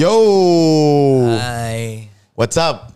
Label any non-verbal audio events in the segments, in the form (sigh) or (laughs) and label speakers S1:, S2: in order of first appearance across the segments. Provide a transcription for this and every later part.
S1: Yo!
S2: Hi.
S1: What's up?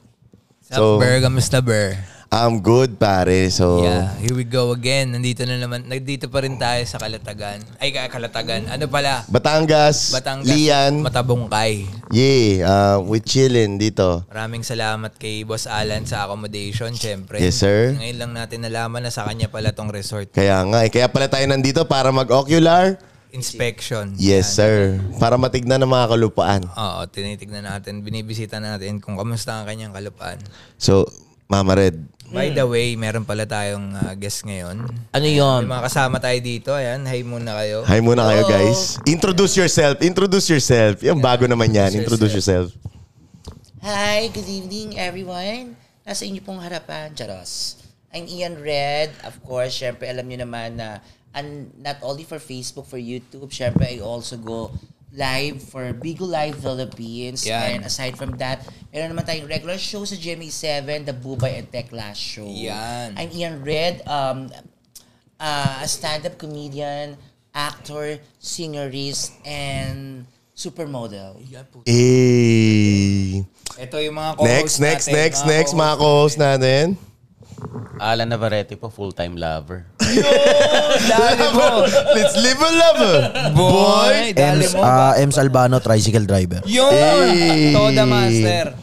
S2: Sup, Ber? Kamusta, Ber?
S1: I'm good, pare. So,
S2: Yeah, here we go again. Nandito na naman. Nandito pa rin tayo sa Kalatagan. Ay, ka- Kalatagan. Ano pala?
S1: Batangas,
S2: Batangas.
S1: Lian,
S2: Matabungkay.
S1: yeah, uh, we chillin' dito.
S2: Maraming salamat kay Boss Alan sa accommodation, syempre.
S1: Yes, sir.
S2: Ngayon lang natin nalaman na sa kanya pala tong resort.
S1: Kaya nga, eh, kaya pala tayo nandito para mag-ocular.
S2: Inspection.
S1: Yes, sir. Para matignan ng mga kalupaan.
S2: Oo, tinitignan natin. Binibisita natin kung kamusta ang kanyang kalupaan.
S1: So, Mama Red,
S2: By the way, meron pala tayong ah, guest ngayon.
S3: Ano yon?
S2: May mga kasama tayo dito. Ayan, hi muna kayo.
S1: hi muna kayo, guys. Introduce yourself. Introduce yourself. Yung bago naman yan. Introduce yourself.
S3: Hi, good evening everyone. Nasa inyo pong harapan, Charos. I'm Ian Red. Of course, syempre alam niyo naman na and not only for Facebook, for YouTube, syempre I also go live for Bigo Live Philippines.
S2: Yan.
S3: And aside from that, meron naman tayong regular show sa GMA7, The Bubay and Tech Last Show.
S2: Yan.
S3: I'm Ian Red, um, uh, a stand-up comedian, actor, singerist, and supermodel.
S1: Eh.
S2: Ito yung mga
S1: Next,
S2: co-host
S1: next,
S2: natin,
S1: next,
S2: mga
S1: next, mga co-host natin.
S4: Alan Navarrete po, full-time lover.
S2: Dali mo.
S1: Let's live a lover.
S2: Boy. Dali
S5: (laughs) Ems,
S2: mo.
S5: ah, Ems Albano, tricycle driver.
S2: Yun.
S1: Hey.
S2: Toda Master.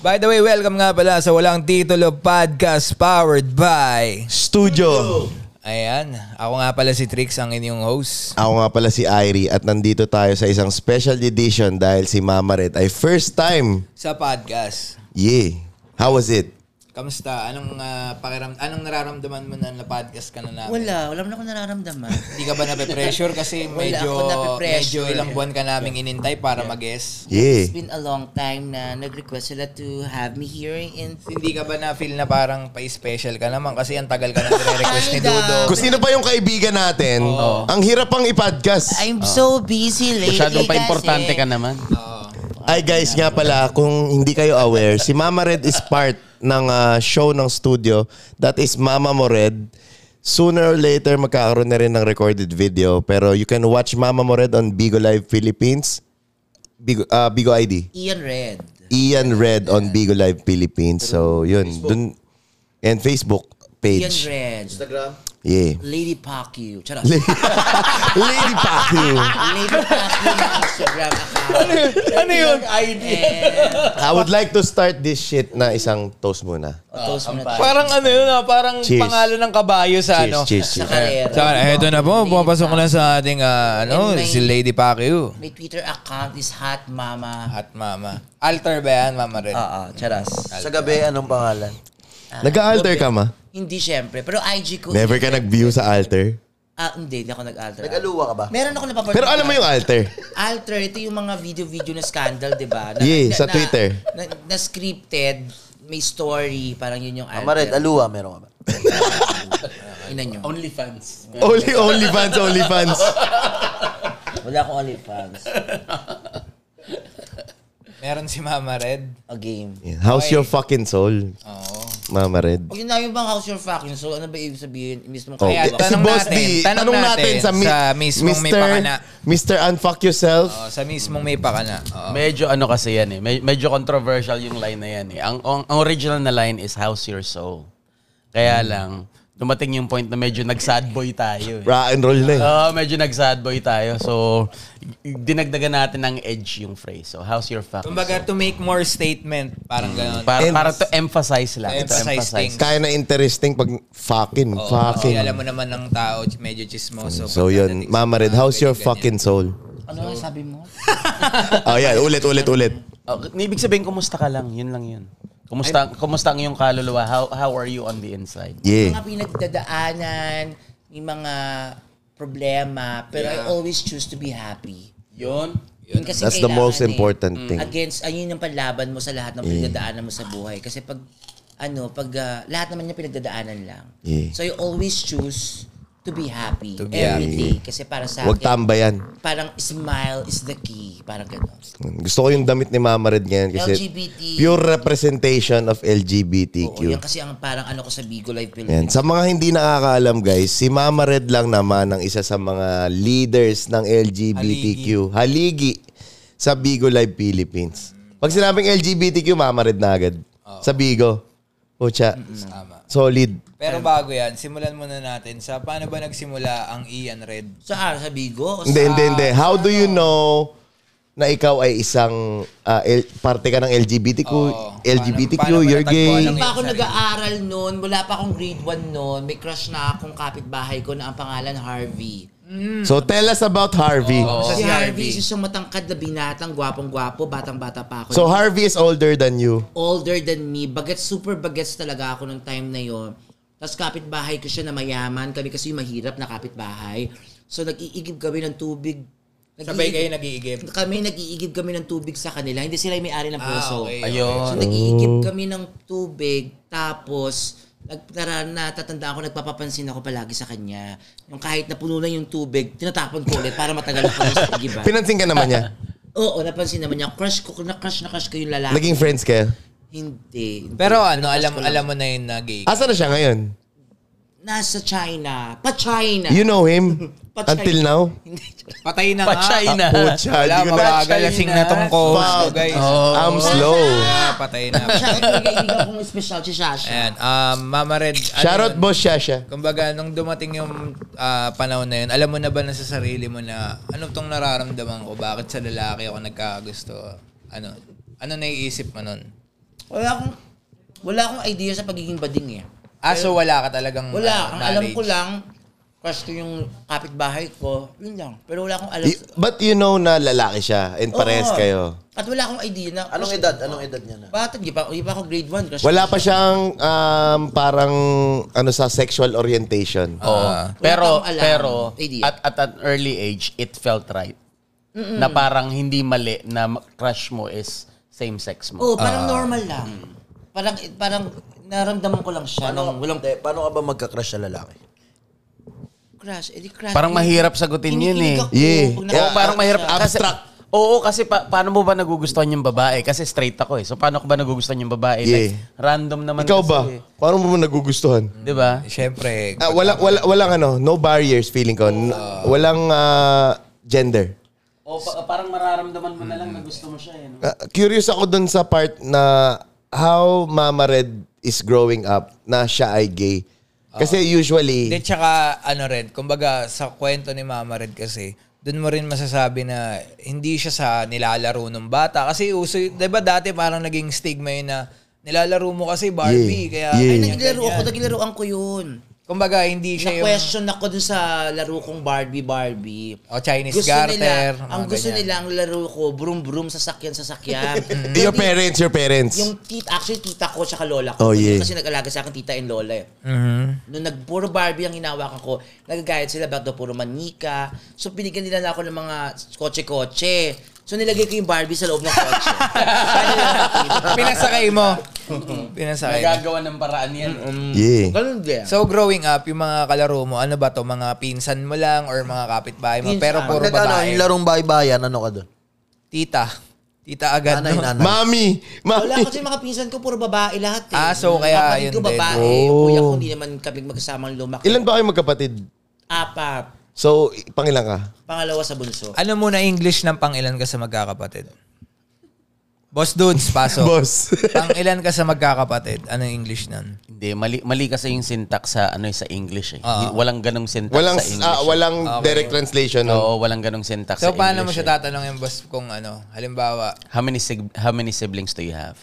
S2: By the way, welcome nga pala sa Walang Titulo Podcast powered by...
S1: Studio.
S2: Ayan. Ako nga pala si Trix, ang inyong host.
S1: Ako nga pala si Irie at nandito tayo sa isang special edition dahil si Mama Red ay first time.
S2: Sa podcast.
S1: Yeah. How was it?
S2: Kamusta? Anong ah, pakiram anong nararamdaman mo na na-podcast ka na namin?
S3: Wala, wala mo na akong
S1: (laughs)
S3: nararamdaman.
S2: Hindi ka ba nape-pressure kasi medyo
S3: ako nape-pressure.
S2: medyo ilang buwan ka naming inintay para mag-guest.
S1: Yeah.
S3: It's been a long time na nag-request sila to have me here in...
S2: Hindi ka ba na-feel na parang pa-special ka naman kasi ang tagal
S3: (laughs)
S2: ka na nire-request ni Dudo.
S1: Kung sino pa yung kaibigan natin, ang hirap pang i-podcast.
S3: I'm so busy lately
S4: Masyadong pa
S3: kasi.
S2: eh.
S4: importante ka naman.
S1: Ay guys, nga pala, kung hindi kayo aware, si Mama Red is part ng ah, show ng studio. That is Mama Mo Red. Sooner or later, magkakaroon na rin ng recorded video. Pero you can watch Mama Mo Red on Bigo Live Philippines. Bigo, ah, Bigo ID.
S3: Ian Red.
S1: Ian Red on Bigo Live Philippines. So, yun. Dun, and Facebook
S3: Ian
S1: page.
S3: Red.
S2: (laughs)
S1: Yeah.
S3: Lady Pacquiao. Charot.
S1: Lady Pacquiao.
S3: Lady Pacquiao na Instagram
S1: (laughs)
S3: account.
S2: Ano yun?
S3: And...
S1: I would like to start this shit na isang toast muna.
S3: O, toast Oh, mo na tayo.
S2: Parang ano yun ah, parang
S1: Cheers.
S2: pangalan ng kabayo sa ano.
S1: Cheers, cheers,
S3: Sa
S1: cheers.
S3: karera.
S2: So, eto na po, pumapasok na sa ating ah, ano,
S3: And may-
S2: si Lady Pacquiao.
S3: My Twitter account is Hot Mama.
S2: At mama. Alter ba yan, mama
S1: Ah,
S2: rin?
S3: Oo, charas.
S5: Sa gabi, anong pangalan?
S1: Nag-alter Ah, ka ma?
S3: Ah, Hindi syempre. Pero IG ko...
S1: Never ka nag-view sa alter?
S3: Ah, hindi. Hindi ako nag-alter.
S5: Nag-aluwa ka ba?
S3: Meron ako napapanood.
S1: Pero alam mo yung
S2: (laughs)
S1: alter.
S3: Alter, ito yung mga video-video na scandal, di ba? Na,
S1: Yeah,
S3: na-
S1: sa
S3: na-
S1: Twitter.
S3: Na, na scripted, may story, parang yun yung alter.
S5: Amaret, aluwa meron ka ba?
S3: Ina nyo.
S1: Only, only fans, only
S2: (laughs)
S1: fans.
S3: Wala akong OnlyFans.
S2: Meron si mama red.
S3: A game.
S1: How's your fucking soul,
S2: Oo.
S1: Mama Red?
S3: Yun na yung bang house your fucking so ano ba ibig sabihin? Mismo
S1: Oh.
S3: kaya
S1: Eh,
S2: Kaya-
S3: ba?
S1: si
S2: tanong
S1: Boss
S2: natin,
S1: D,
S2: tanong
S1: tanong natin,
S2: natin sa
S1: sa, mi-
S2: mismong may
S1: Mr.
S2: pakana.
S1: Mr. Unfuck Yourself.
S2: Oh, sa mismong may pa ka na. Oh. Oo.
S4: Medyo ano kasi yan eh. med- Medyo controversial yung line na yan eh. Ang, ang, ang original na line is How's Your Soul. Kaya lang, dumating yung point na medyo nag-sad boy tayo eh.
S1: Rock and roll na
S2: Oh.
S1: eh.
S4: Oo, medyo nag-sad boy tayo. So, dinagdagan natin ng edge yung phrase. So, how's your fucking
S2: Kumbaga, to make more statement,
S1: Mm,
S2: parang gano'n.
S4: soul? Para,
S1: And-
S4: para to emphasize lang.
S2: To
S4: To
S2: emphasize
S4: emphasize.
S2: things.
S1: Kaya na interesting pag fucking,
S2: Oo,
S1: fucking. Mm,
S2: Kasi Oh, alam mo naman ng tao, medyo chismoso.
S1: So yun, Mama Red, how's your fucking soul?
S3: Ano yung sabi mo?
S1: Oh yeah, ulit, ulit, ulit.
S4: Oh, ibig sabihin, kumusta ka lang. Yun lang yun. Kumusta, kumusta ang iyong kaluluwa? How, how are you on the inside?
S1: Yeah.
S3: Yung mga pinagdadaanan, yung mga problema, pero I always choose to be happy.
S4: Yun.
S3: Yun kasi
S1: Mm. That's the
S3: kailangan
S1: most
S3: eh.
S1: important thing.
S3: Against, ayun yung panlaban mo sa lahat ng pinagdadaanan mo sa buhay. Kasi pag, ano, pag ah, lahat naman niya pinagdadaanan lang.
S1: Yeah.
S3: So you always choose to be happy
S2: To
S3: every
S2: be
S3: day. Kasi para sa
S1: Huwag
S3: akin,
S1: tambayan.
S3: parang smile is the key. Parang gano'n.
S1: Gusto ko yung damit ni Mama Red ngayon kasi
S3: LGBT.
S1: pure representation of
S3: Oo, yan
S1: LGBTQ.
S3: kasi ang parang ano ko sa Bigo Live
S1: Yan.
S3: Philippines.
S1: Sa mga hindi nakakaalam guys, si Mama Red lang naman ang isa sa mga leaders ng LGBTQ. Haligi. sa Bigo Live Philippines. Pag sinabing LGBTQ, mamared na agad. Sa Bigo. Pucha. Solid.
S2: Pero bago yan, simulan muna natin sa paano ba nagsimula ang Ian Red?
S3: Saan? Sa Bigo? O
S1: Hindi,
S3: sa-
S1: hindi, hindi. How do
S2: ano?
S1: you know na ikaw ay isang ah, L- parte ka ng LGBTQ,
S2: Oo.
S1: LGBTQ,
S2: Paano- paano
S1: you're
S2: matatagpuan
S1: gay.
S2: ang-
S3: Hindi pa ako nag-aaral noon. Wala pa akong grade 1 noon. May crush na akong kapitbahay ko na ang pangalan Harvey.
S1: So tell us about Harvey.
S2: Oo. Oh,
S3: Si
S2: Si Harvey.
S3: Harvey, isa siyang matangkad na binatang, gwapong-gwapo, batang-bata pa ako.
S1: So Harvey is older than you.
S3: older than me. Bagets, super bagets talaga ako nung time na yon. Tapos kapitbahay ko siya na mayaman. Kami kasi yung mahirap na kapitbahay. So nag-iigib kami ng tubig. Nag-iigib-
S2: Sabay kayo Ah, nag-iigib.
S3: Kami nag-iigib kami ng tubig sa kanila. Hindi sila yung may-ari ng
S2: Oh.
S3: puso. So
S4: Ayun.
S3: nag-iigib kami ng tubig. Tapos nag- nara- natatandaan ko, nagpapapansin ako palagi sa kanya. Yung kahit napuno na yung tubig, tinatapon ko ulit para matagal ako sa
S2: (laughs)
S3: igiban.
S1: Pinansin ka naman niya.
S3: Oo, napansin naman niya. Crush ko, na crush na crush ko yung lalaki.
S1: Naging friends kayo.
S3: Hindi. hindi.
S2: Pero ano, alam alam mo na yun na gay. ka.
S1: Asa na siya ngayon?
S3: Nasa China. Pa-China.
S1: You know
S2: (laughs)
S1: him?
S3: Pa-China.
S1: Until now?
S2: Patay na nga.
S4: Pa-China.
S1: Pucha,
S2: Wala,
S1: di ko na...
S2: mabagal lasing na tong coach ko,
S1: Fuck.
S2: guys.
S1: I'm slow.
S2: Ah, patay na.
S3: Siya ang nagkaibigan kong special si Sasha.
S2: Ayan, um, Mama Red. ano
S1: Shoutout
S2: yun?
S1: boss Shasha.
S2: Kumbaga, nung dumating yung ah, panahon na yun, alam mo na ba na sa sarili mo na ano tong nararamdaman ko? Bakit sa lalaki ako nagkakagusto? Ano? Ano naiisip mo nun?
S3: Wala akong, wala akong idea sa pagiging bading eh.
S2: Ah, so wala ka
S1: Hmm,
S2: talagang
S3: Wala.
S2: ah,
S3: ang alam
S2: knowledge.
S3: ko lang, crush ko yung kapitbahay ko. Yun lang. Pero wala akong alam.
S1: Y- But you know na lalaki siya and parehas
S3: Oo.
S1: kayo.
S3: At wala akong idea na.
S5: Anong edad? Anong edad niya na?
S3: Bata, di pa, di pa ako grade 1. Crush
S1: Wala pa siyang um, parang ano sa sexual orientation.
S2: Oh,
S4: Oo.
S3: Wala
S4: pero
S3: kang alam.
S4: pero
S3: Idea.
S4: at at an early age it felt right. Na parang hindi mali na ma- crush mo is same sex mo.
S3: Oo,
S1: Ah.
S3: parang normal lang. Parang, parang naramdaman ko lang siya.
S5: Paano,
S3: Nung walang
S5: Te, paano ka ba magka-crush sa lalaki?
S3: crush. Eh, di crush.
S4: Parang mahirap sagutin yun
S3: Kinikilig
S4: eh.
S3: ako
S1: Yeah.
S3: pag
S1: Yeah,
S4: Oo, parang
S3: nakakrush
S4: mahirap.
S3: siya.
S4: Kasi, Oo, kasi pa- paano mo ba nagugustuhan yung babae? Kasi straight ako eh. So paano ko ba nagugustuhan yung babae?
S1: Yeah.
S4: Like, random naman
S1: Ikaw
S4: kasi
S1: ba?
S4: eh.
S1: Paano mo nagugustuhan?
S4: Di ba?
S2: Siyempre.
S1: Ah, wala, wala, walang ano, no barriers feeling ko. N- walang ah, gender.
S4: O pa- parang mararamdaman mo na lang na gusto mo siya eh. no?
S1: Ah, curious ako dun sa part na how Mama Red is growing up na siya ay gay. Kasi usually,
S2: Hindi, tsaka ano rin, kumbaga sa kwento ni Mama Red kasi, doon mo rin masasabi na hindi siya sa nilalaro ng bata. Kasi uso, y- di ba dati parang naging stigma yun na nilalaro mo kasi Barbie,
S1: Yeah. Yeah.
S2: kaya
S3: Ay,
S2: ganyan,
S3: naglaro ako,
S2: ganyan.
S3: naglaruan ko yun.
S2: Kumbaga, hindi siya yung
S3: Na-question ako dun sa laro kong Barbie Barbie.
S2: o Oh, Chinese garter.
S3: nila,
S2: mga
S4: Ah,
S3: ang gusto
S2: ganyan.
S3: nila ang laro ko, brum-brum, sasakyan,
S4: (laughs)
S3: sasakyan.
S4: Mm-hmm.
S1: your parents, your parents.
S3: yung tita, actually tita ko tsaka lola
S1: Oh,
S3: ko.
S1: yeah.
S3: Kasi nag-alaga sa akin tita and lola eh.
S4: Mm.
S2: Mm-hmm.
S3: Nung nagpuro Barbie ang hinawakan ko, nagagayad sila back daw puro manika. So binigyan nila na ako ng mga kotse-kotse. So nilagay ko yung Barbie sa loob ng
S4: (laughs)
S3: kotse.
S2: (laughs) Pinasakay mo. Pinasakay mo.
S4: Nagagawa ng paraan yan. eh.
S1: Yeah.
S3: Ganun din.
S2: So growing up, yung mga kalaro mo, ano ba to? Mga pinsan mo lang or mga kapitbahay mo?
S3: Pinsan.
S2: Pero puro
S5: Like, ano,
S2: babae.
S5: yung larong bahay-bayan, ano ka doon?
S2: Tita. Tita agad.
S5: Nanay,
S2: no?
S5: nanay.
S1: Mami!
S3: Wala
S1: Mami!
S3: kasi mga pinsan ko, puro babae lahat eh.
S2: Ah, so kaya
S3: Kapatid
S2: yun
S3: ko
S2: din. Oh.
S3: babae, yung kuya ko hindi naman kami magkasamang lumaki.
S1: Ilan ba kayo magkapatid?
S3: Apat.
S1: So, i- pangilan ka?
S3: Pangalawa sa bunso.
S2: Ano muna English ng pangilan ka sa magkakapatid? Boss dudes, pasok.
S1: Boss.
S2: pangilan ka sa magkakapatid? Ano yung English nun?
S4: Hindi, mali, mali kasi yung syntax sa ano eh, sa English eh.
S2: Oo.
S4: Walang ganong syntax
S1: Walang
S4: sa English.
S1: ah,
S4: eh.
S1: walang direct translation. No?
S4: Oo, walang ganong syntax
S2: So,
S4: sa
S2: paano mo
S4: English.
S2: siya
S4: eh.
S2: tatanong yung boss kung ano? Halimbawa,
S4: How many sig- how many siblings do you have?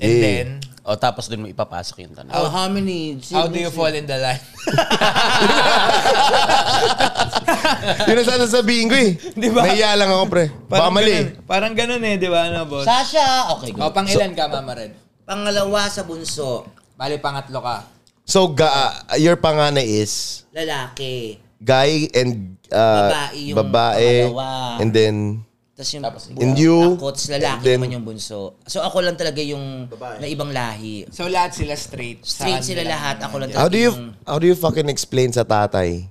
S2: and
S1: Yeah.
S2: then,
S4: O tapos dun mo ipapasok yung
S2: Ah,
S4: tanong.
S3: Oh, how many?
S2: how do you fall in the line?
S1: (laughs) Yun ang sasabihin ko eh.
S2: Di ba?
S1: Nahiya lang ako, pre. Baka mali.
S2: ganun, (laughs) parang ganun eh, di ba, ano, boss?
S3: Sasha! Okay,
S2: O,
S3: go.
S2: pangilan ka, Mama Red?
S3: Pangalawa sa bunso,
S2: Bali, pangatlo ka.
S1: So, ga, uh, your panganay is
S3: lalaki.
S1: guy and uh,
S3: Babae yung
S1: babae,
S3: pangalawa.
S1: and then
S3: Tapos yung
S1: And you-
S3: ako, tapos lalaki
S1: then-
S3: naman yung bunso. So ako lang talaga yung na ibang lahi.
S2: So, lahat sila straight. sa
S3: Straight sila
S2: kanila.
S3: lahat. Ako lang
S1: how
S3: talaga
S1: do you
S3: yung-
S1: how do you fucking explain sa tatay?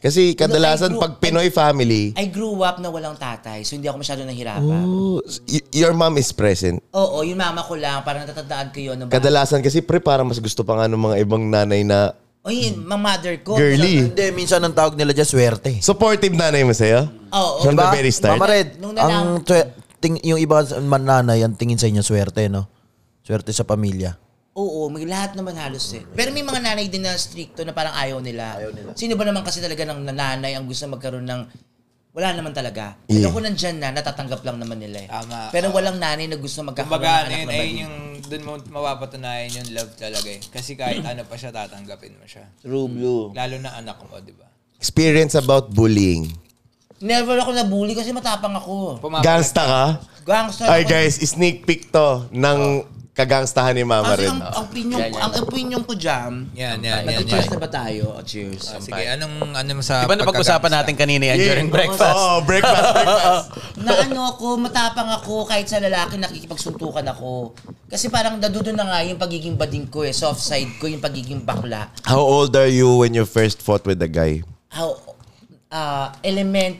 S1: Kasi kadalasan
S3: I grew-
S1: pag Pinoy family,
S3: I grew up na walang tatay, so hindi ako masyado nahirapan.
S1: oh, y- your mom is present.
S3: Oo, yung mama ko lang, parang natatandaan ko yun. nung bata.
S1: Kadalasan kasi pre para mas gusto pa nga ng mga ibang nanay na
S3: O Oh, yun, mga mother ko.
S1: girly.
S5: Hindi, minsan ang tawag nila dyan, swerte.
S1: Supportive nanay mo sa'yo?
S3: Oo.
S1: From the
S5: Diba?
S1: very start?
S5: Mama Red,
S3: Nung nalaman-
S5: ang twe- ting, yung iba sa- mananay, ang tingin sa inyo, swerte, no? Swerte sa pamilya.
S3: Oo, may lahat naman halos eh. Pero may mga nanay din na stricto na parang ayaw nila. Sino ba naman kasi talaga ng nanay ang gusto magkaroon ng wala naman talaga.
S1: Yeah.
S3: Pero kung nandyan na, natatanggap lang naman nila eh.
S2: Tama.
S3: Pero walang nanay na gusto magkakaroon
S2: Kumbaga, ano
S3: ng anak
S2: yun,
S3: na
S2: ayun
S3: mali.
S2: yung, dun mo mapapatunayan yung love talaga eh. Kasi kahit ano pa siya, tatanggapin mo siya.
S3: True blue.
S2: Lalo na anak mo, di ba?
S1: Experience about bullying.
S3: Never ako nabully kasi matapang ako.
S2: Pumapalagay-
S1: Gangsta ka?
S3: Gangster
S1: Ay
S3: ako.
S1: guys, sneak peek to ng kagangstahan ni Mama
S3: Kasi
S1: Red.
S3: ang, ang opinion, ang opinion ko dyan,
S2: Yan, yan, yan, yan.
S3: Mag-cheers na ba tayo? Oh, cheers.
S2: Ah, sige, anong, ano sa
S4: Di ba napag-usapan
S2: pagkagangsta?
S4: natin kanina yan during breakfast?
S1: Oo, Oh, breakfast, breakfast.
S3: na ano ako, matapang ako kahit sa lalaki nakikipagsuntukan ako. Kasi parang nadudo na nga yung pagiging bading ko eh, soft side ko, yung pagiging bakla.
S1: (laughs) How old are you when you first fought with the guy?
S3: How, ah, element,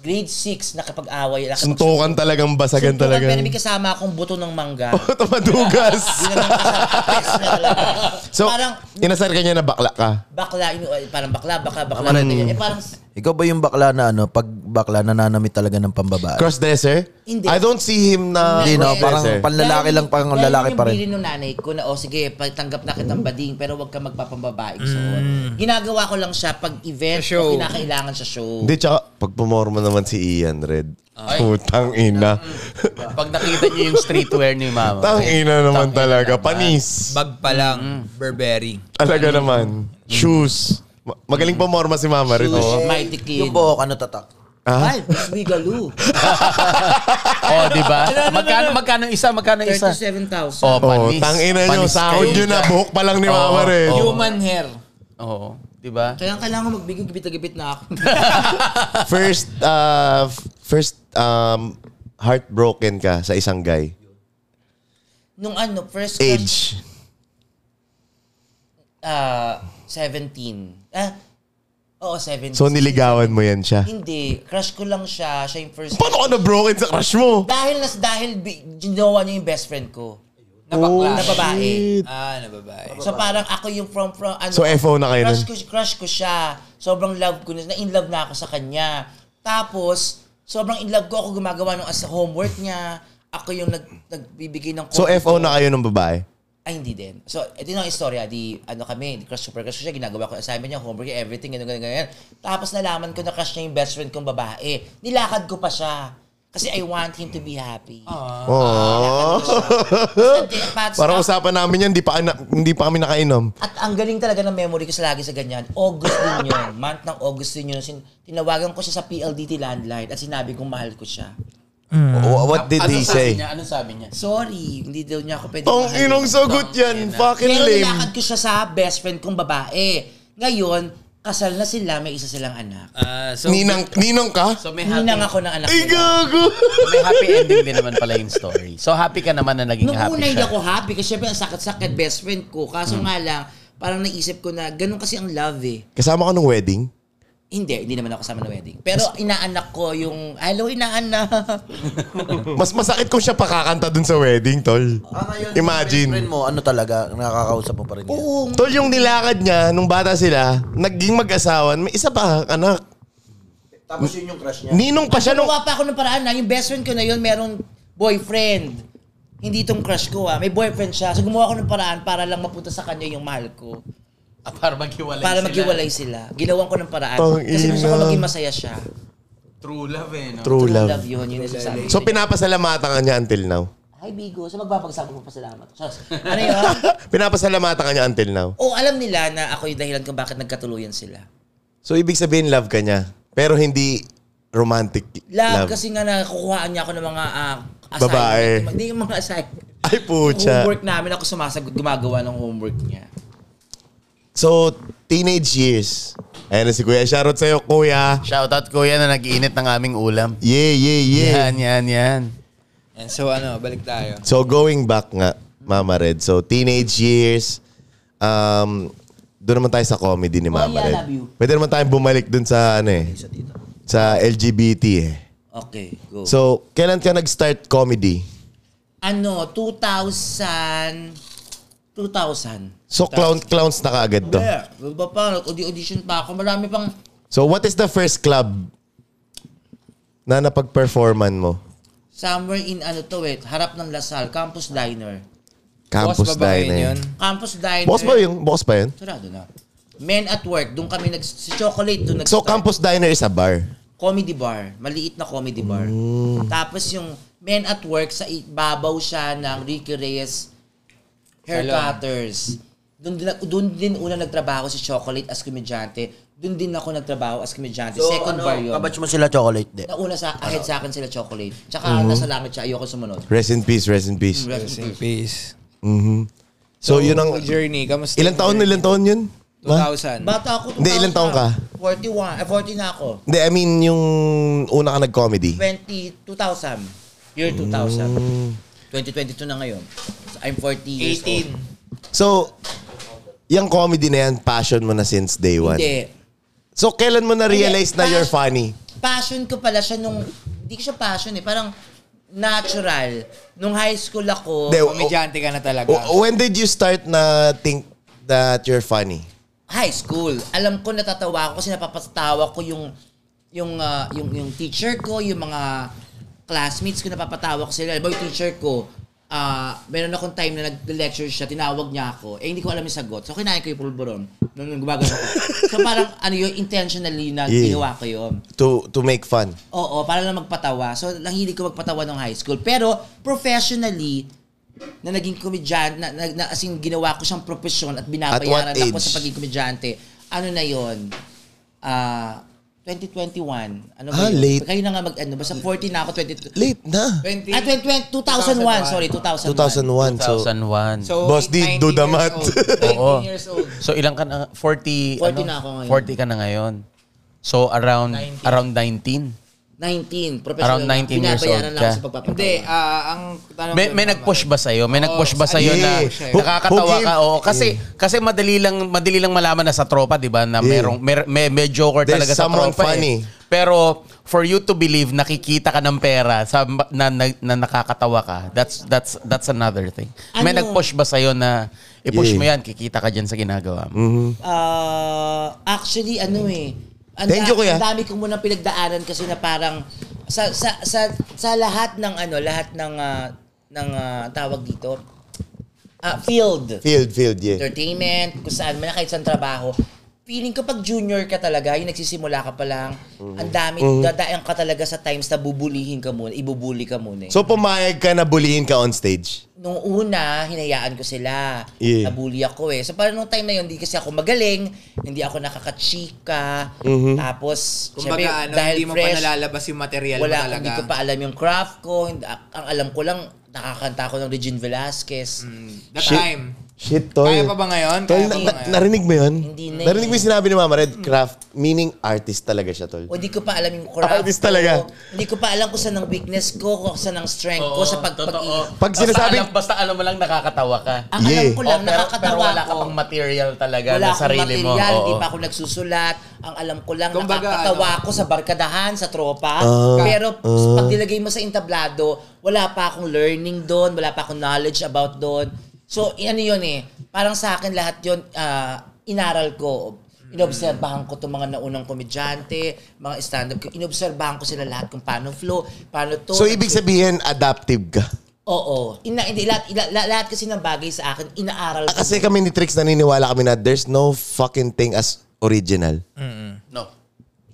S3: grade 6, nakapag-away. nakapag-
S1: Suntukan talagang basagan
S3: Suntukan,
S1: talaga.
S3: Pero may
S1: (laughs)
S3: kasama akong buto ng mangga.
S5: Oh.
S1: Tumadugas.
S3: (laughs) Yun ang kasama- best na talaga.
S1: so,
S3: parang,
S1: inasar ka niya na bakla ka.
S3: bakla, yun, eh, parang bakla, baka, bakla. ganyan. Eh, parang,
S5: Ikaw ba yung bakla na ano, pag bakla nananamit talaga ng pambabae?
S1: Crossdresser?
S3: Hindi.
S1: I don't see him na
S5: Hindi, no? Parang
S1: crossdresser.
S5: panlalaki lang, pang
S3: dahil
S5: lalaki
S3: yung
S5: pa rin. Mm.
S3: bilin ng nanay ko na, oh sige, pagtanggap na kitang bading, pero wag ka magpapambabae. So, ginagawa ko lang siya pag
S2: Mm.
S3: event
S2: Sa show.
S3: o kinakailangan sa show.
S1: Hindi, tsaka pag pumorma naman si Ian Red. Putang ina.
S4: Pag nakita niyo yung streetwear ni Mama.
S1: Tang ina naman talaga. Panis.
S2: Bag pa lang,
S3: Mm-hmm.
S2: Burberry.
S1: Talaga naman. Shoes. Ma- Magaling pumorma si Mama Red.
S3: Push,
S1: oh.
S3: mighty kid.
S5: Yung buhok, ano tatak?
S3: Ay, Miss
S1: (laughs)
S3: Bigaloo.
S4: oh, di ba?
S2: Ano,
S4: Magkano, magkano isa, magkano isa?
S3: 37,000.
S1: Oh,
S4: Oh, panis.
S1: tang ina nyo.
S4: Panis
S1: Sahod
S4: kayo.
S1: nyo na. Buhok pa lang ni Mama Red.
S2: Human hair.
S4: Oo, di ba?
S3: Kaya kailangan ko magbigay gibit na gibit na
S1: (laughs)
S3: ako.
S1: First, uh, f- first, um, heartbroken ka sa isang guy.
S3: Nung ano, first crush,
S1: Age.
S3: ah, 17. Ah, oo, 17.
S1: So, niligawan mo yan siya.
S3: Hindi, crush ko lang siya. Siya yung first.
S1: Paano ka na-broken sa crush mo?
S3: Dahil, nas, dahil bi- ginawa niya yung best friend ko.
S2: Napakla.
S3: Na
S1: Oh,
S3: babae.
S1: Shit.
S2: Ah, na babae.
S3: So parang ako yung from from ano.
S1: So, FO na kayo nun?
S3: crush ko, crush ko siya. Sobrang love ko na, in love na ako sa kanya. Tapos sobrang in love ko ako gumagawa ng as homework niya. Ako yung nag, nagbibigay ng
S1: So, FO na kayo ng babae?
S3: ay, hindi din. So, ito yung istorya. Di, ano kami, di crush super crush ko siya. Ginagawa ko yung assignment niya, homework niya, everything, ganun, ganun, ganun. Tapos nalaman ko na crush niya yung best friend kong babae. Nilakad ko pa siya. Kasi I want him to be happy.
S1: Oh. Parang usapan namin yan, di pa, na- hindi pa kami nakainom.
S3: At ang galing talaga ng memory ko sa lagi sa ganyan. August din
S1: (laughs)
S3: yun. Month ng August din yun. Sin- tinawagan ko siya sa PLDT landline at sinabi kong mahal ko siya.
S1: Wha- What did
S4: Ano
S1: he
S4: sabi
S1: say?
S4: niya? Ano sabi niya?
S3: Sorry, hindi daw niya ako pwede
S1: Tong
S3: mahalin.
S1: inong sagot yan, fucking
S3: Pero
S1: lame.
S3: nilakad ko siya sa best friend kong babae. Ngayon, kasal na sila, may isa silang anak.
S2: Ah, so,
S1: Ninang, ninong ka?
S4: So may happy,
S3: Ninang ako ng anak
S1: Ay,
S3: nila.
S1: gago!
S4: may happy ending din naman pala yung story. So happy ka naman na naging
S3: Nung
S4: happy
S3: una hindi
S4: siya.
S3: ako happy kasi syempre ang sakit-sakit best friend ko.
S1: Hmm.
S3: Kaso nga lang, parang naisip ko na ganun kasi ang love eh.
S1: Kasama ka ng wedding?
S3: Hindi, hindi naman ako kasama ng wedding. Pero inaanak ko yung, hello inaanak. (laughs)
S1: Mas masakit kung siya pakakanta dun sa wedding, tol.
S5: Ah,
S1: Imagine.
S5: Friend mo, ano talaga, nakakausap mo pa rin yan.
S3: Oo,
S1: Tol, yung nilakad niya, nung bata sila, naging mag-asawan, may isa pa, anak.
S5: Tapos yun yung crush niya. Ano
S1: Ninong pa siya nung...
S3: Gawa pa ako ng paraan na yung best friend ko na yun merong boyfriend. Hindi itong crush ko ah. May boyfriend siya. So gumawa ako ng paraan para lang mapunta sa kanya yung mahal ko.
S4: Ah, Para maghiwalay
S3: Para
S4: sila.
S3: maghiwalay sila. Ginawan ko ng paraan.
S1: Tang
S3: Kasi gusto ko
S1: ina.
S3: maging masaya siya.
S4: True love eh, no?
S1: True love.
S3: Love yun. Yun yung sasabi.
S1: So, pinapasalamatan ka niya until now? (laughs)
S3: Hi Bigo. So magbabagsabo ko pasalamat. Sus. Ano yun? (laughs)
S1: pinapasalamatan ka niya until now?
S3: o alam nila na ako yung dahilan kung bakit nagkatuluyan sila.
S1: So, ibig sabihin, love ka niya. Pero hindi romantic
S3: Love,
S1: love.
S3: kasi nga nakukuhaan niya ako ng mga ah,
S1: Babae.
S3: assignment. Hindi yung mga assignment.
S1: Ay, pucha.
S3: Homework namin ako sumasagot, gumagawa ng homework niya.
S1: So, teenage years. Ayan na si Kuya. Shoutout sa'yo, Kuya.
S4: Shoutout kuya na nag-iinit ng aming ulam.
S1: Yeah, yeah, yeah.
S4: Yan, yan, yan.
S2: and so ano, balik tayo.
S1: So, going back nga, Mama Red. So, teenage years. Um, doon naman tayo sa comedy ni Mama
S3: yeah,
S1: Red.
S3: love you.
S1: Pwede naman tayong bumalik doon sa, ano eh, sa LGBT eh.
S3: Okay, go.
S1: So, kailan ka nag-start comedy?
S3: ano, 2000, 2000.
S1: So, clown, clowns na kaagad to.
S3: Yeah, ba pa, nag-audition pa ako. Marami pang,
S1: So, what is the first club na napag-performan mo?
S3: somewhere in ano to eh, harap ng Lasal, Campus Diner.
S1: Campus eh.
S2: Boss, babae
S1: diner.
S2: yun.
S3: Campus Diner.
S1: Boss ba yung boss pa yun?
S3: Sarado na. Men at Work, doon kami nag... Si Chocolate, doon nag
S1: So Campus Diner is a bar.
S3: Comedy bar. Maliit na comedy bar.
S1: Mm.
S3: Tapos yung Men at Work, sa ibabaw siya ng Ricky Reyes hair
S2: Salon.
S3: cutters. Doon din, doon din una nagtrabaho si Chocolate as komedyante. Doon din ako nagtrabaho as komedyante.
S5: So,
S3: Second
S5: ano,
S3: bar yun.
S5: Kabatch mo sila chocolate, di.
S3: Nauna sa, ahead sa akin sila Chocolate. Tsaka
S1: Mm.
S3: nasa langit siya, ayoko sumunod.
S1: Rest in peace, rest in peace.
S2: Mm, Rest in peace.
S1: So, yun ang...
S2: journey. Kamusta?
S1: Ilan
S2: yung
S1: taon,
S2: journey?
S1: ilan taon yun? Ma?
S2: 2000.
S3: Bata ako.
S1: Hindi, ilang taon ka?
S3: 41. Eh, 40 na ako.
S1: Hindi, I mean, yung una ka nag-comedy.
S3: 20, 2000. Year 2000.
S1: Mm.
S3: 2022 na ngayon. So, I'm 40 years
S2: 18.
S3: old.
S1: So, yung comedy na yan, passion mo na since day one.
S3: Hindi.
S1: So, kailan mo na-realize na
S3: Hindi,
S1: you're
S3: pas-
S1: funny?
S3: Passion ko pala siya nung, hindi ko siya passion eh, parang natural. Nung high school ako,
S1: Hindi,
S2: Komedyante ka na talaga.
S1: W- When did you start na think that you're funny?
S3: high school, alam ko natatawa ako kasi napapatawa ko yung yung ah, yung yung teacher ko, yung mga classmates ko napapatawa ko sila. Alam mo, yung teacher ko, ah meron akong time na nag-lecture siya, tinawag niya ako. Eh, hindi ko alam yung sagot. So, kinain ko yung pulburon. Nung nung gumagawa ko. so, parang ano yun, intentionally na
S1: Yeah.
S3: ginawa ko yun.
S1: To to make fun?
S3: Oo, para lang magpatawa. So, nahilig ko magpatawa ng high school. Pero, professionally, na naging komedyan, na, na, na as in, ginawa ko siyang profesyon at
S1: At
S3: binabayaran
S1: what
S3: ako
S1: age?
S3: sa pagiging komedyante. Ano na yon? Ah, 2021. Ano ba
S1: Ah,
S3: yun?
S1: late.
S3: Kayo na nga mag, ano, basta 40 na ako, 22.
S1: Late na.
S2: 20.
S3: Ah, 20, 2001, sorry, 2001.
S1: 2001. So,
S4: 2001. So,
S2: So,
S1: Boss, di
S2: 19
S1: do
S2: years
S1: the math.
S2: old.
S1: (laughs)
S2: 19 years old.
S4: ilang ka na? 40,
S3: 40
S4: ano?
S3: na ako ngayon.
S4: 40 ka na ngayon. So around
S2: 19.
S4: around 19.
S3: 19, professional.
S4: Around 19 years
S3: Binabayaran
S4: old
S3: lang ako
S4: ka.
S3: sa pagpapatawa.
S2: Hindi, ah, ang tanong
S4: May,
S2: ko,
S4: may
S2: tama.
S4: nag-push ba sa'yo? May nag-push ba
S2: sa-
S4: sa'yo
S1: Yeah.
S4: na
S1: eh. Who-
S4: nakakatawa
S1: who gave- Mm.
S4: ka? Oo, kasi kasi madali lang madali lang malaman na sa tropa, 'di ba? Na
S1: Yeah.
S4: merong mer, may, may joker
S1: There's
S4: talaga sa
S1: someone
S4: tropa.
S1: funny.
S4: Eh. Pero for you to believe nakikita ka ng pera sa na, na, na nakakatawa ka. That's that's that's another thing. May
S3: Ano?
S4: nag-push ba sa'yo na i-push
S1: Yeah. Mm-hmm.
S4: mo 'yan, kikita ka diyan sa ginagawa mo.
S3: Ah, actually, ano eh. Ang,
S1: Thank you,
S3: da-
S1: kuya.
S3: ang dami kong muna pinagdaanan kasi na parang sa sa sa, sa lahat ng ano, lahat ng ah, ng ah, tawag dito. ah, field.
S1: field, field, yeah.
S3: Entertainment, kung saan man, kahit saan trabaho. Feeling ko pag junior ka talaga, yung nagsisimula ka pa lang, ang dami,
S1: Mm-hmm.
S3: dadaan ka talaga sa times na bubulihin ka muna, ibubuli ka muna. eh.
S1: So, pumayag ka na bulihin ka on stage?
S3: nung una, hinayaan ko sila.
S1: Yeah.
S3: Nabully ako eh. So parang nung time na yun, hindi kasi ako magaling, hindi ako nakakachika.
S1: Mm-hmm.
S3: Tapos,
S2: Kumbaga,
S3: syempre,
S2: ano,
S3: dahil
S2: hindi mo
S3: fresh,
S2: pa nalalabas yung material
S3: wala,
S2: mo talaga.
S3: hindi ko pa alam yung craft ko. Hindi- a- Ang alam ko lang, nakakanta ako ng Regine Velasquez.
S2: That
S1: Shit.
S2: time.
S1: Shit, tol.
S2: Kaya pa ba ngayon?
S1: Tol,
S2: Kaya pa
S1: na-
S2: ba
S1: na- narinig mo yun?
S3: Hindi na
S1: Narinig mo
S3: eh.
S1: yung sinabi ni Mama Red, craft, meaning artist talaga siya, tol.
S3: O hindi ko pa alam yung craft
S1: Artist talaga.
S3: ko. Hindi ko pa alam kung saan ang weakness ko, kung saan ang strength ko sa pagpag
S1: Pag
S4: Basta
S1: sinasabi-
S4: alam- basta alam mo lang nakakatawa ka.
S3: Ang alam
S1: Yeah.
S3: ko lang,
S4: Oh, pero,
S3: nakakatawa
S4: pero wala ka
S3: ko.
S4: pang material talaga
S3: Wala
S4: na
S3: akong
S4: sarili mo.
S3: material, hindi
S4: Oo.
S3: pa ako nagsusulat. Ang alam ko lang,
S2: Kumbaga,
S3: nakakatawa
S2: ano?
S3: ako sa barkadahan, sa tropa.
S1: Ah,
S3: Pero pag nilagay mo sa entablado, wala pa akong learning doon, wala pa akong knowledge about doon. So, i- ano yun eh, parang sa akin lahat yun, ah, inaral ko. Inobserbahan ko itong mga naunang komedyante, mga stand-up ko. Inobserbahan ko sila lahat kung paano flow, paano to.
S1: So, ibig sabihin, adaptive ka.
S3: Oo. Ina, hindi, lahat, ila- la- lahat kasi ng bagay sa akin, inaaral
S1: Ah,
S3: ko.
S1: Kasi kami ni Trix naniniwala kami na there's no fucking thing as original.
S4: No.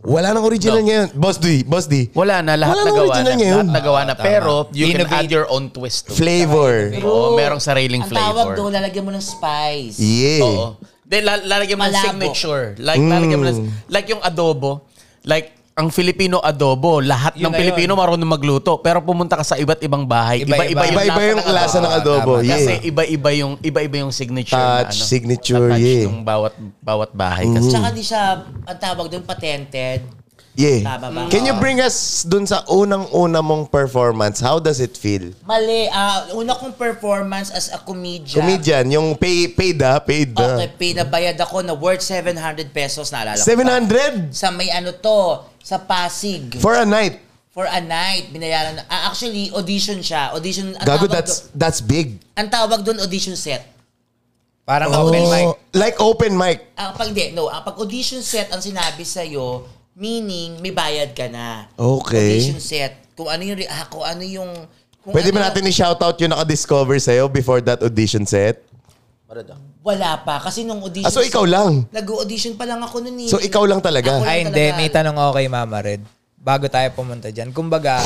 S1: Wala nang original
S4: No.
S1: ngayon. Boss D, Boss D.
S4: Wala na, lahat
S1: Wala nang
S4: nagawa na.
S1: original ngayon.
S4: Lahat nagawa na. Pero you
S2: Innovate.
S4: can add your own twist to it.
S1: Flavor.
S4: Oo, merong sariling
S3: Ang tawag doon,
S4: flavor.
S3: lalagyan mo ng spice.
S1: Yeah.
S4: Oo. Then la- lalagyan mo ng
S3: Malabo.
S4: signature. Like,
S1: Mm.
S4: lalagyan mo ng, like yung adobo. Like, ang Filipino adobo, lahat
S2: Yun
S4: ng
S2: na yun.
S4: Pilipino marunong magluto. Pero pumunta ka sa iba't ibang bahay.
S2: Iba-iba.
S4: Iba-iba, yung,
S1: Iba-iba yung
S4: lasa
S1: lasa ng adobo.
S2: Tama,
S1: Yeah.
S4: Kasi iba-iba yung iba-iba yung signature
S1: Touch,
S4: na ano.
S1: signature,
S4: touch
S1: yeah. Mm-hmm.
S4: ng bawat bawat bahay kasi.
S3: Tsaka di siya, ang tawag doon, patented.
S1: Yeah.
S3: Tama ba?
S1: Can you bring us dun sa unang-una mong performance? How does it feel?
S3: Mali, ah, una kong performance as a comedian.
S1: Comedian, yung pay, paid ha, paid ah.
S3: Okay,
S1: na.
S3: pinabayad ako na worth 700 pesos, naalala ko.
S1: 700
S3: Sa may ano to, sa Pasig.
S1: for
S3: For,
S1: a night.
S3: a night, binayaran. na- Ah, actually, audition siya. Audition, ang
S1: Gago,
S3: tawag
S1: that's, that's big.
S3: doon- ang tawag doon, audition set.
S2: Parang open mic.
S1: Oh, Like open mic.
S3: Ah, pag di, no. Ah, pag audition set ang sinabi sa'yo, meaning may bayad ka na.
S1: Okay.
S3: Audition set. kung ano yung, re- ah, kung ano yung, kung
S1: Pwede
S3: ano,
S1: ba natin i-shoutout yung nakadiscover sa'yo before that audition set?
S3: Wala pa. Kasi nung audition.
S1: Ah, so ikaw lang?
S3: Nag-audition pa lang ako nun eh.
S1: So ikaw lang talaga?
S3: Wala
S2: Ay, hindi.
S3: talaga.
S2: May tanong ako kay Mama Red. Bago tayo pumunta dyan. Kumbaga,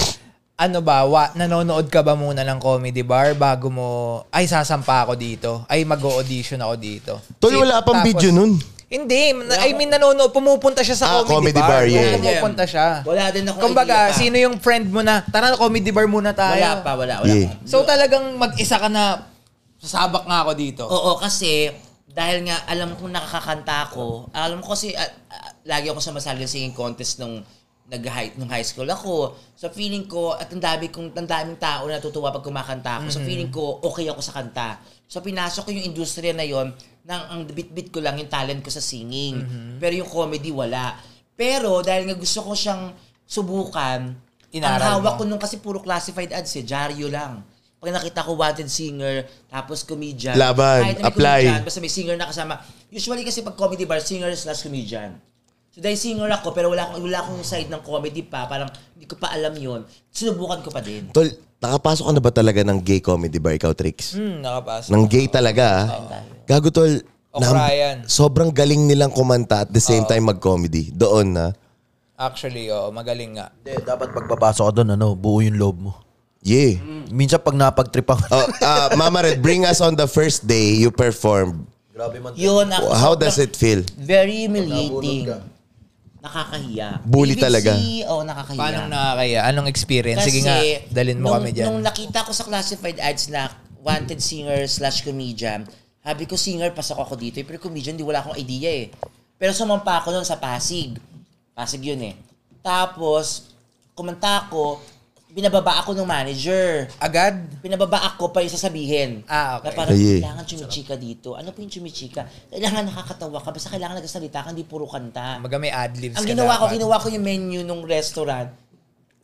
S2: ano ba, wa, nanonood ka ba muna ng comedy bar bago mo, ay sasampa ako dito, ay mag-audition ako dito.
S1: Tol,
S2: Si-
S1: wala pang
S2: tapos-
S1: video nun.
S2: Hindi, na- I mean nanonood, pumupunta siya sa
S1: Ah, comedy
S2: comedy,
S1: bar,
S2: bar.
S1: yeah.
S2: Pumupunta siya.
S3: Wala din ako
S2: Kumbaga,
S3: idea pa.
S2: sino yung friend mo na, tara comedy bar muna tayo.
S3: Wala pa, wala, wala
S1: Yeah.
S3: pa.
S2: So talagang mag-isa ka na, sasabak nga ako dito.
S3: Oo, kasi dahil nga alam kong nakakakanta ako, alam ko kasi ah, ah, lagi ako sumasali sa singing contest nung nag high, nung high school ako. So feeling ko at ang dami kong ang daming tao na natutuwa pag kumakanta ako. So feeling ko okay ako sa kanta. So pinasok ko yung industriya na yon nang ang bit-bit ko lang yung talent ko sa singing.
S2: Mm-hmm.
S3: Pero yung comedy wala. Pero dahil nga gusto ko siyang subukan,
S2: Inaral
S3: ang hawak
S2: mo.
S3: ko nung kasi puro classified ads eh, dyaryo lang. Pag nakita ko wanted singer, tapos comedian,
S1: Laban,
S3: kahit na may
S1: apply.
S3: comedian, basta may singer na kasama. Usually kasi pag comedy bar, singer slash comedian. So dahil singer ako, pero wala, akong- wala akong side ng comedy pa. Parang hindi ko pa alam yon Sinubukan ko pa din.
S1: Tol, nakapasok ka na ba talaga ng gay comedy bar ikaw, Trix?
S2: Hmm, nakapasok.
S1: Ng gay talaga, ah. Gago, Tol.
S2: O
S1: nam-
S2: Ryan.
S1: Sobrang galing nilang kumanta at the same time mag-comedy. Doon, ah. na.
S2: Actually, oo, magaling nga.
S5: Hindi, dapat pagpapasok ka doon, ano, buo yung loob mo.
S1: Yeah.
S5: Minsan pag napag-tripan ka,
S1: Oh, ah, Mama Red, bring us on the first day you performed.
S5: grabe man.
S3: Yun, ako,
S1: How does it feel?
S3: Very humiliating. Nakakahiya.
S1: Bully
S3: Even
S1: talaga.
S3: Si, oh, nakakahiya.
S2: Paano nakakaya? Anong experience? Sige nga, dalin mo
S3: nung,
S2: kami dyan.
S3: Nung nakita ko sa classified ads na wanted singer slash comedian, sabi ko singer, pasok ako dito. eh, Pero comedian, di wala akong idea eh. Pero sumampa ako noon sa Pasig. Pasig yun eh. Tapos, kumanta ako, binababa ako ng manager.
S2: Agad?
S3: Pinababa ako pa yung sasabihin.
S2: Ah, okay.
S3: Na parang,
S1: Ay, eh.
S3: kailangan chumichika dito. Ano po yung chumichika? Kailangan nakakatawa ka. Basta kailangan nagsasalita ka, hindi puro kanta.
S2: Maga may adlibs
S3: Ang
S2: ka
S3: ginawa ko,
S2: dapat.
S3: ginawa ko yung menu nung restaurant.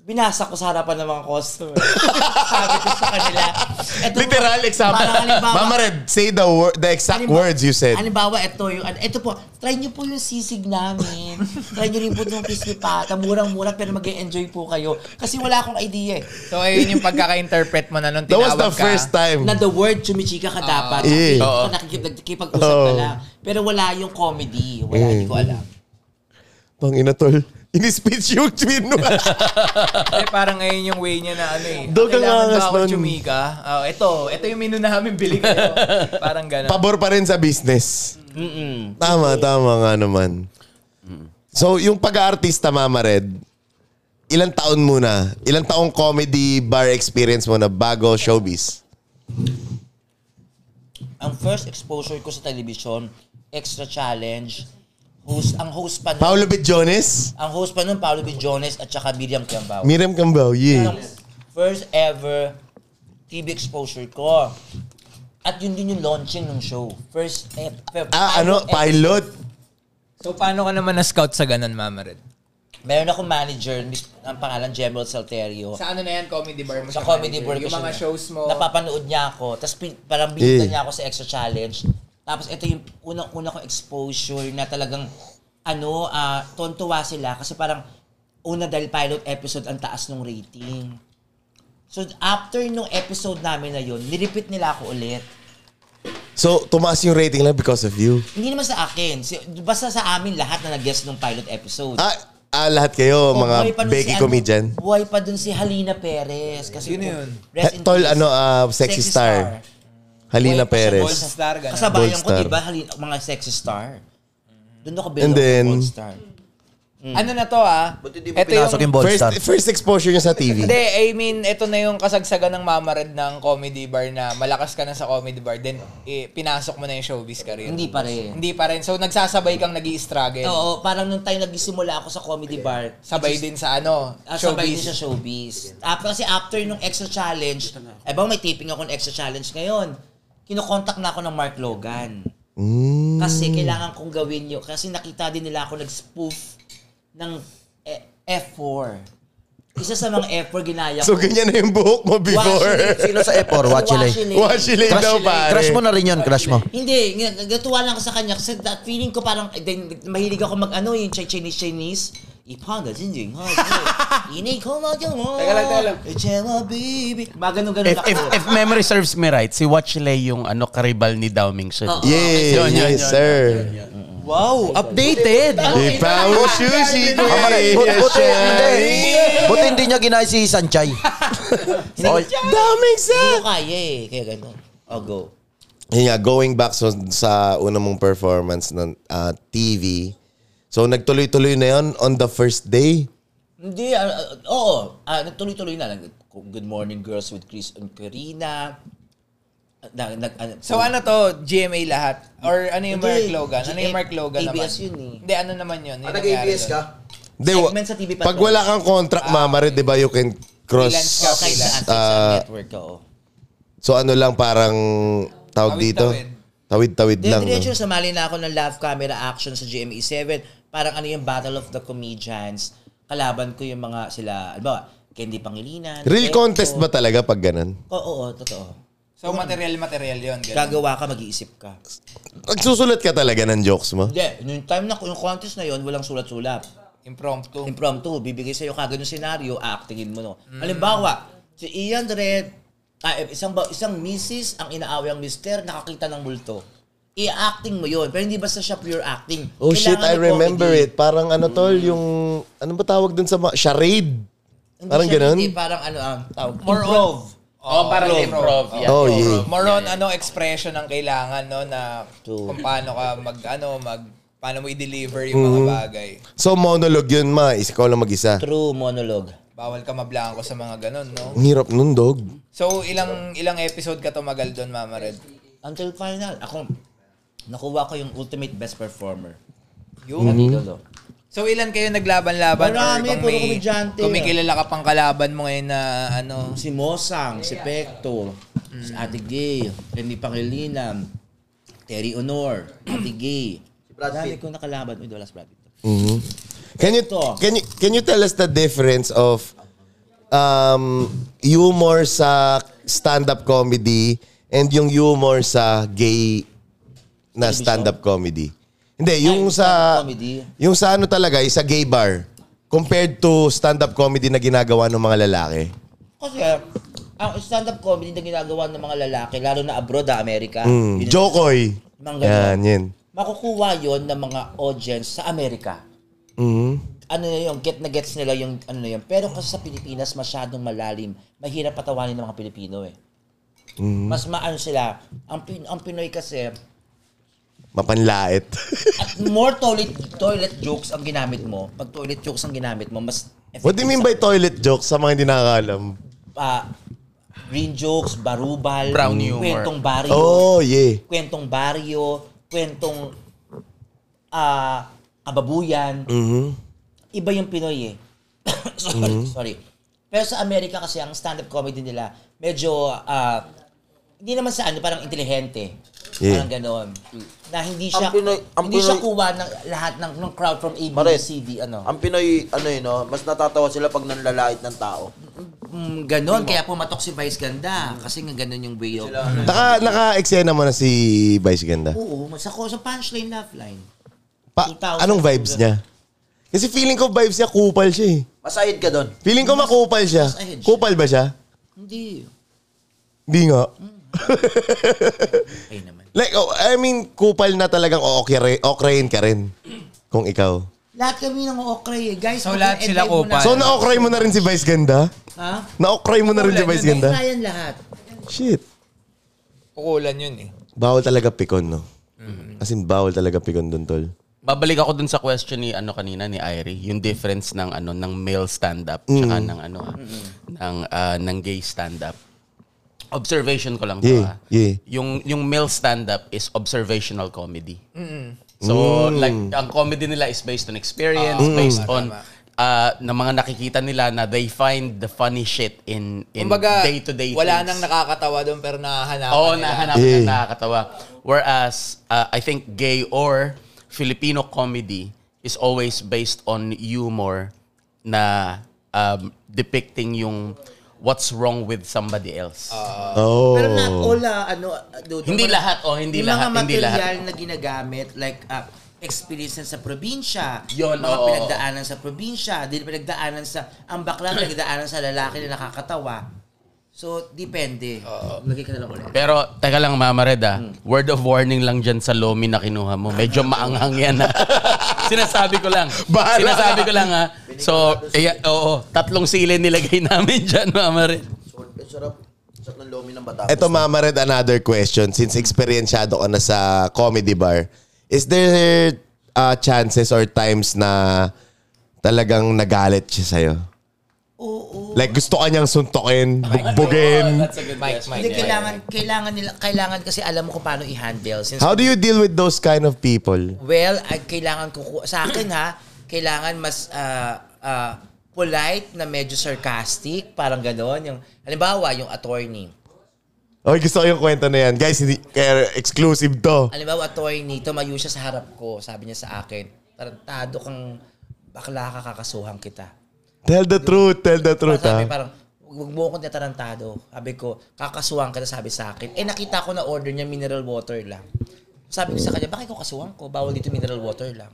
S3: Binasa ko sa harapan ng mga customer. (laughs) Sabi ko sa kanila. "Eto
S1: (laughs)
S3: po,
S1: Literal example.
S3: parang halimbawa-
S1: Mama Red, say the wor- the exact
S3: Halimbawa-
S1: words you said.
S3: Halimbawa, ito yung, ano, ito po, try nyo po yung sisig namin. try nyo rin po itong crispy pata. Murang-mura, pero mag enjoy po kayo. Kasi wala akong idea eh.
S2: So, ayun yung pagkaka-interpret mo na nung
S1: That was
S2: tinawag
S1: the
S2: ka.
S1: first time.
S3: Na the word chumichika ka dapat.
S1: Eh.
S3: Uh, Nakikipag-usap ka
S1: Oo. Mm.
S3: lang. Pero wala yung comedy. Wala, hindi ko alam.
S1: Pang ina, Tol. In-speech yung twin.
S2: Kasi Eh, parang ngayon yung way niya na ano eh.
S1: Dogang
S2: kailangan
S1: angas
S2: ba ako
S1: nun.
S2: chumika? Oh, ito, ito yung menu namin,
S1: (laughs)
S2: bili kayo. parang gano'n.
S1: Pabor pa rin sa business.
S3: Mm-mm.
S1: Tama, tama nga naman. So, yung pag-aartista, Mama Red, ilang taon muna? Ilang taong comedy bar experience mo na bago showbiz?
S3: Ang first exposure ko sa television, Extra Challenge, host, ang host pa nun,
S1: Paolo Bedjones?
S3: ang host pa nun, Paolo Bijones at saka Miriam Kiambao.
S1: Miriam Cambao, yeah.
S3: Ang first ever TV exposure ko. At yun din yung launching ng show. First eh, ever.
S1: Ah, ano? Pilot?
S2: So, paano ka naman na-scout sa gano'n, Mama Red?
S3: Meron akong manager, mis- ang pangalan Gemma Salterio.
S2: Sa ano na yan, comedy bar mo?
S3: Sa comedy board ko
S2: Yung
S3: siya
S2: mga
S3: na-
S2: shows mo.
S3: Napapanood niya ako. Tapos pin- parang binigyan
S1: Eh.
S3: niya ako sa extra challenge. Tapos ito yung unang-una kong exposure na talagang ano, ah tontuwa sila kasi parang una dahil pilot episode ang taas ng rating. So after nung episode namin na yun, nirepeat nila ako ulit.
S1: So, tumaas yung rating lang because of you.
S3: Hindi naman sa akin. Si- Basta sa amin lahat na nag-guest nung pilot episode.
S1: Ah, ah lahat kayo,
S3: Oh,
S1: mga
S3: buhay pa nun
S1: Becky
S3: si ano,
S1: comedian.
S3: buhay pa dun si Halina Perez. Kasi
S2: Sino
S3: po,
S2: yun?
S3: rest in
S1: Tol,
S3: peace.
S1: ano, ah, sexy, star. Halina
S3: Buhay pa siya,
S1: Perez.
S2: Gold star, gano'n.
S3: Kasabayan
S1: Gold
S3: ko,
S1: star.
S3: di ba? Halin, mga sexy star. Doon ako bilang
S1: And then-
S3: gold star.
S2: Ano na to ah?
S5: Ba't hindi mo pinasok yung ball
S1: First,
S5: star?
S1: first exposure niya sa TV.
S2: Hindi, I mean, ito na yung kasagsagan ng Mama Red ng comedy bar na malakas ka na sa comedy bar, then eh, pinasok mo na yung showbiz career.
S3: Hindi pa rin.
S2: Hindi pa rin. So, nagsasabay kang nag struggle
S3: Oo, parang nung time nagsimula ako sa comedy bar,
S2: Sabay din sa ano,
S3: Ah, sabay din sa
S2: showbiz.
S3: showbiz. After, kasi after nung extra challenge, eh ba may taping ako ng extra challenge ngayon. Kinokontak na ako ng Mark Logan. Kasi
S1: Mm.
S3: kailangan kong gawin yun. Kasi nakita din nila ako nag-spoof ng eh, F4. Isa sa mga F4 ginaya ko.
S1: So, ganyan na yung buhok mo before.
S3: Washing-
S5: Sino sa F4? Watchilay.
S1: (laughs)
S3: Washilay.
S1: Washilay daw, pare.
S5: Crush mo na rin yun, crush mo.
S3: Hindi, nga- natuwa lang ako sa kanya kasi that feeling ko parang eh, then, mahilig ako mag ano yung Chi- Chinese Chinese. ipangajinjing ha. Inikaw na dyan mo.
S2: Teka lang, teka lang.
S3: Echewa, baby. Mga ganun-ganun
S4: If,
S3: ako.
S4: if, if memory serves me right, si Watch Lay yung ano, karibal ni Dao Ming Shun.
S3: Oo.
S1: Yes,
S4: Yun, yun,
S1: yes,
S4: yun,
S1: sir.
S4: Wow,
S3: ah,
S4: updated!
S1: Ipao sushi ko eh.
S5: But-
S1: Yes,
S5: Buti, hindi.
S1: sir.
S5: Buti hindi niya ginaya si
S4: (laughs)
S5: Sanchay.
S3: Hindi ko-
S1: Daming sa...
S3: hindi ko kaya eh. Kaya ganun. Oh, go.
S1: Yun nga, going back so, sa unang mong performance ng ah, TV, so nagtuloy-tuloy na yon on the first day.
S3: Hindi, ah, ah, oo. Ah, nagtuloy-tuloy na lang. Good morning girls with Chris and Karina. Ah, Nag, nag, ah,
S2: So ano to, GMA lahat? Or ano yung
S3: Hindi.
S2: Mark Logan? Ano yung
S3: G-
S2: Mark Logan
S3: ABS
S2: naman?
S3: yun eh.
S2: Hindi, ano naman yun?
S5: Ah,
S2: Yung nangyari
S5: Nag-ABS
S2: doon.
S5: ka?
S1: Di, wa-
S3: Segment sa TV pa
S1: pag
S3: to. Ah,
S1: wala kang contract, mama, red, di ba, you can cross.
S2: Freelance ka,
S3: Okay, sa
S2: freelance.
S3: atin sa
S1: Ah,
S3: network ka, oh.
S1: So ano lang, parang tawag dito? Tawid-tawid
S3: Then,
S1: lang. no?
S3: diretso, sumali na ako ng live camera action sa GMA7. Parang ano yung Battle of the Comedians. Kalaban ko yung mga sila, alam ba, Candy Pangilinan.
S1: Real
S3: Techo.
S1: contest ba talaga pag ganun?
S3: Oo, oo, totoo.
S2: So material-material yun. ganun.
S3: Gagawa ka, mag-iisip ka.
S1: Nagsusulat ka talaga ng jokes mo?
S3: Hindi, yung time na yung contest na yon walang sulat-sulat.
S2: Impromptu.
S3: Impromptu, bibigay sa'yo kagad yung senaryo, actingin mo no. Halimbawa, si Ian Red, ah, eh, isang, ba- isang misis ang inaaway ang mister, nakakita ng multo. I-acting mo yon pero hindi basta siya pure acting.
S1: Oh shit,
S3: Kailangan
S1: I
S3: ng
S1: remember
S3: comedy.
S1: it. Parang ano tol, yung... Ano ba tawag dun sa... Ma- charade?
S3: Hindi
S1: Parang
S3: siya
S1: ganun?
S3: Hindi, parang ano ang tawag.
S2: More
S3: improv.
S2: Oh,
S4: parang improv, yeah.
S1: Oh, yeah.
S2: More on ano expression ang kailangan no na
S3: True.
S2: kung paano ka mag ano mag paano mo i-deliver yung
S3: Mm-hmm.
S2: mga bagay.
S1: So monologue yun, ma. Is- Ikaw lang mag-isa.
S3: True monologue.
S2: Bawal ka mablangko sa mga ganun, no?
S1: Ang hirap nun, dog.
S2: So, ilang ilang episode ka tumagal doon, Mama Red?
S3: Until final. Ako, nakuha ko yung ultimate best performer.
S2: Yun.
S1: Mm-hmm.
S3: Idolo.
S2: So, ilan kayo naglaban-laban?
S3: Marami,
S2: or kung
S3: puro
S2: may-
S3: komedyante.
S2: Kung may kilala ka pang kalaban mo ngayon na ano,
S3: Si Mosang, si Pecto, si Ate Gay, Remy Pangilinan, Terry Honor, Ate Gay. Si
S5: Brad Pitt.
S3: ko nakalaban. Uy, wala si Brad Pitt.
S1: Mhm. Can you
S3: Ito.
S1: can you can you tell us the difference of um humor sa stand-up comedy and yung humor sa gay na stand-up comedy? Hindi, yung sa
S3: stand-up comedy.
S1: yung sa ano talaga, yung sa gay bar compared to stand-up comedy na ginagawa ng mga lalaki.
S3: Kasi, ang stand-up comedy na ginagawa ng mga lalaki, lalo na abroad, ah, Amerika.
S1: Mm.
S3: yun-
S1: Jokoy.
S3: Mga ganun.
S1: Yan, yan.
S3: makukuha yon ng mga audience sa Amerika.
S1: Mhm.
S3: Ano na yung get na gets nila yung ano na yun. Pero kasi sa Pilipinas masyadong malalim. Mahirap patawanin ng mga Pilipino eh.
S1: Mm.
S3: Mas maano sila. Ang, Pin- ang Pinoy kasi,
S1: Mapanlait. (laughs)
S3: at more toilet toilet jokes ang ginamit mo. Pag toilet jokes ang ginamit mo, mas
S1: What do you mean by toilet jokes sa mga hindi nakakaalam?
S3: ah, green jokes, barubal,
S4: Brown humor.
S3: kwentong baryo.
S1: Oh, yeah.
S3: kwentong baryo, kwentong ah kababuyan.
S1: Mm-hmm.
S3: Iba yung Pinoy eh. (coughs) sorry, sorry. Pero sa Amerika kasi ang stand-up comedy nila medyo ah hindi naman sa ano parang intelihente.
S1: Yeah.
S3: Parang ganoon. Na hindi siya
S5: Ang Pinoy- ang
S3: hindi siya
S5: Pinoy-
S3: kuha ng lahat ng, ng crowd from A, B,
S5: Mare.
S3: C, D, ano.
S5: Ang Pinoy, ano yun, no? mas natatawa sila pag nanlalait ng tao.
S3: Mm, ganon, kaya pumatok si Vice Ganda. Kasi nga ganon yung way of...
S1: Naka, naka-eksena mo na si Vice Ganda.
S3: Oo, sa, sa punchline, laugh line.
S1: Pa,
S3: 2000.
S1: anong vibes niya? Kasi feeling ko vibes niya, kupal siya eh.
S5: Masahid ka doon.
S1: Feeling ko makupal siya.
S3: mas ahead siya.
S1: Kupal ba siya?
S3: Hindi.
S1: Hindi nga.
S3: Mm. Ay naman.
S1: (laughs) Like, oh, I mean, kupal na talagang okay, okayin ka rin. Kung ikaw.
S3: Lahat kami ng okray eh. Guys,
S2: So, lahat sila
S3: mag-invite mo
S2: kupal.
S3: na-
S1: So, na-okray mo na rin si Vice Ganda?
S3: Ha?
S1: Na-okray mo na rin si Vice Ganda?
S3: Kaya lahat.
S1: Shit.
S2: kukulan yun eh.
S1: Bawal talaga pikon, no?
S3: Mm.
S1: As in, bawal talaga pikon dun, tol.
S4: Babalik ako dun sa question ni ano kanina ni Irie, yung difference ng ano ng male stand up
S5: Mm.
S4: tsaka ng ano ah, ng ah, ng gay stand up. Observation ko lang to.
S1: Yeah,
S4: ah.
S1: yeah.
S4: Yung yung male stand up is observational comedy. So
S5: Mm.
S4: like ang comedy nila is based on experience, based on ah, ng mga nakikita nila na they find the funny shit in in
S2: Kumbaga,
S4: day to day.
S2: wala nang nakakatawa doon pero nakahanapan
S4: Oo,
S2: nila.
S4: nahanapan
S1: Yeah.
S4: yeah. nakakatawa. Whereas, uh, I think gay or Filipino comedy is always based on humor na um, depicting yung what's wrong with somebody else.
S1: Oh.
S3: Pero not all, ah, ano, ah, Dodo,
S4: Hindi
S3: mga-
S4: lahat, oh, hindi
S3: yung
S4: lahat,
S3: mga
S4: hindi
S3: material
S4: lahat.
S3: na ginagamit, like, ah, experience na sa probinsya,
S4: Yun,
S3: mga
S4: oo.
S3: pinagdaanan sa probinsya, din pinagdaanan sa, ang
S4: (clears throat)
S3: bakla pinagdaanan sa lalaki na nakakatawa. So, depende. Lagay ka na lang ulit.
S4: Pero, teka lang, Mama Red, ah. Word of warning lang dyan sa Lomi na kinuha mo. (laughs) Medyo maanghang yan, ah. Sinasabi ko lang.
S1: Bahala
S4: Sinasabi ko lang, ah. So, eh, oo, tatlong sili nilagay (laughs) namin dyan, Mama Red.
S5: eh, Sarap. Sarap ng lomi ng bata.
S1: Ito, Mama Red, another question. Since experienceado ka na sa comedy bar, is there uh, chances or times na talagang nagalit siya sa'yo? Oo. Like, gusto ka niyang suntukin, bugbugin.
S4: a good
S2: Mike, Mike.
S3: Hindi, kailangan, kailangan, nila, kailangan kasi alam mo kung paano i-handle. Since,
S1: How do you deal with those kind of people?
S3: well, ay, kailangan ko, sa akin ha, kailangan mas ah, ah, polite na medyo sarcastic, parang gano'n. Yung, halimbawa, yung attorney.
S1: Okay, gusto ko yung kwento na yan. Guys, hindi, kaya exclusive to.
S3: Halimbawa, attorney, tumayo siya sa harap ko. Sabi niya sa akin, tarantado kang bakla ka, kakasuhan kita.
S1: Tell the truth, tell the truth, ah.
S3: Parang sabi,
S1: ha?
S3: parang, huwag mo akong tatarantado. Sabi ko, kakasuhan ka na sabi sa akin. Eh, nakita ko na order niya mineral water lang. Sabi ko sa kanya, bakit ko kasuhan ko? Bawal dito mineral water lang.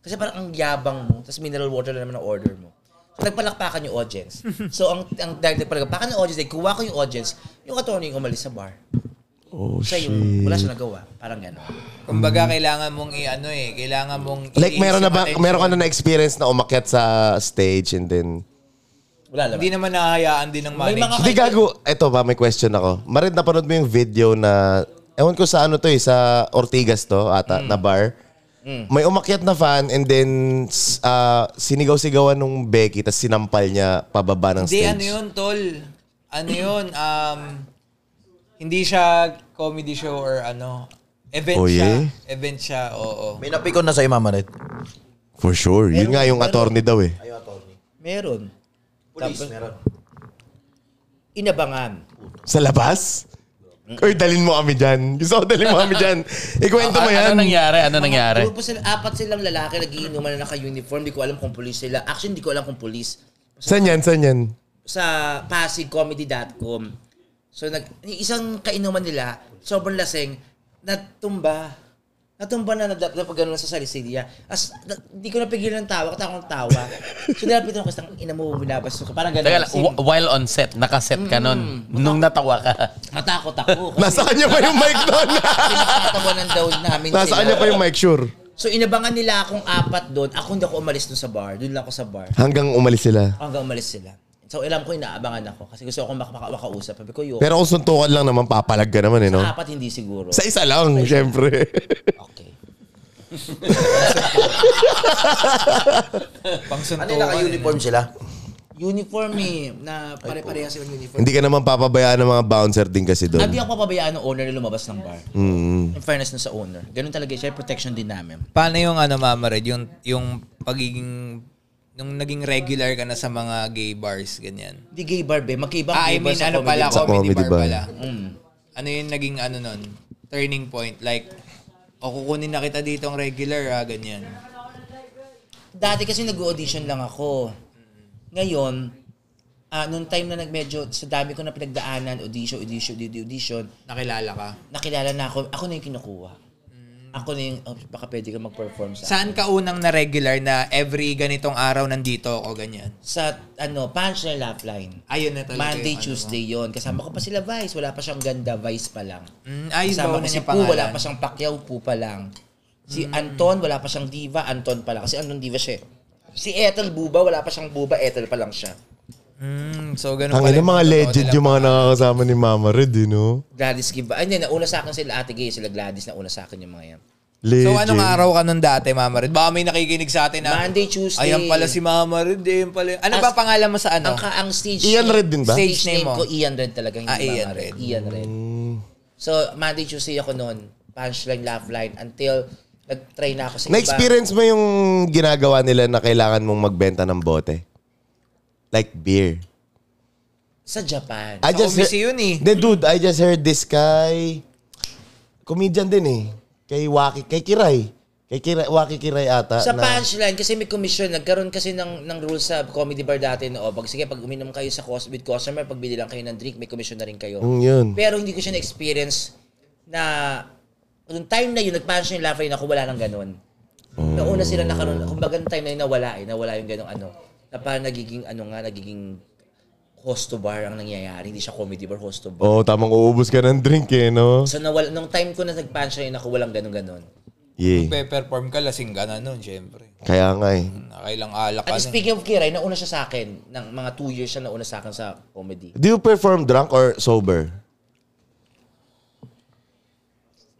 S3: Kasi parang ang yabang mo, tapos mineral water lang naman ang order mo. So, nagpalakpakan yung
S1: (laughs)
S3: audience. So, ang, ang dahil nagpalakpakan ng audience, dahil kuha ko yung audience, yung attorney yung umalis sa bar.
S1: Oh,
S3: Siya
S1: shit.
S3: yung, wala siya nagawa. Parang gano'n.
S2: Kumbaga, kailangan mong i-ano eh. Kailangan mong
S1: Like, meron na ba,
S2: i-isip
S1: meron ka
S2: attention.
S1: na na-experience na umakyat sa stage and then...
S3: Wala naman.
S2: Hindi naman nahahayaan din ng
S3: May
S2: manager.
S3: mga
S1: Hindi gago. Eto ba, may question ako. Marid, napanood mo yung video na... Ewan ko sa ano to eh, sa Ortigas to ata, na bar. May umakyat na fan and then s- ah, sinigaw-sigawan nung Becky tapos sinampal niya pababa ng
S2: Hindi,
S1: stage.
S2: ano yun, tol. Ano yun, um, hindi siya comedy show or ano. Event
S1: Oh,
S2: siya.
S1: yeah?
S2: Event siya, oo.
S5: May napikon na sa'yo, Mama Red.
S1: For sure. Yun nga yung attorney daw eh.
S5: Ayun, attorney.
S3: Meron.
S5: Police, meron.
S3: Inabangan.
S1: Sa labas? Uy, dalin mo kami dyan. Gusto ko dalin mo kami dyan. Ikwento mo yan.
S4: Ano nangyari? Ano nangyari?
S3: Grupo sila, apat silang lalaki, nagiinuman na naka-uniform. Di ko alam kung police sila. Actually, hindi ko alam kung police.
S1: Saan yan? Saan yan?
S3: Sa PasigComedy.com. So, nag, isang kainuman nila, sobrang laseng, natumba. Natumba na nadap na pag sa salisilla. As, na, hindi ko napigilan ng tawa, katawa ng tawa. so, nilapitan ko kasi ng ina mo, binabas ko. Parang ganun.
S4: Teka lang,
S3: Kasi
S4: wh- while on set, nakaset ka nun.
S3: Mm.
S4: Nung natawa ka.
S3: Natakot ako. Kasi
S1: Nasa kanya pa yung mic doon.
S3: pinakatawanan daw namin
S1: Nasa kanya pa yung mic, sure.
S3: So inabangan nila akong apat doon. Ako hindi ako umalis doon sa bar. Doon lang ako sa bar.
S1: Hanggang umalis sila.
S3: Hanggang umalis sila. So alam ko inaabangan ako kasi gusto ko mak- maka- makausap. Sabi ko, yun.
S1: Pero kung suntukan lang naman, papalag ka naman eh, no?
S3: apat hindi siguro.
S1: Sa isa lang, syempre.
S3: Okay.
S2: Pangsuntukan.
S5: Ano yung naka-uniform sila?
S3: Uniform eh, na pare-pareha silang
S1: (laughs)
S3: uniform.
S1: Hindi ka naman papabayaan ng mga bouncer din kasi
S3: Ah, Hindi
S1: doon.
S3: ako papabayaan ng owner na lumabas ng bar. Mm. In fairness na sa owner. Ganun talaga, siya protection din namin.
S2: Paano yung ano, Mama Red? Yung, yung pagiging, nung naging regular ka na sa mga gay bars, ganyan.
S3: Hindi gay bar, be. Magkaiba ang
S2: Ah, I
S3: gay bar
S2: mean,
S3: sa
S2: ano
S3: comedy Mm.
S2: pala,
S1: bar.
S3: bar.
S2: comedy,
S1: Sa comedy
S2: bar,
S1: bar.
S2: pala. Ano yung naging ano nun? Turning point. Like, o kukunin na kita dito ang regular, ah, ganyan.
S3: Dati kasi nag-audition lang ako. Ngayon, ah, noong time na nagmedyo, sa dami ko na pinagdaanan, audition, audition, audition, audition,
S2: Nakilala ka.
S3: nakilala na ako, ako na yung kinukuha.
S2: Mm.
S3: Ako na yung, oh, baka pwede ka mag-perform sa, sa,
S2: Saan ka unang na regular na every ganitong araw nandito o ganyan?
S3: ano, punch na Lapline.
S2: Ayun na talaga.
S3: Monday,
S2: yung ano
S3: Tuesday yon Kasama ko pa sila Vice. Wala pa siyang ganda, Vice pa lang.
S2: mo. Mm, ayun ba
S3: Kasama ko
S2: na
S3: si
S2: niya
S3: Pu,
S2: pangalan? Mm.
S3: wala pa siyang Pacquiao, Pu pa lang. Si Anton, wala pa siyang Diva, Anton pa lang. Kasi Anton Diva siya eh. Si Ethel Buba, wala pa siyang Buba, Ethel pa lang siya.
S2: Mm, so ganun
S1: Ang
S2: pala
S1: ina,
S2: yung
S1: mga
S2: totoo
S1: legend
S2: nila.
S1: yung mga nakakasama ni Mama Red, eh, you know?
S3: Gladys Giva. Ano yan, nauna sa akin sila Ate Gay, sila Gladys, nauna sa akin yung mga yan.
S2: So ano
S1: Legend.
S2: anong araw ka nun dati, Mama Red? Baka may nakikinig sa atin na,
S3: Monday, Tuesday.
S2: ayan pala si Mama Red, ayan pala. Ano
S3: As-
S2: ba pangalan mo sa ano?
S3: Ang, ka, ang stage
S1: Ian Red din ba?
S3: Stage,
S2: Stage
S3: name,
S2: name mo.
S3: ko, Ian Red talaga. Hindi
S2: Ah, Ian
S3: Mama
S2: Red.
S3: Ian Red.
S1: Mm.
S3: So, Monday, Tuesday ako noon. Punchline, laugh line. Until, nag-try na ako sa iba.
S1: Na-experience mo yung ginagawa nila na kailangan mong magbenta ng bote? Like beer.
S3: Sa Japan.
S1: I
S2: Sa OBC yun eh.
S1: Then, dude, I just heard this guy, comedian din eh. Kay Waki, kay Kiray. Kay Kiray, Waki Kiray ata.
S3: sa
S1: na-
S3: punchline, kasi may commission, nagkaroon kasi ng, ng rules sa comedy bar dati. No? Pag, sige, pag uminom kayo sa cos- with customer, pag bili lang kayo ng drink, may commission na rin kayo.
S1: Mm, yun.
S3: Pero hindi ko siya na-experience na noong time na yun, nag-punchline, laugh line ako, wala nang ganun. Noong una sila nakaroon, kumbaga nung time na yun nawala eh, nawala yung ganong ano. Na parang nagiging ano nga, nagiging host to bar ang nangyayari. Hindi siya comedy bar, host to bar.
S1: Oo, Oh, tamang uubos ka ng drink eh, no?
S4: Oh.
S3: So nawala, nung time ko na nag-punchline ako, walang ganun-ganon.
S1: Yeah.
S2: Pe-perform ka, lasing ka na nun, syempre.
S1: Kaya nga eh.
S2: Nakailang alak ka
S3: At
S2: nun.
S3: speaking of Kiray, nauna siya sa akin. Ng mga two years siya nauna sa akin sa comedy.
S1: Do you perform drunk or sober?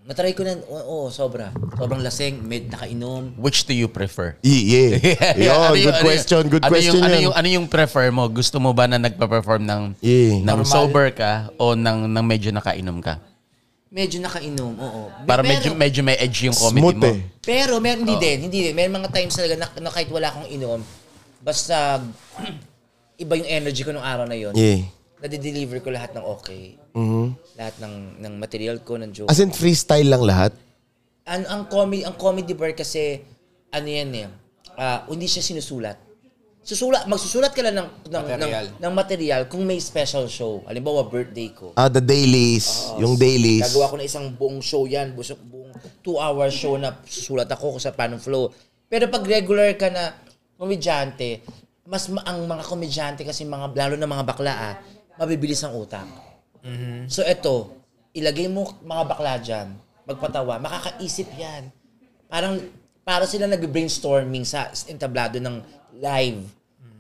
S3: Natry ko na, oo, sobra. Sobrang lasing, med, nakainom.
S4: Which do you prefer?
S1: Yeah. yeah. Yun,
S4: (laughs)
S1: good
S4: Ano yung- ano yung-
S1: question. Good
S4: ano
S1: question
S4: yung, Ano
S1: yan.
S4: yung, ano yung prefer mo? Gusto mo ba na nagpa-perform ng,
S1: Yeah.
S4: ng sober ka o ng, ng medyo nakainom ka?
S3: Medyo nakainom, oo.
S4: Para
S3: Pero-
S4: medyo, medyo may edge yung comedy
S1: Smooth
S4: mo.
S1: eh.
S3: Pero meron hindi din, hindi din. May mga times talaga na, na kahit wala akong inom, basta (clears throat) iba yung energy ko nung araw na yun.
S1: Yeah. Mm.
S3: Nade-deliver ko lahat ng okay.
S1: Mm-hmm.
S3: Lahat ng ng material ko, ng joke.
S1: As in freestyle lang lahat?
S3: Ano ang comedy ang comedy bar kasi ano yan eh. ah, hindi siya sinusulat. Susulat, magsusulat ka lang ng ng,
S2: Material.
S3: ng ng material kung may special show. Halimbawa birthday ko.
S1: Ah, the dailies. yung dailies.
S3: Gagawa ko na isang buong show yan, buong, buong two-hour show na susulat ako kung sa paano flow. Pero pag regular ka na komedyante, mas ma- ang mga komedyante kasi mga, lalo na mga bakla ah, mabibilis ang utak. So eto, ilagay mo mga bakla dyan, magpatawa, makakaisip yan. Parang, para sila nag-brainstorming sa sa entablado ng live.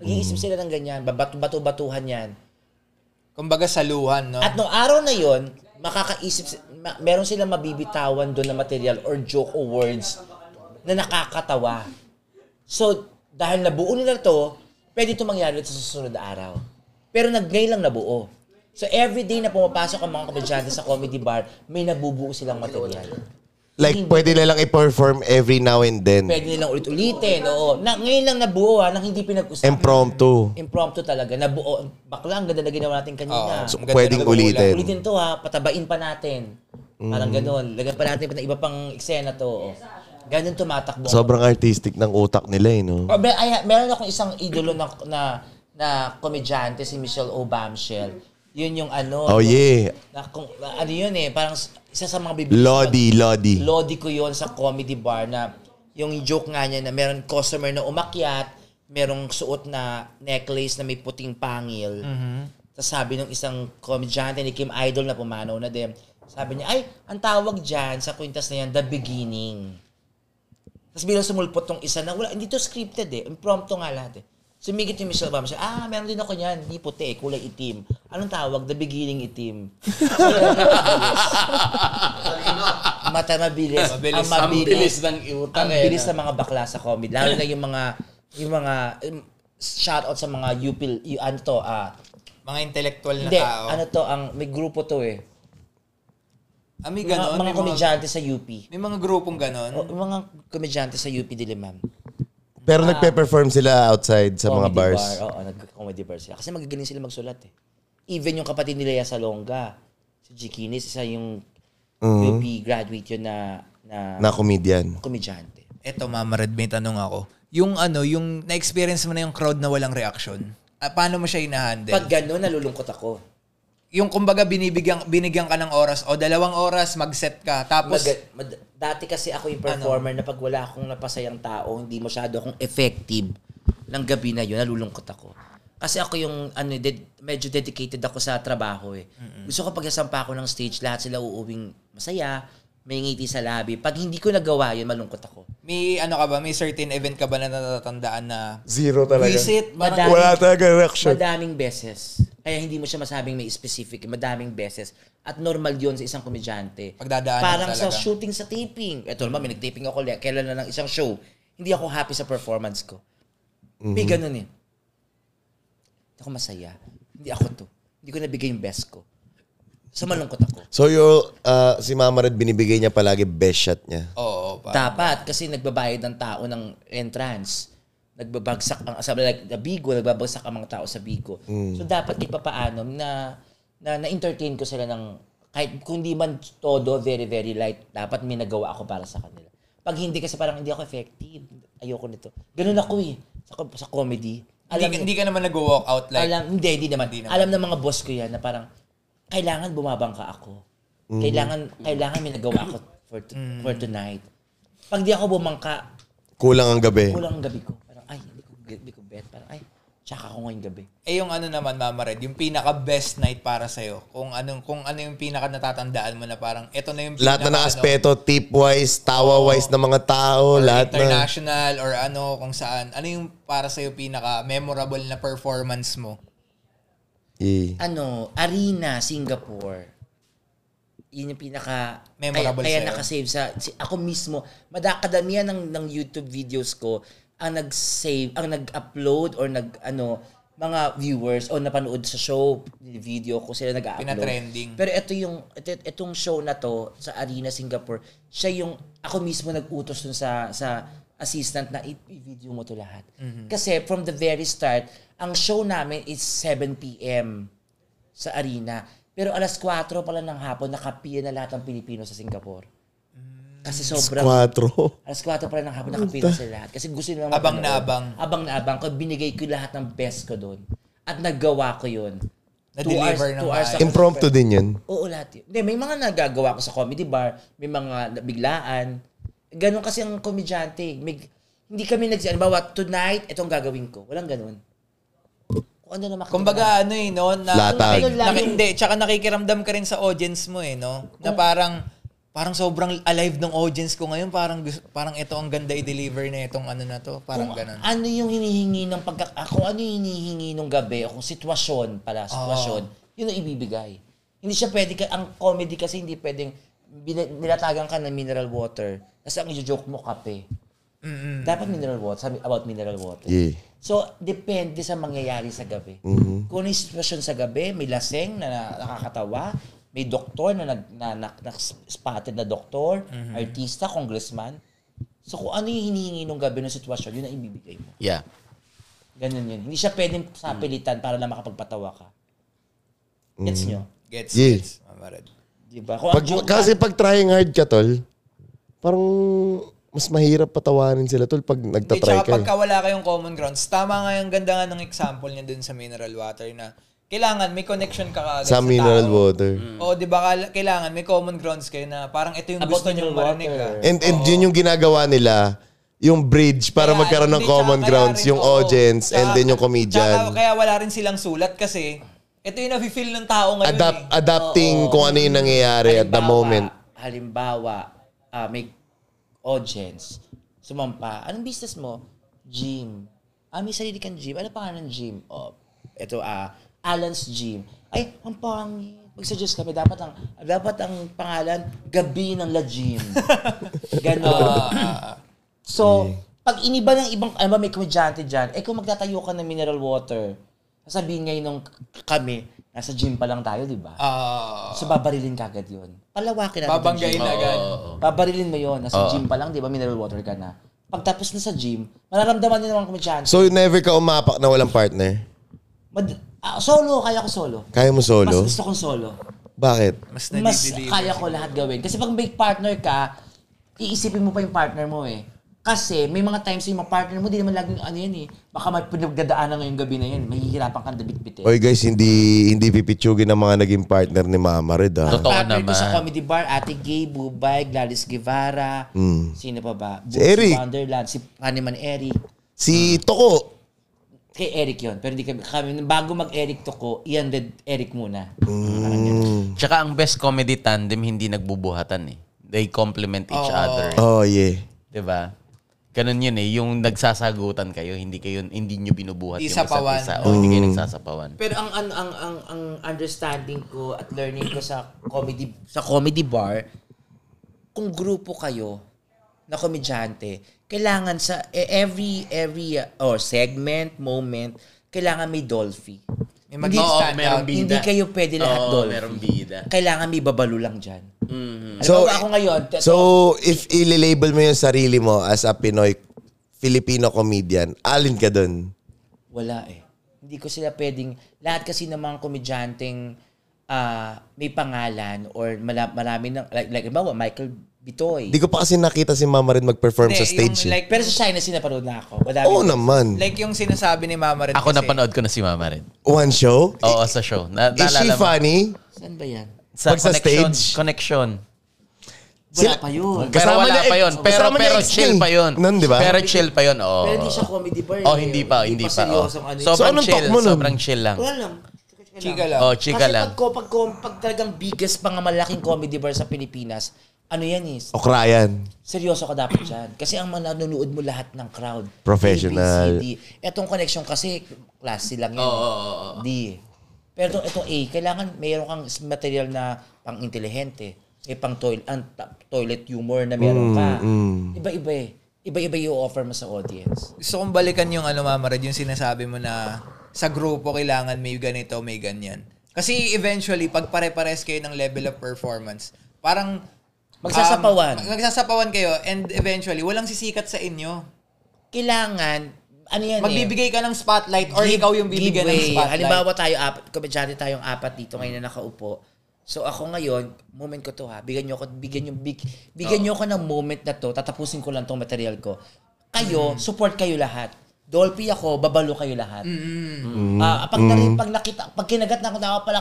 S3: Nag-iisip sila ng ganyan, babato-bato-batuhan yan.
S2: Kumbaga saluhan, no?
S3: At nung araw na yon, makakaisip, si- ma- meron silang mabibitawan doon na material or joke or words na nakakatawa. So, dahil nabuo nila to, pwede ito mangyari ulit sa susunod na araw. Pero nag-gay lang nabuo. So, everyday na pumapasok ang mga kabadyante sa comedy bar, may nabubuo silang material.
S1: Like, pwede na lang i-perform every now and then.
S3: Pwede nilang ulit-ulitin, oo. Na, ngayon lang nabuo, ha, nang hindi pinag-usapan.
S1: Impromptu.
S3: Impromptu talaga, nabuo. Bakla, ang ganda na ginawa natin kanina.
S2: Oo.
S1: So,
S2: Ang ganda
S1: pwedeng
S2: ng ulan.
S1: ulitin. Mm.
S3: Ulitin to ha, patabain pa natin. Parang ganun. Lagyan pa natin pa ng iba pang eksena to. oh. Ganun tumatakbo.
S1: Sobrang artistic ng utak nila eh, no?
S3: Oh, may, ay, meron akong isang idolo na, na, na komedyante, si Michelle Obamshell. Yun yung ano.
S1: Oh, yeah.
S3: Na, kung, na- ano yun eh, parang s- isa sa mga bibig.
S1: Lodi, Lodi.
S3: Lodi ko yon sa comedy bar na yung joke nga niya na meron customer na umakyat, merong suot na necklace na may puting pangil. Tapos sabi ng isang komedyante ni Kim Idol na pumanaw na din, sabi niya, ay, ang tawag dyan sa kwintas na yan, The Beginning. Tapos bilang sumulpot tong isa na, wala, hindi to scripted eh, impromptu nga lahat eh. Sumigit yung Michelle Obama, siya, ah, meron din ako niyan, hindi puti eh, kulay itim. Anong tawag? The Beginning Itim.
S2: (laughs)
S3: Mata mabilis.
S2: Mabilis.
S3: Ang
S4: Ang bilis ng
S3: ang
S4: iutak eh.
S3: bilis ng mga bakla sa comedy. Lalo na yung mga, yung mga, um, shout out sa mga UP, y- ano to, ah,
S2: Mga intellectual na
S3: hindi,
S2: tao.
S3: ano to, ang, may grupo to eh.
S2: Ah, may
S3: Mga, Oh.
S2: ganon?
S3: mga
S2: May
S3: komedyante sa UP.
S2: May mga grupong ganon?
S3: O, mga komedyante sa UP Diliman.
S1: Pero nagpe-perform sila outside sa mga
S3: Comedy
S1: bars.
S3: Bar, oo, nag-comedy bar sila. Kasi magagaling sila magsulat eh. Even yung kapatid ni Lea Salonga, si Jikinis, isa yung UP graduate yun na, na,
S1: Mm. Na comedian.
S3: komedyante.
S2: Eto, Mama Red, may tanong ako. Yung ano, yung na-experience mo na yung crowd na walang reaction, ah, paano mo siya hinahandle?
S3: Pag gano'n, nalulungkot ako.
S2: yung kumbaga binibigyan, binigyan ka ng oras o dalawang oras, mag-set ka. Tapos,
S3: Mag- mad- dati kasi ako yung performer na pag wala akong napasayang tao, hindi masyado akong effective ng gabi na yun, nalulungkot ako. Kasi ako yung ano, ded- medyo dedicated ako sa trabaho eh. Gusto ko pag nasampa ako ng stage, lahat sila uuwing masaya, may ngiti sa labi. Pag hindi ko nagawa yun, malungkot ako.
S2: may ano ka ba, may certain event ka ba na natatandaan na
S1: Zero talaga.
S2: visit? Parang,
S3: Madami.
S1: Wala talaga reaction.
S3: Madaming beses. Kaya hindi mo siya masabing may specific. Madaming beses. At normal yun sa isang komedyante.
S2: Pagdadaanan
S3: Parang sa
S2: talaga.
S3: shooting sa taping. Eto naman, may nag-taping ako le- kailan na ng isang show. Hindi ako happy sa performance ko. May
S1: Mhm.
S3: ganun eh. Hindi ako masaya. Hindi ako to. Hindi ko nabigay yung best ko. So malungkot ako.
S1: So yung uh, si Mama Red binibigay niya palagi best shot niya.
S2: oo, pa.
S3: Dapat, kasi nagbabayad ng tao ng entrance. Nagbabagsak ang, sabi like, the Bigo, nagbabagsak ang mga tao sa Bigo.
S2: Hmm.
S3: So, dapat ipapaano na, na, na-entertain ko sila ng, kahit kung di man todo, very, very light, dapat may nagawa ako para sa kanila. Pag hindi kasi parang hindi ako effective, ayoko nito. Ganun ako eh, sa, co- sa comedy.
S2: hindi, ka- hindi ka naman nag-walk out like,
S3: Alam, hindi, hindi naman.
S2: Hindi naman.
S3: Alam ng mga boss ko yan na parang, kailangan bumabangka ako. Kailangan, kailangan may nagawa ako for, to- for tonight. Pag di ako bumangka,
S1: Kulang ang gabi.
S3: Kulang ang gabi ko. Parang, ay, hindi ko, hindi ko bet. Parang, ay, tsaka ko ngayong gabi.
S2: Eh yung ano naman Mama Red, yung pinaka best night para sa Kung anong kung ano yung pinaka natatandaan mo na parang ito na yung pinaka,
S1: Lahat na ng
S2: ano,
S1: aspeto, tip-wise, tawa-wise ng mga tao,
S2: or
S1: lahat na.
S2: international or ano kung saan. Ano yung para sa pinaka memorable na performance mo?
S1: Eh.
S3: Ano, Arena, Singapore. Yun yung pinaka...
S2: Memorable
S3: kaya, kaya
S2: sa'yo.
S3: nakasave sa... si- ako mismo, madakadamihan ng, ng YouTube videos ko ang nag-save, ang nag-upload or nag, ano, mga viewers o napanood sa show, video ko sila nag-upload.
S2: Pinatrending.
S3: Pero ito yung, ito, itong show na to sa Arena Singapore, siya yung, ako mismo nag-utos dun sa, sa assistant na i- i-video mo to lahat.
S2: Mhm.
S3: Kasi from the very start, ang show namin is 7 p.m sa arena. Pero alas 4 pala ng hapon, nakapiya na lahat ng Pilipino sa Singapore.
S2: Mm.
S3: Kasi sobrang...
S1: Quatro.
S3: Alas 4 pala ng hapon, nakapiya na sila lahat. Kasi gusto nila
S2: Abang
S3: mapanood.
S2: na abang.
S3: Abang na abang. Kaya binigay ko lahat ng best ko doon. At nagawa ko yun. Two
S2: Na-deliver
S3: hours-
S2: ng
S3: two hours
S2: maayos.
S3: ako-
S1: Impromptu din yun.
S3: Oo, lahat yun. Hindi, may mga nagagawa ko sa comedy bar, may mga biglaan. Ganon kasi ang komedyante. May, hindi kami nagsi... Ano ba, tonight, itong gagawin ko. Walang ganon. Kung ano na makita
S2: Kumbaga ano eh, no? Na,
S1: Latag.
S2: Naki, naki- hindi, tsaka nakikiramdam ka rin sa audience mo eh, no? Na parang, parang sobrang alive ng audience ko ngayon. Parang, gus- parang ito ang ganda i-deliver na itong ano na to. Parang
S3: kung
S2: ganun.
S3: ano yung hinihingi ng pagka... Ako, ano yung hinihingi ng gabi o kung sitwasyon
S2: Ah.
S3: pala, sitwasyon, yun ang ibibigay. Hindi siya pwede, ka, ang comedy kasi hindi pwedeng bina- nilatagan ka ng mineral water kasi ang i-joke mo kape. Dapat mineral water, sabi about mineral water.
S1: Yeah. Mm-hmm.
S3: So, depende sa mangyayari sa gabi. Kung ano yung sitwasyon sa gabi, may laseng na, na- nakakatawa, may doktor na nag na, na, na- spotted na doktor, artista, congressman. So, kung ano yung hinihingi ng gabi ng sitwasyon, yun ang ibibigay mo.
S4: Yeah.
S3: Ganun yun. Hindi siya pwedeng
S1: Mm.
S3: sapilitan para lang makapagpatawa ka. Gets nyo?
S2: Gets,
S1: Yeah.
S2: gets. Mama Red.
S3: Di ba? Kung
S1: Mm-hmm. Pag,
S3: ang joke
S1: kasi pag trying hard ka, tol, parang mas mahirap patawanin sila, tol, pag
S2: Hindi,
S1: nagtatry
S2: tsaka
S1: ka. eh.
S2: pagka wala kayong common grounds, tama nga yung ganda nga ng example niya dun sa mineral water na kailangan may connection ka kaagad
S1: Sa mineral
S2: tao.
S1: water.
S2: Oo, di ba? kala- Kailangan may common grounds kayo na parang ito yung
S3: About
S2: gusto niyong
S3: mineral
S2: marinig.
S3: water.
S2: ah.
S1: And, and yun yung ginagawa nila, yung bridge para
S2: Kaya,
S1: magkaroon ng
S2: hindi, tsaka
S1: common
S2: kaya
S1: grounds,
S2: rin,
S1: yung
S2: oo.
S1: audience, and
S2: Tsaka-
S1: then yung
S2: Tsaka
S1: comedian.
S2: kaya wala rin silang sulat kasi ito yung nafe-feel ng tao ngayon
S1: Adapt,
S2: eh.
S1: adapting kung ano yung nangyayari at the
S3: Halimbawa-
S1: moment.
S3: Halimbawa, ah, may audience, sumampa, anong business mo? Gym. Ah, may sarili kang gym. Ano pangalan ng gym? Oh, ito, ah, Alan's Gym. Ay, ang pangit. Mag-suggest kami, dapat ang, dapat ang pangalan, Gabi ng
S1: (laughs)
S3: La Gym. Ganon. So, pag iniba ng ibang, ano ba, may komedyante dyan, eh kung magtatayo ka ng mineral water, sasabihin ngayon nung k- kami, nasa gym pa lang tayo, di ba?
S2: Ah,
S3: So, babarilin ka agad yun. Palawakin natin
S2: babanggain
S3: yung gym.
S2: agad.
S3: Babarilin mo yun. Nasa gym pa lang, di ba? Mineral water ka na. Pagtapos na sa gym, mararamdaman din naman komedyante.
S1: So, never ka umapak na walang partner?
S3: Mad- ah, solo, kaya ko solo.
S1: Kaya mo solo?
S3: Mas gusto kong solo.
S1: Bakit?
S2: Mas
S3: Mas
S2: nadideliver.
S3: kaya ko lahat gawin. Kasi pag may partner ka, iisipin mo pa yung partner mo eh. Kasi may mga times yung mga partner mo, di naman laging ano yan eh. Baka may pinagdadaanan ngayong gabi na yan. Mahihirapan kang dabit-bitin.
S1: Oy guys, hindi hindi pipitsugin ang mga naging partner ni Mama Red ah.
S3: (laughs)
S4: Totoo
S3: partner ko
S4: naman.
S3: sa comedy bar, Ate Gay, Bubay, Gladys Guevara, sino pa ba? Bootsy
S1: Eric.
S3: Wonderland, si Honeyman Eric.
S1: Si Toko.
S3: Kay Eric yon pero hindi kami, kami bago mag-Eric to ko, iyan din Eric muna.
S4: Tsaka ang best comedy tandem, hindi nagbubuhatan eh. They complement each other.
S1: Oh yeah.
S4: 'Di ba? Ganun yun eh. Yung nagsasagutan kayo, hindi kayo hindi nyo binubuhat
S2: Di
S4: yung isa't
S2: sapawan.
S4: isa. O, hindi
S1: Mm.
S4: kayo nagsasapawan.
S3: Pero ang ang ang ang, ang understanding ko at learning ko sa comedy sa comedy bar, kung grupo kayo na komedyante, kailangan sa e- every every uh, or segment, moment, kailangan may dolphy.
S2: May mag-stand out.
S4: merong bida.
S3: Hindi kayo pwede lahat
S4: Oo,
S3: dolphy.
S4: merong bida. Mm-hmm.
S3: Kailangan may babalo lang dyan. Alam
S1: So,
S3: mo ba ako ngayon, te-
S1: So, if ililabel mo yung sarili mo as a Pinoy Filipino comedian, alin ka dun?
S3: Wala eh. Hindi ko sila pwedeng, lahat kasi ng mga komedyanteng ah, may pangalan or mala- marami ng, like, like bawa, Michael Bitoy.
S1: Hindi ko pa kasi nakita si Mama Red mag-perform
S2: Hindi,
S1: sa stage.
S2: yung
S1: eh.
S2: like,
S3: Pero sa China, sinapanood na ako. Madami
S1: Oo naman.
S2: like yung sinasabi ni Mama Red
S4: Ako
S2: kasi,
S4: napanood ko na si Mama rin.
S1: One show?
S4: Oo, sa show. Na,
S1: Is she
S4: naalala mo?
S1: funny?
S3: Saan ba yan?
S4: Sa,
S1: Pag sa
S4: connection,
S1: stage?
S4: Connection.
S3: Wala pa yun.
S1: Kasi-
S4: Pero
S1: Kasama
S4: wala
S1: niya, eh,
S4: pa yun. Pero,
S1: kasama niya
S4: pero
S1: XD.
S4: chill pa yun.
S1: Nun, di ba?
S4: Pero chill pa yun. Oo.
S3: Pero hindi siya comedy bar.
S4: Oh,
S3: eh.
S4: hindi pa, hindi pa. oh.
S3: seryosong ano.
S1: So,
S4: Sobrang
S1: anong
S4: chill,
S1: talk mo nun?
S4: sobrang chill lang.
S3: wala lang.
S2: Chika lang.
S4: Oh, chika
S3: Kasi
S4: lang.
S3: Pag, ko- pag, ko- pag talagang biggest pangamalaking comedy bar sa Pilipinas, ano yan is,
S1: Okrayan.
S3: seryoso ka dapat dyan. Kasi ang manonood mo lahat ng crowd.
S1: Professional.
S3: ABCD. Etong connection kasi, klase lang yan. D. Pero itong, itong A, kailangan mayroon kang material na pang-intelihente. May pang toilet, toilet humor na meron ka. Iba-iba eh. Iba-iba yung offer mo sa audience.
S2: Gusto kong balikan yung ano, Mama Red, yung sinasabi mo na sa grupo kailangan may ganito, may ganyan. Kasi eventually, pag pare-pares kayo ng level of performance, parang...
S3: Magsasapawan.
S2: Um, magsasapawan kayo and eventually, walang sisikat sa inyo.
S3: Kailangan, ano yan eh,
S2: Magbibigay ka ng spotlight or ikaw yung bibigyan ng
S3: giveaway.
S2: spotlight.
S3: Halimbawa tayo, apat, komedyante tayong apat dito ngayon na nakaupo. So ako ngayon, moment ko to ha. Bigyan niyo ako, bigyan niyo, big, bigyan niyo ako ng moment na to. Tatapusin ko lang tong material ko. Kayo,
S2: Mm-hmm.
S3: support kayo lahat. Dolphy ako, babalo kayo lahat.
S2: Mm-hmm.
S3: Ah, pag, nari- pag nakita, pag kinagat na ako, tao pala,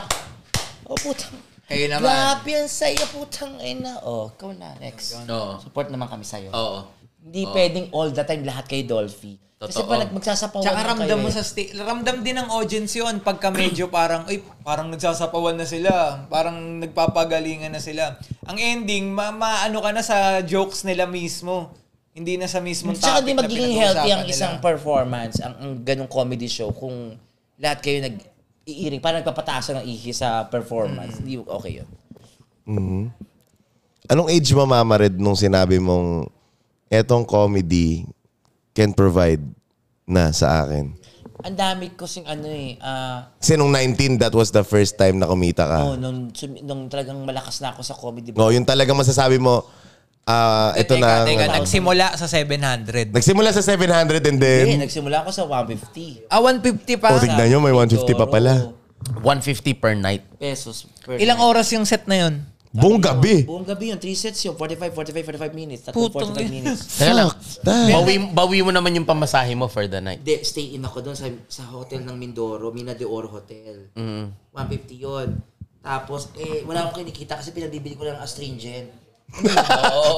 S3: oh putang,
S2: Kayo naman.
S3: grabe yan sa'yo, putang ina. Oh, ikaw na, next.
S4: Oo.
S3: Support naman kami sa'yo.
S4: Oo.
S3: Hindi pwedeng all the time lahat kayo Dolphy. Kasi
S4: Totoo.
S3: pa magsasapawan
S2: Tsaka
S3: lang
S2: ramdam
S3: kayo
S2: mo
S3: eh.
S2: sa sti- ramdam din ng audience yon pagka medyo (clears throat) parang ay parang nagsasapawan na sila, parang nagpapagalingan na sila. Ang ending ma- maano ka na sa jokes nila mismo. Hindi na sa mismong topic.
S3: Tsaka di
S2: na
S3: magiging healthy ang
S2: pinag-uusapan
S3: isang
S2: nila.
S3: performance, ang, ang ganong comedy show kung lahat kayo nag iiring, parang nagpapataasan ng ihi sa
S2: Mm.
S3: performance. Hindi okay yun.
S1: Anong age mo, Mama Red, nung sinabi mong etong comedy can provide na sa akin?
S3: Ang dami ko sing ano eh, ah,
S1: Kasi nung 19, that was the first time na kumita ka.
S3: oh, nung, sumi- nung talagang malakas na ako sa comedy.
S1: Ah. No, yun talaga masasabi mo, ah, ito na.
S2: teka, Teka, nagsimula sa 700.
S1: Nagsimula sa 700 and then,
S3: Hindi, Eh, nagsimula ako sa 150.
S2: Ah, 150 pa.
S1: oh, tignan nyo, may 150 pa pala.
S3: oh.
S4: 150 per night.
S3: Pesos per
S2: Ilang
S3: night.
S2: oras yung set na yon?
S1: Buong gabi.
S3: Buong gabi yun, 3 sets yun, 45, 45, 45 minutes, tatlong
S2: Putang
S3: 45
S2: ina.
S3: minutes.
S4: Teka lang.
S1: that.
S4: Bawi, bawi mo naman yung pamasahe mo for the night.
S3: Hindi, stay in ako doon sa, sa hotel ng Mindoro, Mina de Oro Hotel. 150 yun. Tapos, eh, wala akong kinikita kasi pinagbibili ko lang ng astringent.
S1: (laughs)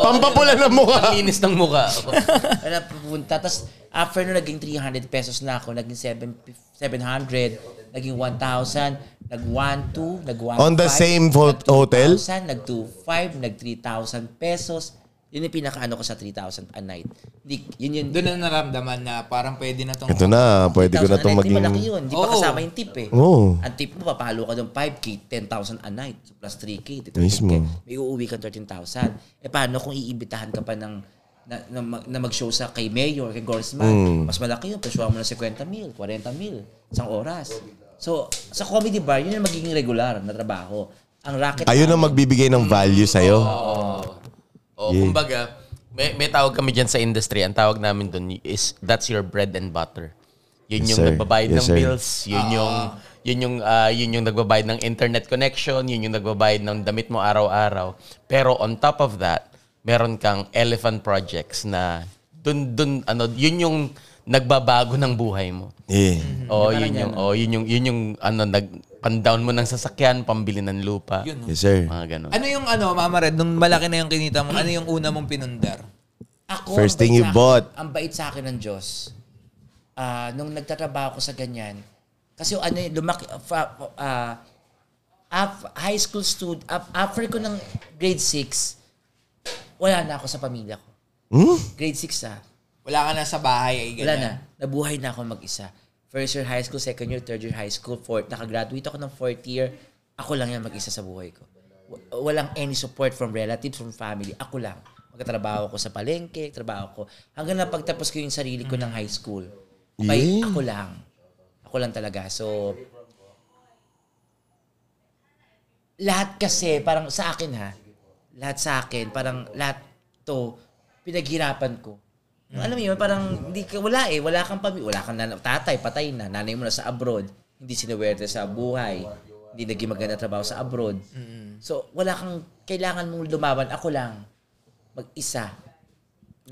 S1: Pampapula na mukha.
S4: Linis ng mukha.
S1: (laughs)
S3: Wala pupunta. Tapos, after nun, naging 300 pesos na ako. Naging 7, 700, naging 1,000, nag 1,2, nag 1,500.
S1: On the same ho- hotel?
S3: Nag 2,500, nag 3,000 pesos. Yun yung pinakaano ko sa 3,000 a night. Hindi, yun yun.
S2: Doon na naramdaman na parang pwede na tong
S1: Ito na, pwede ko na
S3: 3,000 a
S1: itong
S3: night, di
S1: maging...
S3: Malaki yun. Hindi pa
S2: Oo.
S3: kasama yung tip eh.
S1: Oo.
S3: Ang tip mo, papalo ka doon 5K, 10,000 a night. So plus 3K, 13K.
S1: Mismo.
S3: May uuwi ka 13,000. Eh paano kung iimbitahan ka pa ng na, na, mag- na mag-show sa kay Mayor, kay
S1: Hmm.
S3: Gorsman, mas malaki yun. Presyuhan mo na 50 mil, 40 mil, isang oras. So, sa comedy bar, yun yung magiging regular na trabaho. Ang racket
S1: Ayun ang magbibigay ng value sa'yo.
S4: Oh, kumbaga, may, may tawag kami dyan sa industry. Ang tawag namin dun is, that's your bread and butter. Yun
S1: Yes,
S4: yung
S1: sir.
S4: nagbabayad
S1: Yes,
S4: ng
S1: sir.
S4: bills. Yun yung, yun yung, ah, yun yung nagbabayad ng internet connection. Yun yung nagbabayad ng damit mo araw-araw. Pero on top of that, meron kang elephant projects na dun, dun, ano, yun yung nagbabago ng buhay mo.
S1: Yeah.
S4: Oh, yun yung, oh, yun yung, yun yung, ano, nag, pan-down mo ng sasakyan, pambili ng lupa.
S1: Yes, sir.
S4: Mga ganun.
S2: Ano yung ano, Mama Red, nung malaki na yung kinita mo, ano yung una mong pinundar?
S3: Ako,
S1: First
S3: ang
S1: thing
S3: bait
S1: you
S3: sa akin-
S1: bought.
S3: Ang bait sa akin ng Diyos. Ah, nung nagtatrabaho ko sa ganyan, kasi ano yun, lumaki, fa- ah, af- high school student, af- after ko ng grade 6, wala na ako sa pamilya ko. Grade 6 ah.
S2: Wala ka na sa bahay, eh, ay
S3: Wala
S2: ganyan.
S3: na. Nabuhay na ako mag-isa. First year high school, second year, third year high school, fourth. Nakagraduate ako ng fourth year. Ako lang yan mag-isa sa buhay ko. W- Walang any support from relatives, from family. Ako lang. Magkatrabaho ko sa palengke, trabaho ko. Hanggang na pagtapos ko yung sarili ko ng high school. By,
S1: Yeah.
S3: Ako lang. Ako lang talaga. So, lahat kasi, parang sa akin ha, lahat sa akin, parang lahat to, pinaghirapan ko. Alam mo yun, parang hindi ka, wala eh, wala kang pamilya, wala kang nan- tatay, patay na, nanay mo na sa abroad, hindi sinuwerte sa buhay, hindi naging maganda trabaho sa abroad. So, wala kang, kailangan mong lumaban, ako lang, mag-isa.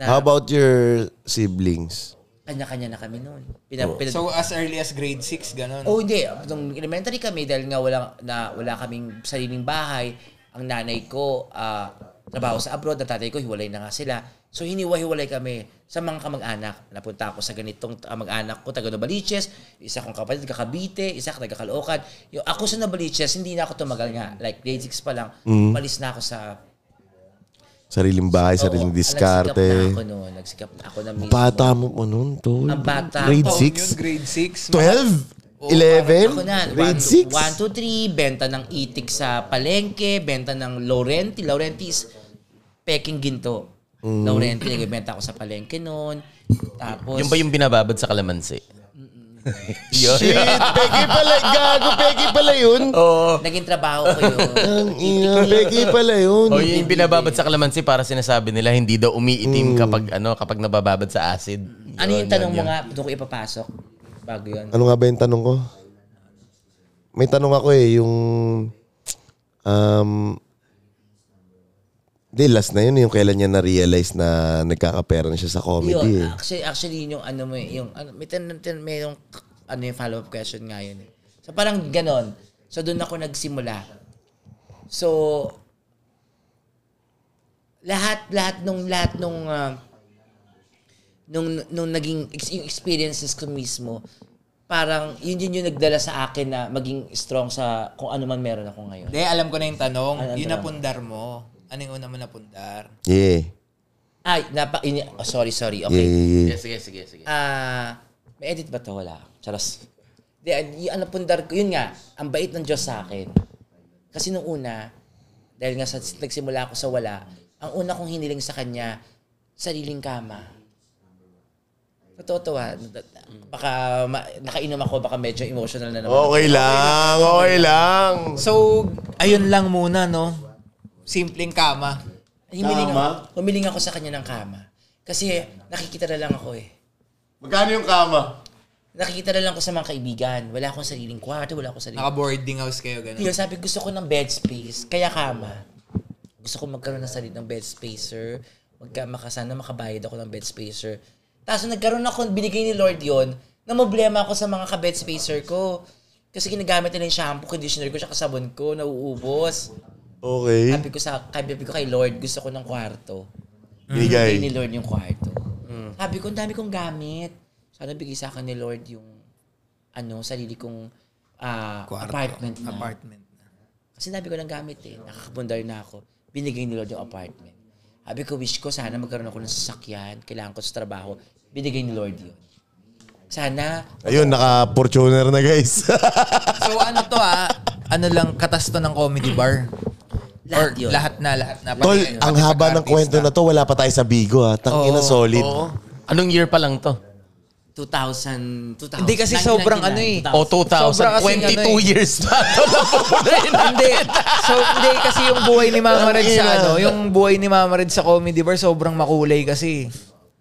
S1: How about your siblings?
S3: Kanya-kanya na kami noon. Pinap- pinap-
S2: So as early as grade 6, ganun.
S3: Oh, hindi. Nung elementary kami, dahil nga wala, na, wala kaming sariling bahay, ang nanay ko, ah, trabaho sa abroad. Ang tatay ko, hiwalay na nga sila. So, hiniwa-hiwalay kami sa mga kamag-anak. Napunta ako sa ganitong kamag-anak ko, taga Novaliches. Isa kong kapatid, taga Cavite. Isa taga Caloocan. Yung ako sa Novaliches, hindi na ako tumagal nga. Like, grade 6 pa lang,
S1: Mm.
S3: malis na ako sa...
S1: Sariling bahay, sariling
S3: Oo, Nagsikap na
S1: diskarte.
S3: ako noon. Nagsikap na ako na mismo.
S1: Bata mo pa nun, tol.
S3: Ang bata.
S1: Grade
S3: Taon
S2: Yun,
S1: 6?
S2: grade 6.
S1: 12?
S3: Ako
S1: 11?
S3: na,
S1: Grade
S3: 6?
S1: 6?
S3: 1, 2, 3, benta ng itik sa palengke, benta ng Laurenti. Laurenti is peking ginto. Laurenti, nagbenta ako sa palengke noon. Tapos,
S4: Yung ba yung binababad sa kalamansi?
S1: Shit! (laughs) Peggy pala, gago, Peggy pala yun.
S3: naging trabaho ko
S4: (laughs)
S3: yun.
S1: Ang ina, Peggy pala yun.
S4: O yung binababad sa kalamansi para sinasabi nila hindi daw
S1: Mm.
S4: umiitim kapag ano kapag nabababad sa acid.
S3: ano
S4: Yun,
S3: yung tanong
S4: yun,
S3: mo
S4: yun.
S3: nga, doon ko ipapasok? Bago yun.
S1: Ano nga ba yung tanong ko? May tanong ako eh, yung... Um, di, last na yun. Yung kailan niya na-realize na nagkakapera na siya sa comedy. eh.
S3: Yun, actually, actually, yun yung ano mo eh, yung, ano, may, tin, tin, may yung, ano yung follow-up question nga yun. eh. So parang ganon. So doon ako nagsimula. So, lahat, lahat nung, lahat nung, ah, nung, nung naging, ex- yung experiences ko mismo, parang yun yun yung nagdala sa akin na maging strong sa kung ano man meron ako ngayon.
S2: Hindi, alam ko na yung tanong.
S3: Ano ang
S2: yung
S3: tanong?
S2: napundar mo. Ano yung una mo napundar?
S1: Yeah.
S3: Ay, napa, ini- oh, sorry, sorry.
S1: Yeah,
S3: Okay.
S1: yeah, yeah.
S4: Sige, sige, sige, sige.
S3: Ah, may edit ba to? Wala. Charos. Di, an- y- ano pundar ko, yun nga, ang bait ng Diyos sa akin. Kasi nung una, dahil nga sa, nagsimula ako sa wala, ang una kong hiniling sa kanya, sariling kama. Totoo to ah. Baka ma- nakainom ako, baka medyo emotional na naman.
S1: Okay lang, okay lang.
S2: So, ayun lang muna, no? Simpleng kama.
S3: Humiling ako, humiling ako sa kanya ng kama. Kasi nakikita na lang ako eh.
S1: Magkano yung kama?
S3: Nakikita na lang ko sa mga kaibigan. Wala akong sariling kwarto, wala akong sariling
S2: Naka-boarding house kayo,
S3: Yun,
S2: gano'n.
S3: sabi gusto ko ng bed space. Kaya kama. Gusto ko magkaroon ng sarili ng bed spacer. Magka, makasana makabayad ako ng bed spacer. Tapos nung nagkaroon ako, binigay ni Lord yon na problema ako sa mga ka-bed spacer ko. Kasi ginagamit nila yung shampoo, conditioner ko, siya kasabon ko, nauubos.
S1: Okay.
S3: Sabi ko sa sabi ko kay Lord, gusto ko ng kwarto.
S1: Binigay.
S3: Binigay ni Lord yung kwarto. Sabi ko, ang dami kong gamit. Sana bigay sa akin ni Lord yung ano, sarili kong ah, apartment na.
S2: Apartment na.
S3: Kasi sabi ko lang gamit eh. Nakakabundar na ako. Binigay ni Lord yung apartment. Sabi ko, wish ko, sana magkaroon ako ng sasakyan. Kailangan ko sa trabaho. Binigay ni Lord yun. Sana,
S1: Ayun, naka-fortuner na guys. (laughs)
S2: So, ano to, ah? Ano lang, katas to ng comedy bar?
S3: lahat
S2: Or
S3: yun.
S2: lahat na, lahat na.
S1: Tol,
S2: Pati-
S1: ang
S2: pati
S1: haba ng
S2: pag-artista.
S1: kwento na to, wala pa tayo sa Bigo ha. Tangina
S2: Oo,
S1: solid.
S4: Oo. Anong year pa lang to?
S3: 2,000, 2,000.
S2: Hindi kasi sobrang ano eh.
S4: O 2000,
S2: Sobra kasing
S4: 22
S2: ano eh.
S4: years pa.
S2: (laughs) hindi. So, hindi kasi yung buhay ni Mama Red sa ano, yung buhay ni Mama Red sa comedy bar sobrang makulay kasi.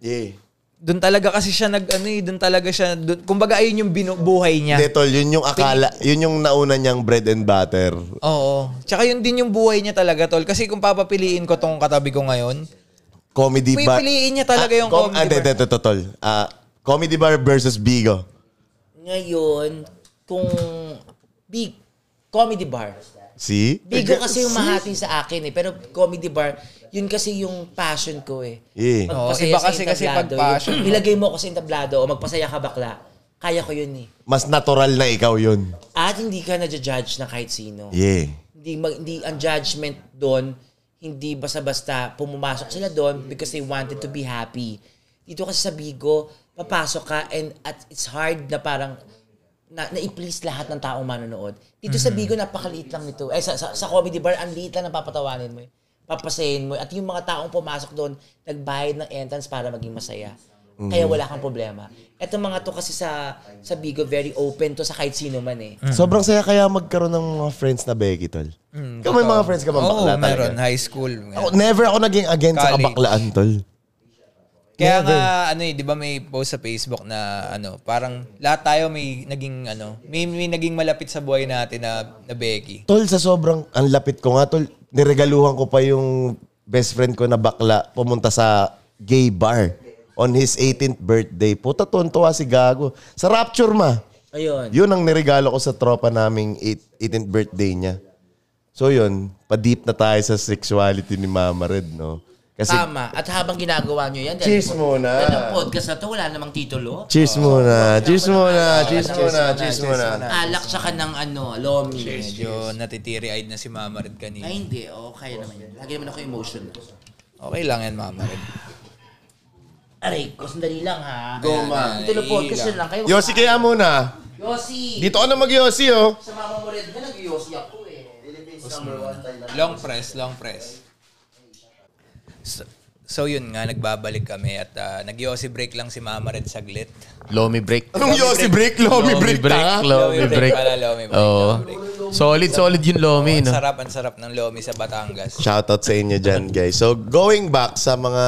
S1: Yeah.
S2: Doon talaga kasi siya nag ano eh, doon talaga siya, dun, kumbaga ayun yung binu- buhay niya.
S1: Hindi, tol, yun yung akala, yun yung nauna niyang bread and butter.
S2: Oo. Tsaka yun din yung buhay niya talaga, tol. Kasi kung papapiliin ko tong katabi ko ngayon,
S1: Comedy
S2: May
S1: bar.
S2: piliin niya talaga yung comedy
S1: ah, hindi,
S2: bar.
S1: hindi, tol, tol. Ah, comedy bar versus Bigo.
S3: Ngayon, kung big comedy bar.
S1: See?
S3: Bigo kasi yung mahati sa akin eh. Pero comedy bar, yun kasi yung passion ko eh.
S1: Yeah.
S2: Oo,
S3: Magpasaya
S2: Oh, iba
S3: sa
S2: kasi- kasi
S3: entablado,
S2: pag passion
S3: yung-
S2: mo.
S3: Ilagay mo ako sa entablado o magpasaya ka bakla. Kaya ko yun eh.
S1: Mas natural na ikaw yun.
S3: At hindi ka na-judge na kahit sino.
S1: Yeah.
S3: hindi mag, hindi ang judgment doon hindi basta-basta pumasok sila doon because they wanted to be happy. Dito kasi sa Bigo, papasok ka and at it's hard na parang na, na-please lahat ng taong manonood. Dito sa Bigo, napakaliit lang nito. Eh, sa, sa, sa comedy bar, ang liit lang na papatawanin mo. eh. Papasayin mo. At yung mga taong pumasok doon, nagbayad ng entrance para maging masaya. Kaya wala kang problema. Etong mga to kasi sa sa Bigo, very open to sa kahit sino man eh.
S2: Hmm.
S1: Sobrang saya kaya magkaroon ng mga friends na Becky, tol. Ikaw may mga friends ka bang
S2: Hmm, Oo,
S1: bakla talaga?
S2: meron. High school.
S1: Ako, never ako naging against sa
S2: College.
S1: kabaklaan, tol.
S2: Kaya
S1: Never.
S2: nga, ano eh, di ba may post sa Facebook na ano, parang lahat tayo may naging ano, may, may naging malapit sa buhay natin na, na Becky.
S1: Tol, sa sobrang, ang lapit ko nga, tol, niregaluhan ko pa yung best friend ko na bakla pumunta sa gay bar on his 18th birthday. Puta, tuwan-tuwa si Gago. Sa Rapture, ma.
S3: Ayun.
S1: Yun ang niregalo ko sa tropa naming eight- 18th birthday niya. So yun, pa-deep na tayo sa sexuality ni Mama Red, no? Kasi
S3: Tama. At habang ginagawa nyo yan, dahil-
S1: Cheers muna.
S3: Dahil ang podcast na to, wala namang titulo.
S1: Cheers muna. Cheers muna. Cheers
S3: Cheers
S1: muna. Cheers muna.
S3: Alak tsaka ng ano, lomi.
S2: Medyo natitiri-eyed na si Mama Red kanina.
S3: Ay, hindi. Oo, kaya naman yan. Lagi naman ako emotional.
S2: Okay lang yan, Mama Red.
S3: Aray, ko, sandali lang ha.
S2: Go, ma.
S3: Titulo podcast yun lang kayo.
S1: Yossi kaya muna. ah.
S3: Yossi!
S1: Dito ka na mag-Yossi, oh.
S3: Sa mama mo rin na nag-yossi ako eh.
S2: Long press, long press. So, so yun nga, nagbabalik kami at uh, nag-yossi break lang si Mama Red saglit.
S4: Lomi break.
S1: Anong Yossi break?
S4: Oh,
S1: Lomi break, ta?
S4: Lomi break.
S2: Pala, lomi break.
S4: Oo.
S2: lomi break.
S4: Solid, solid yung Lomi,
S2: Ang
S4: no?
S2: sarap, ang sarap ng lomi sa Batangas.
S1: Shoutout sa inyo dyan, guys. So, going back sa mga,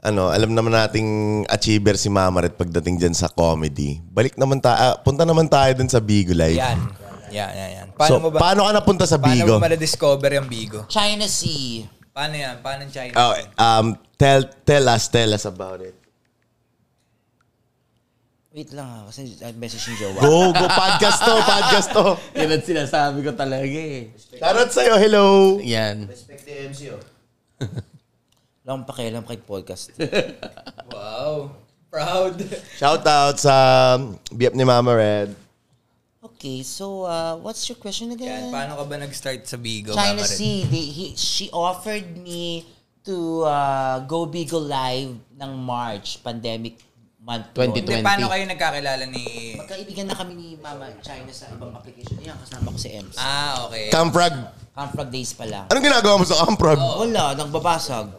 S1: ano, alam naman nating achiever si Mama Red pagdating dyan sa comedy. Balik naman tayo, punta naman tayo dun sa Bigo Live.
S2: Yan. Yan, yan, yan.
S1: so,
S2: Paano mo ba,
S1: paano ka napunta sa
S2: paano mo
S1: Bigo?
S2: ma-discover yung Bigo?
S3: China Sea.
S2: Paano yan? Paano ang China?
S1: Oh, um, tell, tell us, tell us about it.
S3: Wait lang ha, kasi I message yung jowa.
S1: Go, go, podcast to, podcast to.
S4: Yan ang sinasabi ko talaga eh.
S1: Shoutout sa'yo, hello.
S4: Yan.
S5: oh.
S3: Wala akong pakialam kahit podcast.
S2: Wow. Proud.
S1: Shoutout sa BF ni Mama Red.
S3: Okay, so uh, what's your question
S2: yan,
S3: again?
S2: paano ka ba nag-start sa Bigo,
S3: China
S2: Mama Red?
S3: Sea, they, he, she offered me to uh, go Beagle Live ng March, pandemic month. noon.
S4: 2020.
S2: Hindi, paano kayo nagkakilala ni...
S3: Magkaibigan na kami ni Mama China sa ibang application. Yan, kasama ko si Ems.
S2: Ah, okay.
S1: Camprag.
S3: Camfrog days pa lang.
S1: Anong ginagawa mo sa Camprag?
S3: Wala, nagbabasag.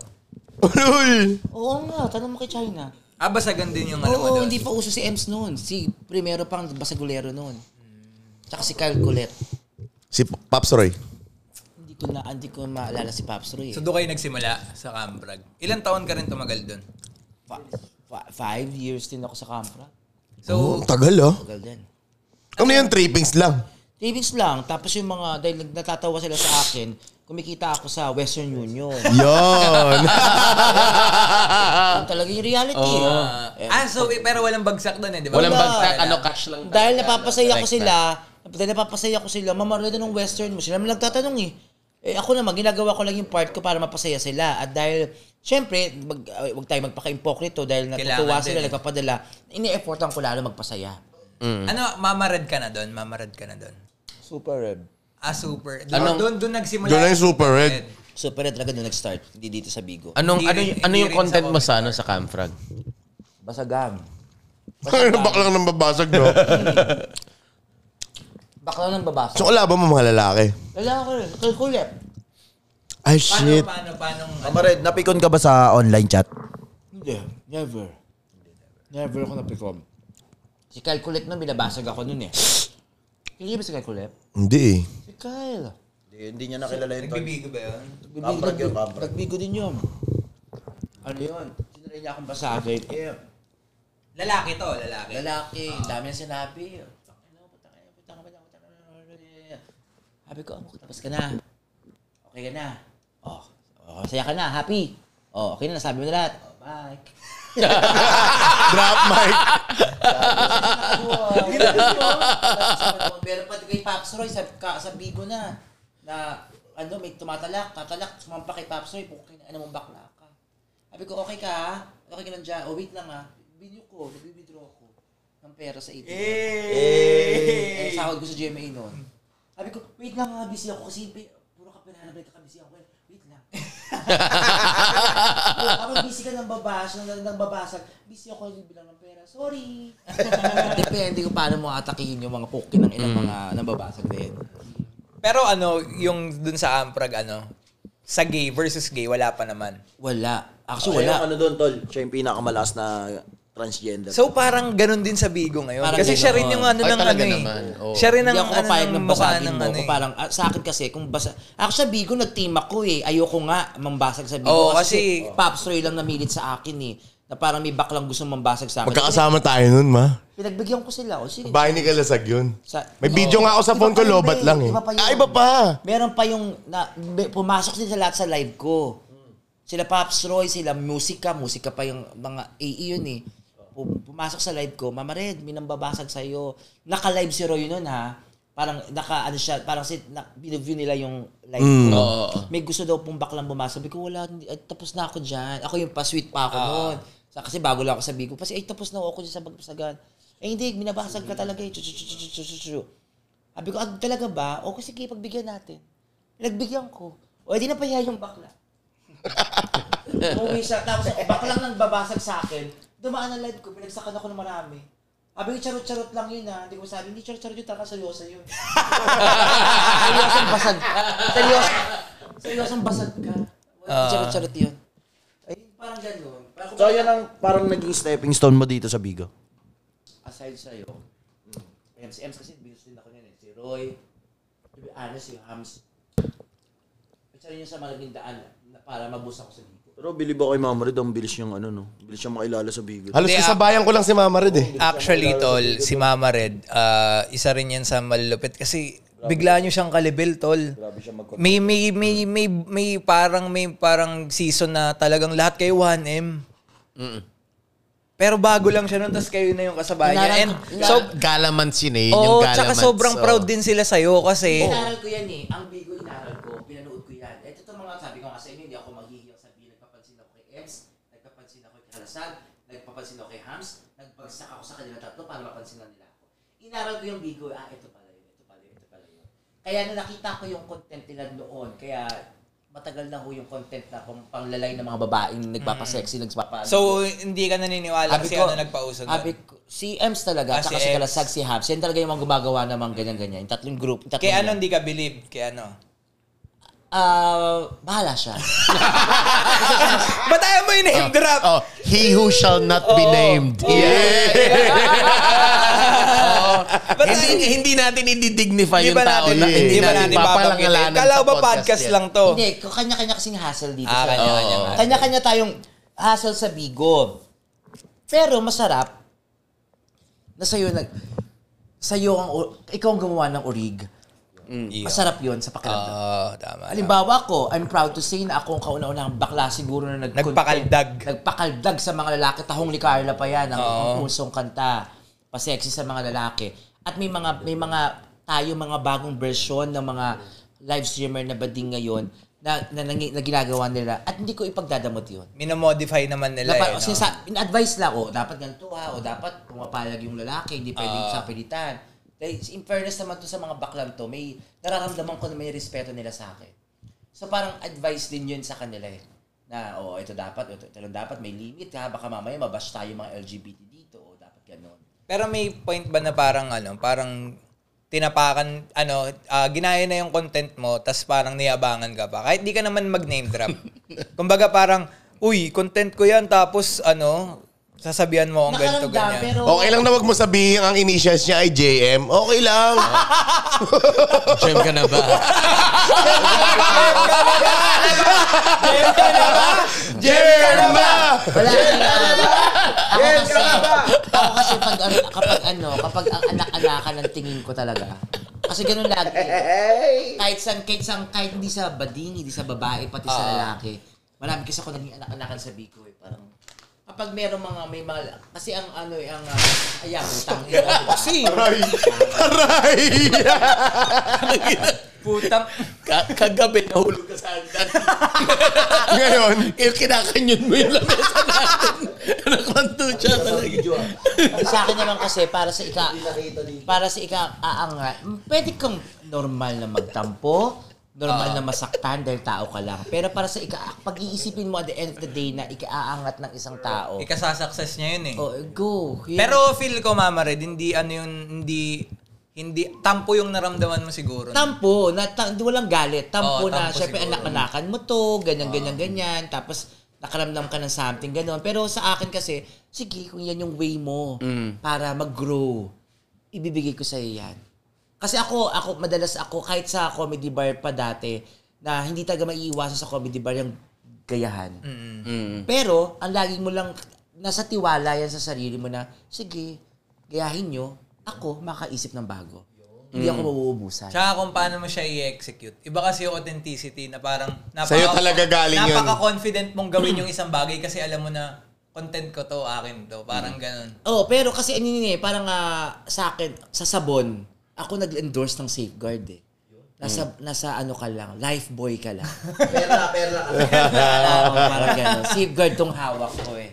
S2: Oh.
S1: (laughs) Uy!
S3: Oo nga, tanong mo kay China.
S2: Ah, basagan din yung ano mo
S3: Oo,
S2: doon.
S3: hindi pa uso si Ems noon. Si Primero pang basagulero noon. Tsaka si Carl Colette.
S1: Si Pops Roy.
S3: Hindi ko na, hindi ko maalala si Pops Roy. eh.
S2: So doon kayo nagsimula sa Cambrag. Ilan taon ka rin tumagal doon?
S3: Fi- fi- five years din ako sa Camfrog.
S1: Oh,
S2: So,
S1: tagal ah.
S3: Tagal din.
S1: Ano yun, trippings lang?
S3: Savings lang. Tapos yung mga, dahil nag- natatawa sila sa akin, kumikita ako sa Western Union.
S1: (laughs) Yon.
S3: Yun talaga yung reality.
S2: ah, ah, so eh, pero walang bagsak doon eh, di ba?
S4: Walang
S2: Wala.
S4: bagsak, ano, cash lang.
S3: Dahil
S4: talaga,
S3: napapasaya
S4: no?
S3: ko
S4: Like
S3: sila, dahil napapasaya ko sila, mamarada ng western mo. Sila naman nagtatanong eh. Eh ako naman, ginagawa ko lang yung part ko para mapasaya sila. At dahil, syempre, mag, uh, wag tayo magpaka-impokrito dahil natutuwa
S2: Kailangan
S3: sila,
S2: din eh.
S3: nagpapadala. Ini-effortan ko lalo magpasaya.
S4: Mm.
S2: Ano, mamarad ka na doon? Mamarad ka na doon?
S3: Super red.
S2: Ah, super. Doon,
S4: Anong-
S2: doon, doon nagsimula.
S1: Doon na yung super red.
S3: Super red talaga doon nag-start. Hindi dito sa Bigo.
S4: Anong,
S2: Hindi
S4: ano,
S2: rin-
S4: ano
S2: hindi
S4: yung
S2: rin sa
S4: content mo
S2: comment
S4: sa, ano, sa Camfrag?
S3: Basagam.
S1: Ano baklang nang babasag, no?
S3: Bakla ng babasa.
S1: so, kalaban mo mga lalaki.
S3: Kailangan ko rin. Kalkulep.
S1: Ay,
S2: Paano,
S1: shit.
S2: paano, paano, paano?
S5: Mama Red, napikon ka ba sa online chat?
S3: Hindi. Never. Never ako napikom. Si Kyle Colette nun, binabasag ako nun eh. Hindi ba si Kyle Colette?
S1: Hindi eh.
S3: Si Kyle.
S5: Hindi niya nakilala
S2: Nagbibigo ba yun?
S5: Kamprag yun, kamprag.
S3: Nagbigo din yun. Ano yun? Sinunay niya akong basagin. Eh,
S2: Lalaki to, lalaki.
S4: Eh.
S3: lalaki. Ang dami ang sinabi. Ano, putang ina, putang ina, putang ina, putang ina. Sabi ko, oh, tapos ka na. Okay ka na. Oh, oh saya ka na. Happy. Oh, okay na. Nasabi mo na lahat. Oh, bye. (laughs)
S1: Drop mic.
S3: Pero pati kay Pops Roy, sabi, ka, sabi ko na, na ano, may tumatalak, tatalak, sumampa kay Pops Roy, pukin na, ano mong bakla ka. Sabi ko, okay ka ha? Okay ka nandiyan? O, wait lang ha. Binyo ko, nagbibidraw ko ng pera sa ATM. Eh, sahod ko sa GMA noon. Sabi ko, wait lang ha, busy ako kasi pi- puro kapirahan na nagkakabisi ako. eh." Wait (laughs) lang. Kapag busy ka ng babas, ng, ng babasag, busy ako yung bilang ng pera. Sorry. Depende kung paano mo atakihin yung mga pukin ng ilang mga nababasag din.
S2: Pero ano, yung doon sa Amprag, ano, sa gay versus gay, wala pa naman.
S3: Wala. Actually, wala.
S5: Ano doon, tol? Siya yung pinakamalakas na transgender.
S2: So parang ganun din sa Bigo ngayon.
S3: Parang
S2: Kasi siya rin
S3: ganun.
S2: yung ano ng
S4: Ay,
S2: ano
S4: talaga
S2: eh.
S4: naman, oo.
S2: Siya rin ang
S3: Hindi ako
S2: ano
S3: papayag
S2: ng
S3: ng
S2: mukha
S3: basagin
S2: ng
S3: mo.
S2: ano
S3: Kung
S2: eh.
S3: parang, ah, sa akin kasi, kung basa... Ako sa Bigo, nag-team ako eh. Ayoko nga mambasag sa Bigo.
S2: Oo,
S3: kasi,
S2: kasi-
S3: Pops Roy lang namilit sa akin eh. Na parang may baklang gusto mambasag sa akin.
S1: Magkakasama tayo nun, ma.
S3: Pinagbigyan ko sila. O sige.
S1: Bahay ni Kalasag yun.
S3: Sa-
S1: May video nga ako sa
S3: Iba
S1: phone
S3: pa
S1: ko,
S3: yun,
S1: lobat
S3: pre.
S1: lang eh.
S3: Iba pa yun.
S1: Ay, iba pa.
S3: Meron pa yung, na, may- pumasok sila lahat sa live ko. Sila Pops Roy, sila Musika, Musika pa yung mga AE yun eh. Pu- Pumasok sa live ko, Mama Red, may nambabasag sa'yo. Naka-live si Roy nun ha. parang naka ano siya, parang sit, na, biniview nila yung life. ko. May gusto daw pong baklang bumasa. Sabi ko, wala, hindi- ay, tapos na ako dyan. Ako yung pa-sweet pa ako noon. Sa, kasi bago lang ako sa Bigo. Kasi, ay, tapos na ako dyan sa pagbasagan. Eh, hindi, binabasag ka talaga. eh. Chu, chu, chu, chu, chu, chu, chu. Sabi ko, ah, talaga ba? O, sige, pagbigyan natin. Nagbigyan ko. O, edi napahiya yung bakla. Umuwi siya. Tapos ako, bakla lang babasag sa akin. Dumaan ang live ko. Pinagsakan ako ng marami. Sabi ko, charot-charot lang yun ha. Hindi ko sabi, hindi charot-charot yun. Taka, seryoso yun. seryosong basag. Seryos, seryosong basag ka. Walang charot-charot yun. Ay, parang ganun. Parang,
S5: So, yan ang parang naging stepping stone mo dito sa Bigo.
S3: aside sa'yo, mm, Ems, Ems kasi business din ako niyan eh. Si Roy, to be honest, si Hams. Isa rin yun sa malaking daan na para mabus ako sa dito.
S5: Pero believe ako kay Mama Red, ang bilis niyang ano, no? Bilis siyang makilala sa Bigo.
S1: Halos
S2: Hindi, ah.
S1: kasabayan ko lang si Mama Red eh.
S2: Actually, tol, si Mama Red, ah, isa rin yan sa malulupit kasi bigla nyo siyang kalibil, tol. May, may, may, may, may parang, may parang season na talagang lahat kayo 1M. Pero bago lang siya nun, tapos kayo na yung kasabayan niya. And so,
S6: Galamansi na yun. yung
S2: oo,
S6: galamansi.
S2: tsaka sobrang
S6: Oh.
S2: proud din sila sa'yo kasi...
S3: Inaral ko yan eh. Ang bigo inaral ko, pinanood ko yan. Ito itong mga sabi ko nga sa inyo, hindi ako maghihiyang sabihin. Nagpapansin ako kay Ems, nagpapansin ako kay Halasan, nagpapansin ako kay Hams, nagbagsak ako sa kanila tatlo para mapansinan nila ako. Inaral ko yung bigo, ah, ito pala yun, ito pala yun, ito pala yun. Kaya nung nakita ko yung content nila noon, kaya matagal na ho yung content na pang panglalay ng mga babaeng nagpapasexy, nagpapa...
S2: Mm. So, hindi ka naniniwala
S3: Abi
S2: kasi
S3: ko-
S2: ano nagpauso nun.
S3: Abi ko- si Ems talaga,
S2: Ah,
S3: tsaka
S2: si
S3: si
S2: Ems.
S3: Kalasag, si Habs. Yan talaga yung mga gumagawa namang ganyan-ganyan. Yung tatlong group. Yung tatlong
S2: Kaya ano hindi ka believe? Kaya ano?
S3: Ah, bahala
S2: (laughs)
S3: siya.
S2: Ba't ayaw mo yung name drop?
S6: Oh, he who shall not be
S2: Oh.
S6: named.
S2: (laughs) Ba't ayaw-
S6: hindi, hindi natin i-dignify
S2: Hindi
S6: yung
S2: ba
S6: tao
S2: natin,
S6: na
S2: hindi ba natin papangalanan
S6: papalangalanan
S2: Kalaw
S6: sa
S2: ba podcast
S6: yan?
S2: lang to?
S3: Hindi, k- kanya-kanya kasing hassle dito.
S2: Oh. Ah,
S3: sa-
S2: kanya-kanya
S3: Oo.
S2: hassle.
S3: Kanya-kanya tayong hassle sa bigo. Pero masarap na sa'yo nag... Sa'yo ang... or- Ikaw ang gumawa ng orig.
S2: Iyo.
S3: Masarap yun sa pakiramdam.
S2: Oo, Mm, Ah, tama.
S3: Halimbawa ko, I'm proud to say na ako ang kauna-unahang bakla siguro na nag
S2: Nagpakaldag.
S3: Nagpakaldag sa mga lalaki. Tahong ni Carla pa yan, ang, ang pusong kanta. Pasexy sa mga lalaki. At may mga, may mga tayo mga bagong version ng mga live streamer na bading ngayon na, na, na, na ginagawa nila. At hindi ko ipagdadamot yun.
S2: Minomodify naman nila
S3: Dapat,
S2: eh. no?
S3: kasi sa, in-advise lang, oh, dapat ganito ha, o dapat pumapalag yung lalaki, hindi pwedeng
S2: Ah.
S3: sa pilitan. Dahil in fairness naman to sa mga baklan to, may nararamdaman ko na may respeto nila sa akin. So parang advice din yun sa kanila eh. Na, oh, ito dapat, ito, ito lang dapat, may limit ha, baka mamaya mabash tayo mga LGBT dito, o dapat ganun.
S2: Pero may point ba na parang ano, parang tinapakan, ano, ah, ginaya na yung content mo, tas parang niyabangan ka pa. Kahit di ka naman mag-name
S6: (laughs)
S2: drop. Kumbaga parang, uy, content ko yan, tapos ano, sasabihan mo ang ganito,
S3: Nakaramdam,
S2: ganyan.
S3: pero
S1: Okay lang na wag mo sabihin ang initials niya ay JM. Okay lang.
S6: Jam ka na ba?
S1: Jerma!
S3: Wala Yes, Ako kasi pag, ano, kapag ano, kapag ang anak-anakan ng tingin ko talaga. Kasi ganun lagi. Kahit saan, kahit saan, kahit hindi sa bading, hindi sa babae, pati sa lalaki. Marami kasi ako naging anak-anakan sa Bicol. Eh. Parang, kapag meron mga, may mga, kasi ang ano, eh, ang, uh, ayan, diba? utang. (laughs) Kasi,
S1: Aray! Aray!
S2: Putang,
S6: Ka- kagabi nahulog ka sa hagdan.
S1: Ngayon,
S6: Yung kinakanyon mo yung lamesa natin. Nakwanto siya talaga.
S3: sa akin naman kasi, para sa ika, para sa ika aangat, pwede kang normal na magtampo, normal na masaktan dahil tao ka lang. Pero para sa ika, pag-iisipin mo at the end of the day na ika-aangat ng isang tao,
S2: ikasasuccess niya yun eh.
S3: oh, go. Yun.
S2: Pero feel ko, Mama Red, hindi ano yun, hindi, hindi, tampo yung naramdaman mo siguro.
S3: tampo, na, ta- walang galit.
S2: Oo,
S3: Tampo na,
S2: tampo
S3: syempre
S2: siguro.
S3: anak-anakan mo to, ganyan, ganyan, ganyan. Tapos, nakaramdam ka ng something, gano'n. Pero sa akin kasi, sige, kung yan yung way mo
S2: Mm.
S3: para mag-grow, ibibigay ko sa'yo yan. Kasi ako, ako, madalas ako, kahit sa comedy bar pa dati, na hindi talaga maiiwasan sa comedy bar yung gayahan. Mm. Pero, ang lagi mo lang, nasa tiwala yan sa sarili mo na, sige, gayahin nyo, ako makaisip ng bago. Hindi ako mauubusan.
S2: Mm. Tsaka kung paano mo siya i-execute. Iba kasi yung authenticity na parang napaka,
S1: Sa'yo talaga galing yun.
S2: Napaka-confident mong gawin yung
S3: (clears throat)
S2: isang bagay kasi alam mo na content ko
S3: Mm.
S2: to, akin to. Parang ganun.
S3: Oh, pero kasi ano yun eh, parang ah, sa akin, sa sabon, Ako nag-endorse ng safeguard eh. Nasa, nasa ano ka lang, life boy ka lang. (laughs) perla, perla ka. parang ganun. Safeguard tong hawak ko eh.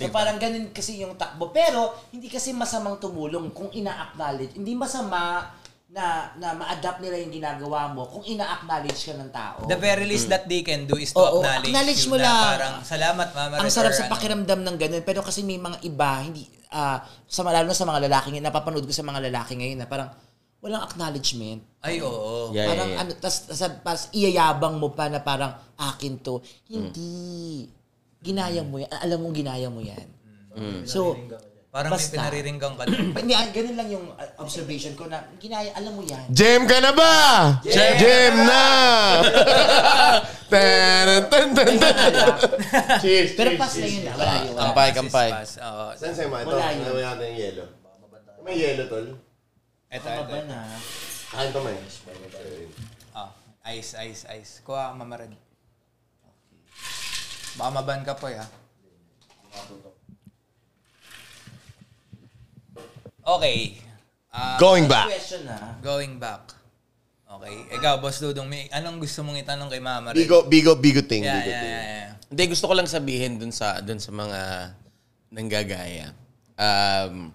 S3: So parang ganun kasi yung takbo. Pero hindi kasi masamang tumulong kung ina-acknowledge. Hindi masama na na ma-adapt nila yung ginagawa mo kung ina-acknowledge ka ng tao.
S2: The very least that they can do is to
S3: Oo,
S2: acknowledge,
S3: Mm. Oh, acknowledge
S2: you
S3: mo
S2: na
S3: lang.
S2: Parang, salamat, Mama Red.
S3: Ang sarap
S2: or
S3: sa
S2: ano.
S3: pakiramdam ng ganun. Pero kasi may mga iba, hindi, ah, sa, lalo na sa mga lalaki ngayon, napapanood ko sa mga lalaki ngayon na parang walang acknowledgement.
S2: Ay, oo.
S4: Yeah,
S3: parang
S4: yeah,
S3: ano,
S4: yeah.
S3: tas, tas, tas iyayabang mo pa na parang akin to. Hindi.
S2: Mm.
S3: Ginaya mo yan. Alam mong ginaya mo yan. So,
S2: Parang
S3: Basta.
S2: may pinariringgang
S3: (clears throat)
S2: ka doon.
S3: hindi, ah, ganun lang yung ah, observation ko na ginaya, alam mo
S1: (laughs)
S3: yan.
S1: Jam ka na ba? Jam, na! tan, tan, tan, tan.
S4: Cheers,
S3: Pero pass na yun. ah, Wala yun. wala.
S4: Kampay, kampay.
S2: Pass, oo.
S1: Saan sa'yo ma? Ito,
S3: Wala yun.
S1: ano natin yung yelo? May yelo, tol.
S2: Eto, eto.
S3: Ano ba na?
S1: Ah, ito may.
S2: Ah, ice, ice, ice. Kuha, Mama Red. Baka maban ka po, eh, ha? Okay. Ah,
S1: Going back.
S3: Question na.
S2: Going back. Okay. Ikaw, Boss Dudong, may, anong gusto mong itanong kay Mama Red?
S1: Bigo, bigo, bigo ting.
S2: Yeah, yeah,
S1: bigo
S2: yeah,
S1: ting.
S2: yeah.
S4: Hindi, gusto ko lang sabihin dun sa, dun sa mga nanggagaya. Um,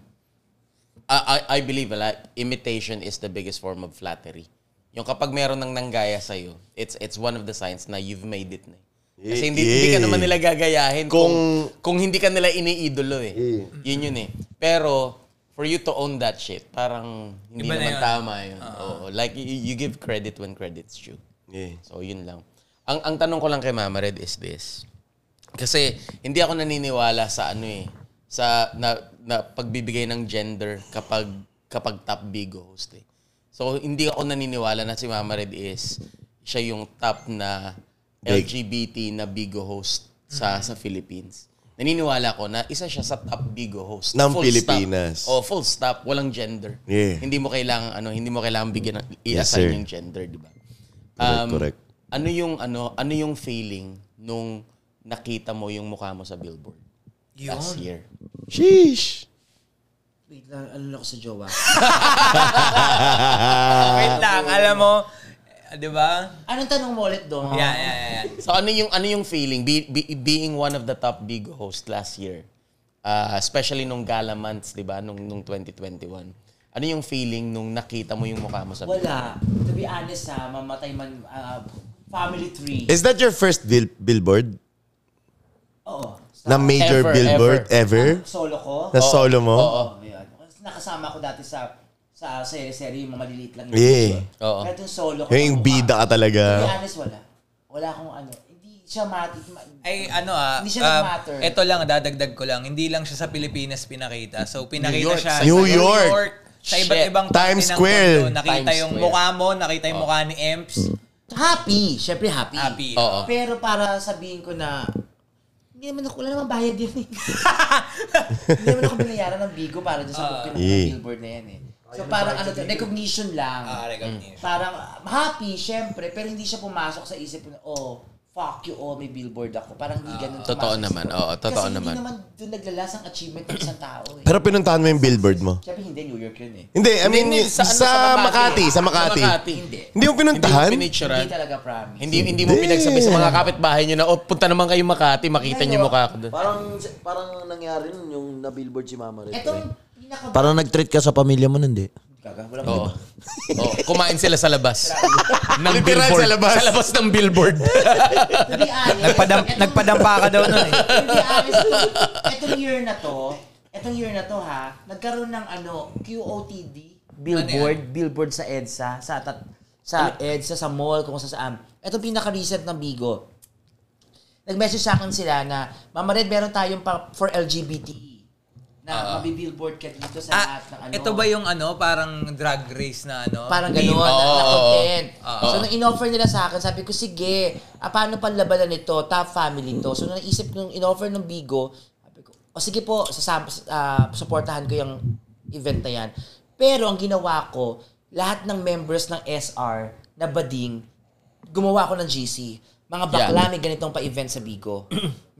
S4: I, I- I believe, ala, imitation is the biggest form of flattery. Yung kapag meron ng nanggaya sa'yo, it's, it's one of the signs na you've made it na. eh. Kasi hindi, hindi ka
S1: Yeah.
S4: naman nila gagayahin
S1: Kung-
S4: kung, kung hindi ka nila iniidolo eh.
S1: Yeah.
S4: Yun yun eh. Pero, for you to own that shit, parang hindi
S2: Iba na
S4: naman
S2: yun. Ah.
S4: tama yun. Oo. Like, you, you give credit when credit's due.
S1: Yeah.
S4: So, yun lang. Ang, ang tanong ko lang kay Mama Red is this. Kasi, hindi ako naniniwala sa ano eh, sa na, na pagbibigay ng gender kapag kapag top big host eh. So, hindi ako naniniwala na si Mama Red is siya yung top na
S1: Big.
S4: LGBT na bigo host sa sa Philippines. Naniniwala ko na isa siya sa top bigo host.
S1: Ng
S4: Full stop.
S1: Pilipinas.
S4: Oh, full stop. Walang gender.
S1: Yeah.
S4: Hindi mo kailangan ano, hindi mo kailangan bigyan ng
S1: Yes,
S4: i-assign
S1: sir.
S4: yung gender, di ba?
S1: Correct, correct.
S4: Ano yung ano, ano yung feeling nung nakita mo yung mukha mo sa billboard
S2: Yun.
S4: last year?
S1: Sheesh.
S3: Wait lang, ano lang ako sa jowa.
S1: Ah.
S2: Wait lang, alam mo, eh, di ba?
S3: Anong tanong mo ulit doon?
S2: Yeah, yeah, yeah, yeah.
S4: So ano yung ano yung feeling be, be- being one of the top big host last year? Uh, especially nung gala months, 'di ba, nung nung 2021. Ano yung feeling nung nakita mo yung mukha mo sa billboard?
S3: Wala. To be honest ha, mamatay man, ah, family tree.
S1: Is that your first bill- billboard?
S3: Oo.
S1: Na major
S4: Ever,
S1: billboard ever?
S3: Solo ko.
S1: Na solo mo?
S3: Oo, yun. Nakasama ko dati sa sa seri-seri, mga maliliit lang.
S1: Yeah.
S4: Oo.
S3: Kahit yung solo ko.
S1: Yung bida ah. ka
S3: To be
S1: talaga.
S3: honest, wala. Wala akong ano. Hindi siya mati.
S2: Ay, ano ah,
S3: Hindi siya
S2: um,
S3: nag-matter.
S2: ito lang, dadagdag ko lang, hindi lang siya sa Pilipinas pinakita. So, pinakita
S4: New York,
S2: siya
S4: sa-
S1: New York.
S2: sa iba't
S4: Shit.
S2: ibang
S1: Times
S2: parte ng
S1: Square.
S2: mundo. Nakita
S4: Times
S2: yung
S4: Square.
S2: mukha mo, nakita yung mukha ni Emps.
S3: Happy. Siyempre happy.
S2: Happy.
S4: Oo.
S3: Pero para sabihin ko na, hindi naman ako, wala naman bayad yun eh. (laughs) hindi naman ako binayaran ng Bigo para dyan
S2: Ah.
S3: sa booking ng
S1: Yeah.
S3: billboard na yan eh. So parang ano, to, recognition lang.
S2: Ah, recognition.
S3: parang uh, happy, syempre, pero hindi siya pumasok sa isip na, oh, fuck you, oh, may billboard ako. Parang hindi ganun. pumasok
S4: Ah, Totoo
S3: sa
S4: naman.
S3: isip.
S4: Oo, totoo
S3: Kasi
S4: naman.
S3: hindi naman doon naglalas ang achievement ng isang tao eh.
S1: Pero pinuntahan mo yung billboard mo.
S3: Syempre hindi, New York yun eh.
S1: Hindi, I mean,
S4: Hindi, hindi,
S1: sa,
S4: ano,
S1: sa Makati, sa Makati.
S3: Hindi.
S1: Hindi mo
S4: Hindi mo
S1: pinuntahan?
S4: pinicturean?
S3: Hindi talaga promise.
S4: Hindi, hindi mo pinagsabi sa mga kapitbahay nyo na, oh, punta naman kayo Makati, makita niyo yung mukha ko doon.
S5: Parang, parang nangyari nun yung na-billboard si Mama Red.
S3: Ito, pinaka...
S5: Parang nag-treat ka sa pamilya mo nun, di?
S3: Gaga, walang
S4: Oo. Oo, kumain sila sa labas. ng
S1: Literal
S4: billboard.
S1: sa labas.
S4: Sa labas ng billboard.
S2: (laughs)
S3: To be honest,
S2: Nagpadam-
S3: (laughs) etong-
S2: nagpadampa ka daw nun eh.
S3: to be honest, etong year na to, etong year na to ha, nagkaroon ng ano, QOTD, billboard, Ano billboard sa EDSA, sa tat, sa EDSA, sa mall, kung saan. Etong pinaka-recent ng Bigo. Nag-message sa akin sila na, Mama Red, meron tayong pa- for LGBT E na mabibillboard ka dito sa
S2: Ah,
S3: lahat ng ano.
S2: ito ba yung ano, parang drag race na ano?
S3: Parang
S2: Di-
S3: gano'n, na, na
S4: Oo, oo,
S3: content.
S2: oo.
S3: So, nung in-offer nila sa akin, sabi ko, sige, ah, paano panlabanan nito? Top family to. So, nung naisip ko, nung in-offer ng Bigo, sabi ko, o sige po, sasam, ah, supportahan ko yung event na yan. Pero, ang ginawa ko, lahat ng members ng SR na bading, gumawa ako ng GC. Mga (clears throat) bakla, may ganitong pa-event sa Bigo.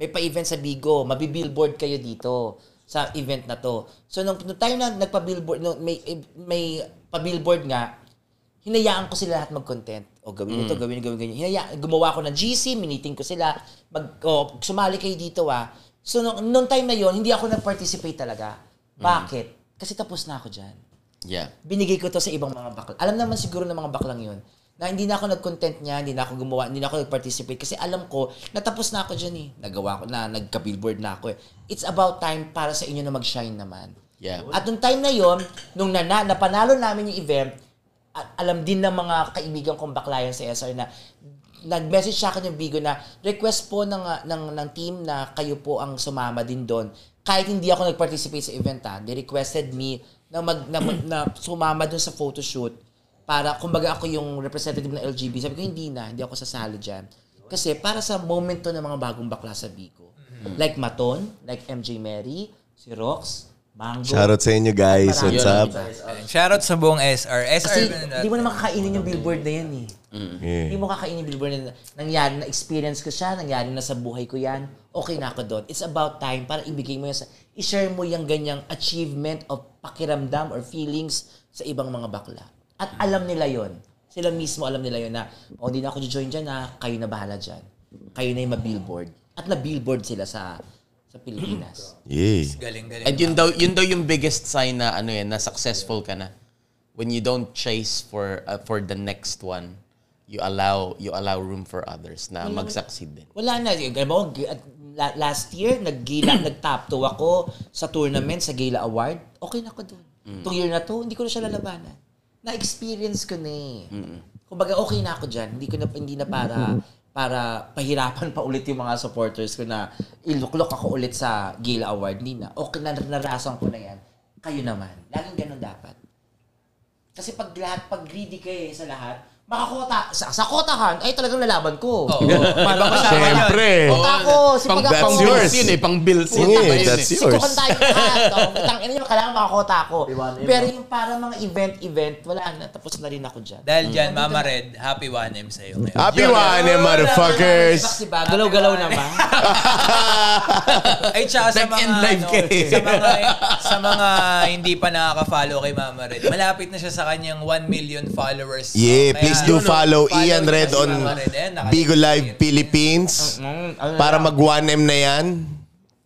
S3: may pa-event sa Bigo, mabibillboard kayo dito. sa event na to. So, nung, nung time na nagpa-billboard, nung may, eh, may pa-billboard nga, hinayaan ko sila lahat mag-content. O gawin ito, gawin, gawin, ganyan. Hinayaan, gumawa ko ng GC, miniting ko sila, mag, o, sumali kayo dito ah. So, nung, nung time na yon hindi ako nag-participate talaga. Bakit? Kasi tapos na ako dyan
S4: Yeah.
S3: binigay ko to sa ibang mga bakla. Alam naman siguro ng mga baklang yun na hindi na ako nag-content niya, hindi na ako gumawa, hindi na ako nag-participate kasi alam ko, natapos na ako dyan eh. Nagawa ko na, nagka-billboard na ako eh. It's about time para sa inyo na mag-shine naman.
S4: Yeah.
S3: At nung time na yon nung nana, napanalo namin yung event, a- alam din ng mga kaibigan kong baklayan sa SR na nag-message sa akin yung Bigo na request po ng, ah, ng, ng team na kayo po ang sumama din doon. Kahit hindi ako nag-participate sa event ha, they requested me na, mag, na, na sumama doon sa photoshoot para kumbaga ako yung representative ng LGB. Sabi ko, hindi na, hindi ako sasali dyan. Kasi para sa moment to ng mga bagong bakla sa Bico. Like Maton, like MJ Mary, si Rox, Mango.
S1: Shoutout sa inyo guys. What's up?
S2: Shoutout sa buong SR. SR
S3: Kasi
S2: ba na
S3: hindi mo na makakainin yung billboard na yan eh.
S1: Yeah.
S3: Hindi mo kakainin yung billboard na yan. Nangyari na experience ko siya, nangyari na sa buhay ko yan. Okay na ako doon. It's about time para ibigay mo yan sa, i-share mo yung ganyang achievement of pakiramdam or feelings sa ibang mga bakla. At alam nila yon Sila mismo alam nila yon na, o hindi na ako join dyan na kayo na bahala dyan. Kayo na yung mabillboard. At na-billboard sila sa sa Pilipinas.
S1: Yeah.
S2: Galing, galing.
S4: And yun daw, yun daw yung biggest sign na ano yan, na successful ka na. When you don't chase for uh, for the next one, you allow you allow room for others na mag-succeed din.
S3: Wala na. Alam mo, gi- at la- last year, nag-gila, nag-top 2 ako sa tournament, sa Gala Award. Okay na ako doon. Itong year na to, hindi ko na siya lalabanan. Na-experience ko na eh. Kumbaga, okay na ako dyan. Hindi ko na, hindi na para para pahirapan pa ulit yung mga supporters ko na iluklok ako ulit sa Gala Award. Hindi na. Okay na, narasan ko na yan. Kayo naman. Laging ganun dapat. Kasi pag lahat, pag greedy ka eh sa lahat, makakota, sa, sa kotahan, ay talagang lalaban ko.
S2: Oo. (laughs) Iba kasama yun.
S1: Siyempre.
S3: Kota ko, si pag
S4: pang,
S1: Eh. that's
S4: pang
S3: ako,
S1: yours.
S4: bills yun eh, pang bills yun.
S1: Yeah,
S4: Tama yun
S1: that's
S4: eh.
S1: it.
S3: si
S1: yours.
S3: Kuhan tayo lahat.
S1: (laughs)
S3: Oo, Putang ina yun, kailangan makakota ako.
S5: Iwanin
S3: Pero yung para mga event-event, wala na, tapos na rin ako dyan.
S2: Dahil dyan, Mama Red, happy 1M sa'yo ngayon.
S1: Happy one, eh, motherfuckers.
S3: Si ba, galaw-galaw (laughs) naman.
S2: (laughs) Ay, tsaka sa mga,
S4: Nag-end live
S2: ano,
S4: ka eh.
S2: sa mga, sa mga hindi pa nakaka-follow kay Mama Red, malapit na siya sa kanyang 1 million followers.
S1: Yeah,
S2: Kaya,
S1: please do
S2: yun, no,
S1: follow Ian
S2: niyo
S1: Red eh,
S2: si
S1: on
S2: Mama Red. Ayan, nakalagay
S1: Bigo
S2: sa
S1: Live
S2: Ian.
S1: Philippines para mag 1M na yan.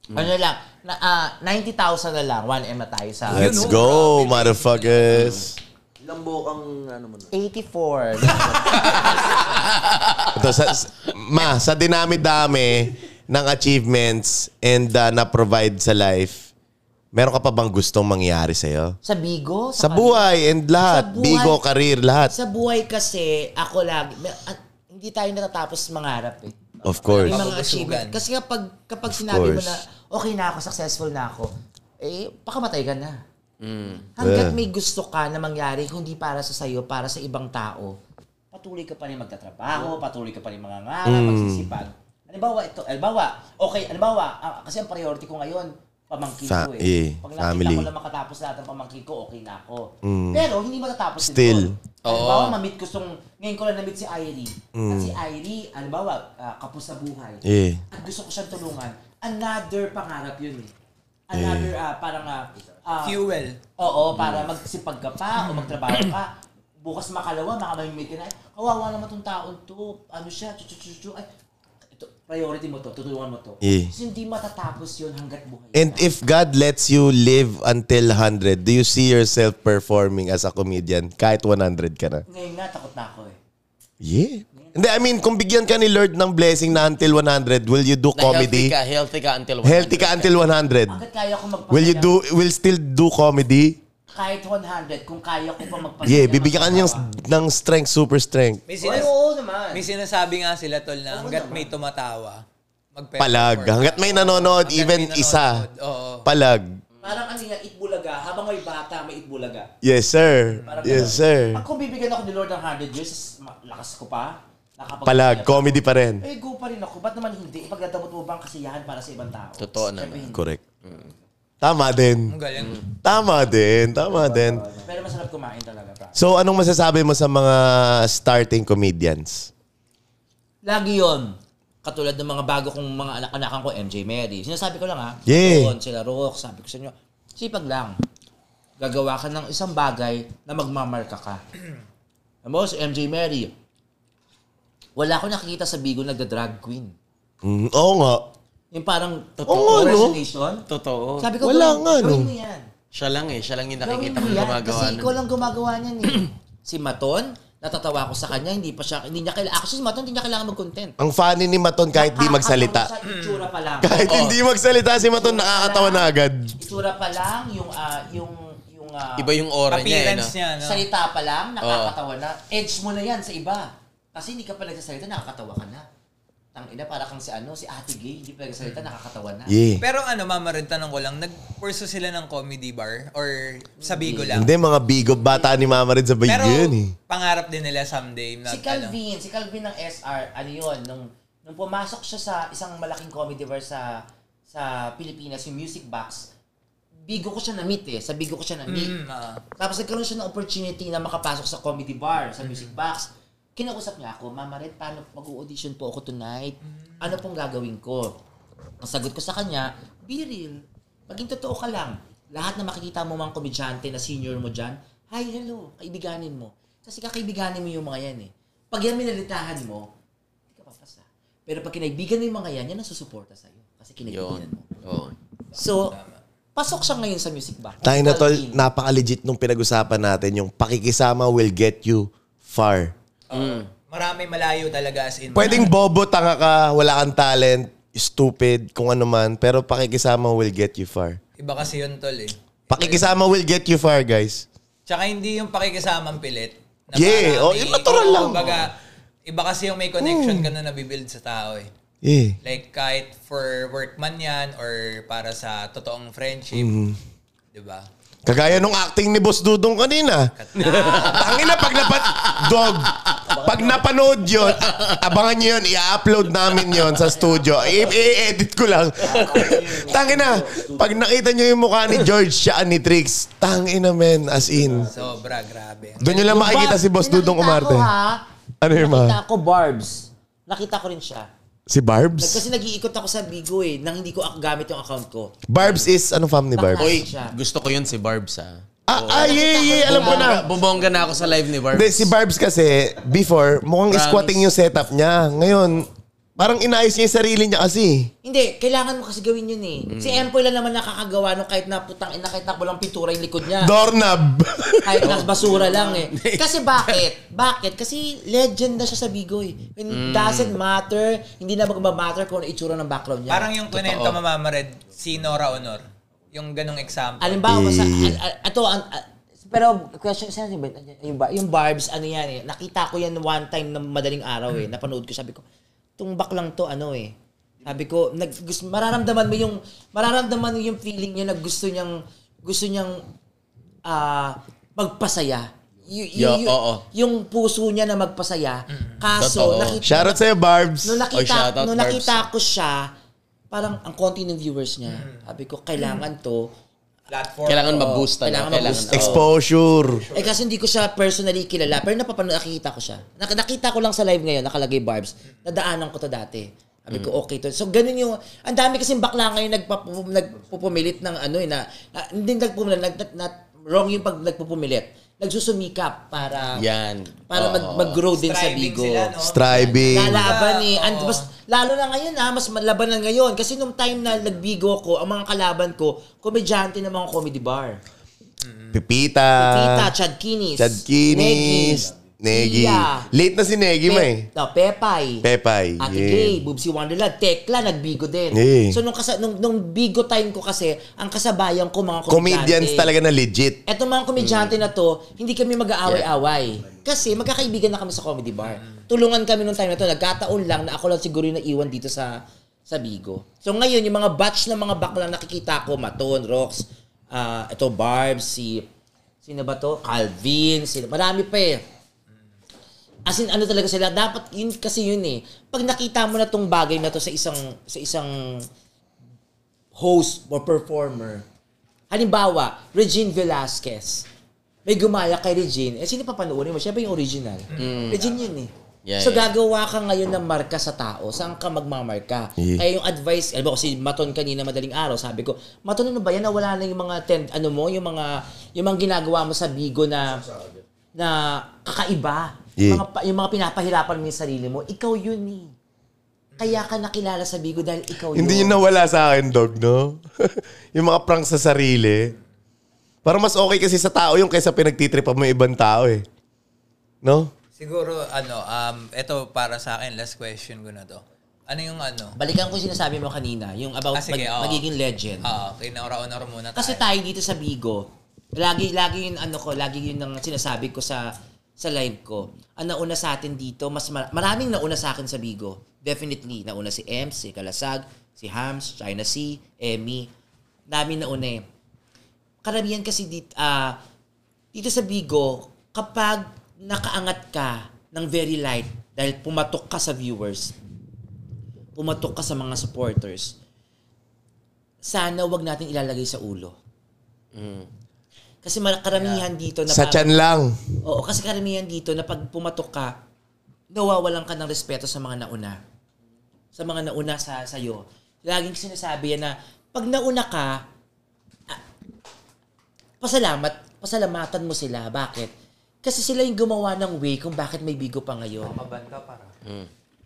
S3: Mm, Ano lang, na, ah, 90,000 na lang, 1M na tayo sa...
S1: Let's go, motherfuckers.
S5: Ilang bukang ano mo na?
S3: 84.
S1: Ito, sa, s- ma, sa dinami-dami ng achievements and uh, na-provide sa life, meron ka pa bang gustong mangyari sa'yo?
S3: sa Bigo?
S1: Sa
S3: Cavite?
S1: buhay and lahat.
S3: Sa buhay.
S1: Bigo, career, lahat.
S3: Sa buhay kasi, ako lagi, may- at- hindi tayo natatapos mangarap eh.
S1: Of course.
S3: May mga
S2: Magugusugan.
S3: achievement. Kasi kapag, kapag sinabi mo
S1: course.
S3: na, okay na ako, successful na ako, eh, pakamatay ka na.
S1: Mm.
S3: Hanggat
S1: Yeah.
S3: may gusto ka na mangyari, hindi para sa sayo, para sa ibang tao, patuloy ka pa rin magtatrabaho, patuloy ka pa rin mga ngarap,
S1: Mm.
S3: magsisipag. Halimbawa ito, halimbawa, okay, halimbawa, ah, kasi ang priority ko ngayon, pamangkin
S1: Fa-
S3: ko
S1: eh,
S3: eh. Pag nakita
S1: family. Mm.
S3: ko na makatapos lahat ng pamangkin ko, okay na ako. Pero hindi matatapos din
S1: Still.
S3: doon. Halimbawa, mamit ko song, ngayon ko lang namit si Irie. At si Irie, halimbawa, ah, kapos sa buhay.
S1: Mm. Yeah.
S3: At gusto ko siyang tulungan. Another pangarap yun eh. Another, ah, parang, ah, ah,
S2: Fuel.
S3: oo, para
S1: Mm.
S3: magsipag ka pa o magtrabaho ka. Bukas makalawa, makamamimit ka na. Kawawa naman tong taon to. Ano siya, chuchuchuchu. Ay, ito, priority mo to, tutulungan mo to.
S1: Yeah.
S3: Kasi hindi matatapos yun hanggat buhay.
S1: And
S3: ka.
S1: if God lets you live until 100, do you see yourself performing as a comedian kahit 100 ka na?
S3: Ngayon nga, takot na ako eh.
S1: Yeah. Hindi, I mean, kung bigyan ka ni Lord ng blessing na until 100, will you do
S4: Na
S1: comedy?
S4: Healthy ka, healthy ka until 100.
S1: Healthy ka until 100.
S3: Hanggat kaya ko magpapayag.
S1: Will you do, will still do comedy?
S3: Kahit 100, kung kaya ko pa magpapayag.
S1: Yeah, bibigyan ka niyang ng strength, super strength.
S2: May,
S3: Ay,
S2: sinas-
S3: oo naman.
S2: may sinasabi nga sila, tol, na hanggat may tumatawa, mag-perform.
S1: Palag. Hanggat may nanonood,
S2: Hanggat
S1: even
S2: may nanonood.
S1: isa.
S2: Oo.
S1: Palag.
S3: Parang ano nga, itbulaga. Habang may bata, may itbulaga.
S1: Yes, sir.
S3: Parang
S1: Yes,
S3: ganun.
S1: sir.
S3: Pag kung bibigyan ako ni Lord ng 100 years, is ma- lakas ko pa. Nakapag-
S1: Palag. Comedy pa rin.
S3: Eh, go pa rin ako. Ba't naman hindi? Ipagdadamot mo ba ang kasiyahan para sa ibang tao?
S4: Totoo
S3: Siyempre
S4: naman.
S3: hindi.
S1: Correct. Tama din.
S2: Ang galing.
S1: Tama din. Tama din.
S3: Pero masarap kumain talaga. Pra.
S1: So, anong masasabi mo sa mga starting comedians?
S3: Lagi yon katulad ng mga bago kong mga anak-anakan ko, MJ Mary. Sinasabi ko lang ha,
S1: Yeah.
S3: doon sila Rook, sabi ko sa inyo, sipag lang. Gagawa ka ng isang bagay na magmamarka ka. (clears throat) Alam mo, si MJ Mary, wala ko nakikita sa Bigo nagda-drag queen.
S1: Mm, oo nga.
S3: Yung parang
S1: Oo
S3: totoo
S1: nga, no?
S3: resignation.
S4: Totoo.
S3: Sabi ko,
S1: Wala
S3: gawin-
S1: nga, no?
S3: gawin mo yan.
S4: Siya lang eh. Siya lang yung
S3: Gawin
S4: nakikita
S3: mo
S4: ko
S3: yan.
S4: gumagawa.
S3: Kasi
S4: nun.
S3: ikaw lang gumagawa niyan eh. (clears throat) si Maton, natatawa ko sa kanya, hindi pa siya, hindi niya kailangan, actually si Maton, hindi niya kailangan mag-content.
S1: Ang funny ni Maton kahit di
S3: Nakakatawa
S2: (laughs)
S1: magsalita.
S3: Sa Ah, itsura pa lang.
S1: Kahit hindi magsalita si Maton, nakakatawa na agad.
S3: Itsura pa lang, yung, ah, yung, yung, ah,
S4: Iba yung aura niya eh. No?
S2: Appearance niya,
S1: ano.
S2: no?
S3: salita pa lang, nakakatawa na. Edge mo na yan sa iba. Kasi hindi ka pa nagsasalita, nakakatawa ka na. Tang ina, para kang si ano, si Ate Gay, hindi pa nagsasalita, nakakatawa na.
S1: Hmm. Yeah.
S2: Pero ano, Mama Red, tanong ko lang, nag-pursue sila ng comedy bar? Or sa Bigo lang?
S1: Hmm. Hindi, mga bigo bata ni Mama Red sabay
S2: Pero
S1: yun eh.
S2: pangarap din nila someday. ano? Not,
S3: Si Calvin, si Calvin ng SR, ano yun, nung, nung pumasok siya sa isang malaking comedy bar sa sa Pilipinas, yung Music Box, bigo ko siya na-meet eh. Sa bigo ko siya
S2: Ano,
S3: na-meet.
S2: mm, ah.
S3: Tapos nagkaroon siya ng opportunity na makapasok sa comedy bar, sa music box. Kinausap niya ako, Mama Red, paano mag-audition po ako tonight? Ano pong gagawin ko? Ang sagot ko sa kanya, be real. Maging totoo ka lang. Lahat na makikita mo mga komedyante na senior mo dyan, hi, hello, kaibiganin mo. Kasi kakaibiganin mo yung mga yan eh. Pag yan minalitahan mo, hindi ka papasa. Pero pag kinaibigan mo yung mga yan, yan ang susuporta sa'yo. Kasi
S4: Yun. Oh.
S3: kinaibigan mo.
S4: Oo.
S3: So, pasok siya ngayon sa music box.
S1: Tayo na tol,
S3: Kalvin.
S1: napaka-legit nung pinag-usapan natin yung pakikisama will get you far.
S2: Oo. Marami malayo talaga as in.
S1: Mm. Pwedeng bobo, tanga ka, wala kang talent, stupid, kung ano man, pero pakikisama will get you far.
S2: Iba kasi yun, tol eh.
S1: Pakikisama will get you far, guys.
S2: Tsaka hindi yung pakikisamang pilit.
S1: Yeah,
S2: parang
S1: oh, yung natural lang. Hmm.
S2: Kumbaga, iba kasi yung may connection ka na nabibuild sa tao eh.
S1: Yeah.
S2: Like kahit for work man yan or para sa totoong friendship.
S1: Hmm.
S2: Di ba?
S1: Kagaya nung acting ni Boss Dudong kanina. Tangin na pag napat... Dog, pag napanood yun, abangan nyo yun, i-upload namin yun sa studio. I- I-edit ko lang. (laughs) Tangin na, pag nakita nyo yung mukha ni George, siya ni Trix. Tangin na men, as in.
S2: Sobra, grabe.
S1: Doon nyo lang makikita si Boss
S3: Nakita
S1: Dudong umarte.
S3: Ko, ha?
S1: Ano yung
S3: Nakita
S1: ma?
S3: ko Barbs. Nakita ko rin siya.
S1: Si
S3: Nag- Kasi
S1: Barbs?
S3: nag-iikot ako sa Bigo eh, nang hindi ko ak- gamit yung account ko.
S1: Barbs is, anong fam ni Barbs?
S3: Oy.
S4: Uy, gusto ko yun si Barbs ah.
S1: Ah, ah, yeah, yeah, alam ko na.
S4: Bumongga, bumongga na ako sa live ni Barbs.
S1: Hindi, si Barbs kasi, before, mukhang
S4: Promise.
S1: squatting yung setup niya. Ngayon, parang inayos niya yung sarili niya kasi.
S3: Hindi, kailangan mo kasi gawin yun eh. Si
S1: Mm.
S3: Empoy lang naman nakakagawa nung kahit na putang ina, kahit takbo lang pintura yung likod niya. (laughs)
S1: Doorknob.
S3: kahit na basura lang
S1: (laughs)
S3: eh. Kasi bakit? Bakit? Kasi legend na siya sa Bigo eh. It
S1: Mm.
S3: doesn't matter, hindi na magmamatter kung ano itsura ng background niya.
S2: Parang yung kunin ka mamamared, si Nora Honor. Yung ganong example.
S3: Alimbawa, ba sa, al- al- ito, ang, a- pero question, saan yung, yung, bar- yung barbs, ano yan eh, nakita ko yan one time na madaling araw eh, napanood ko, sabi ko, itong baklang to, ano eh, sabi ko, nag, gusto, mararamdaman mo yung, mararamdaman mo yung feeling niya na gusto niyang, gusto niyang, ah, magpasaya. Y- y- y-
S4: Yo, oo.
S3: Yung puso niya na magpasaya. Kaso,
S4: Totoo.
S3: nakita,
S1: Shoutout sa'yo, Barbs.
S3: Nung
S4: Oy, shout
S3: nakita,
S4: out,
S3: nung
S4: Barbs.
S3: nakita ko siya, parang ang konti ng viewers niya. Sabi ko, kailangan to.
S2: platform.
S4: Kailangan mabusta na.
S3: Kailangan mabusta.
S1: Exposure.
S3: Eh kasi hindi ko siya personally kilala, pero napapanood, nakikita ko siya. Nak- nakita ko lang sa live ngayon, nakalagay barbs. Nadaanan ko to dati. Sabi
S1: Mm.
S3: ko, okay to. So, ganun yung, ang dami kasing bakla ngayon nagpapu, nagpupumilit ng ano eh, na, na hindi nagpumilit, nag, nag, na, wrong yung pag nagpupumilit. Nagsusumikap para,
S4: Yan.
S3: para
S4: Oo.
S3: mag, mag-grow din sa
S2: Striving
S3: Bigo.
S2: sila, no?
S1: Striving.
S3: Lalaban
S2: Yeah,
S3: eh. And
S2: oo.
S3: mas, lalo na ngayon ha, mas laban na ngayon. Kasi nung time na nagbigo ko, ang mga kalaban ko, komedyante ng mga comedy bar.
S1: Pipita.
S3: Tita, Chad Kinis.
S1: Ah. Chad Kinis. Negi.
S3: Tia.
S1: Late na si Negi, may.
S3: Pe- no, Pepay.
S1: Pepay.
S3: Ate
S1: eh. yeah.
S3: Gay, Bubsy Wonderland, Tekla, nagbigo din.
S1: Yeah.
S3: So, nung, kasa, nung, nung bigo time ko kasi, ang kasabayan ko
S1: Comedians
S3: mga komedyante.
S1: talaga na legit.
S3: Etong mga komedyante na to, hindi kami mag-aaway-away. Kasi magkakaibigan na kami sa comedy bar. Tulungan kami nung time na to. Nagkataon lang na ako lang siguro yung naiwan dito sa sa Bigo. So ngayon, yung mga batch ng mga bakla nakikita ko, Maton, Rox, ah ito Barb, si, sino ba to? Calvin, sino, marami pa eh. As in, ano talaga sila, dapat yun kasi yun eh. Pag nakita mo na tong bagay na to sa isang sa isang host or performer. Halimbawa, Regine Velasquez. May gumaya kay Regine. Eh, sino papanoorin mo? Siyempre yung original. Regine yun eh.
S6: Mm. Yeah,
S3: so
S6: yeah.
S3: gagawa ka ngayon ng marka sa tao. Saan ka magmamarka?
S1: Yeah.
S3: Kaya yung advice, alam mo kasi Maton kanina madaling araw, sabi ko, Maton ano ba yan? Nawala na yung mga tent, ano mo, yung mga, yung mga ginagawa mo sa Bigo na, na kakaiba.
S1: Yeah.
S3: Mga, pa- yung mga pinapahirapan mo yung sarili mo, ikaw yun eh. Kaya ka nakilala sa Bigo dahil ikaw
S1: Hindi yun nawala sa akin, dog, no? (laughs) yung mga prank sa sarili. Parang mas okay kasi sa tao yung kaysa pinagtitripa mo yung ibang tao eh. No?
S2: Siguro, ano, um, ito para sa akin, last question ko na to. Ano yung ano?
S3: Balikan ko yung sinasabi mo kanina, yung about
S2: Ah, sige,
S3: mag-
S2: oo.
S3: magiging legend.
S2: Ah, okay, naura-unor muna tayo.
S3: Kasi tayo dito sa Bigo, lagi lagi yun ano ko, lagi yun ang sinasabi ko sa sa live ko. Ang nauna sa atin dito, mas mar- maraming nauna sa akin sa Bigo. Definitely, nauna si Ems, si Kalasag, si Hams, China C, Emmy. Dami nauna eh. Karamihan kasi dito, ah, dito sa Bigo, kapag nakaangat ka ng very light dahil pumatok ka sa viewers, pumatok ka sa mga supporters, sana wag natin ilalagay sa ulo. Kasi mar- karamihan dito na
S1: Sa
S3: parang-
S1: tiyan lang.
S3: Oo, kasi karamihan dito na pag pumatok ka, nawawalan ka ng respeto sa mga nauna. Sa mga nauna sa sa'yo. Laging sinasabi yan na pag nauna ka, ah, pasalamat, pasalamatan mo sila. Bakit? Kasi sila yung gumawa ng way kung bakit may bigo pa ngayon.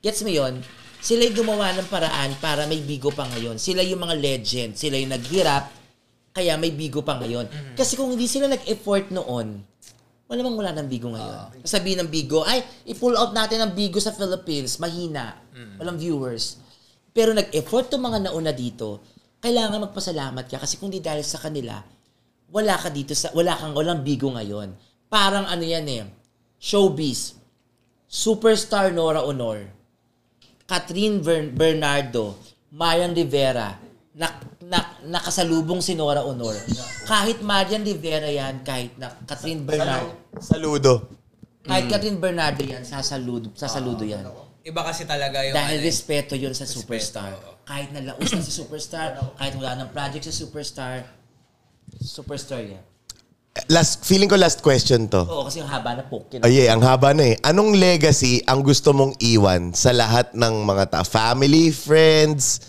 S3: Gets mo yon? Sila yung gumawa ng paraan para may bigo pa ngayon. Sila yung mga legend. Sila yung naghirap, kaya may bigo pa ngayon. Kasi kung hindi sila nag-effort noon, wala mang wala ng bigo ngayon. Sabihin ng bigo, ay, i-pull out natin ang bigo sa Philippines. Mahina. Walang viewers. Pero nag-effort tong mga nauna dito, kailangan magpasalamat ka kasi kung di dahil sa kanila, wala ka dito sa, wala kang, walang bigo ngayon. Parang ano yan eh, showbiz. Superstar Nora Honor, Catherine Bern- Bernardo, Marian Rivera, nak, nak, nakasalubong si Nora Honor. Kahit Marian Rivera yan, kahit na Catherine Bernardo,
S1: Saludo.
S3: kahit Catherine Bernardo yan, sasaludo, sasaludo yan.
S2: Iba kasi talaga yung ano,
S3: Dahil
S2: eh.
S3: Ah, respeto yun sa superstar. Kahit nalaos na si superstar, kahit wala ng project sa superstar, superstar yan.
S1: Last, feeling ko last question to.
S3: Oo, kasi yung haba na poke.
S1: Oh yeah, ang haba na eh. Anong legacy ang gusto mong iwan sa lahat ng mga ta? Family, friends,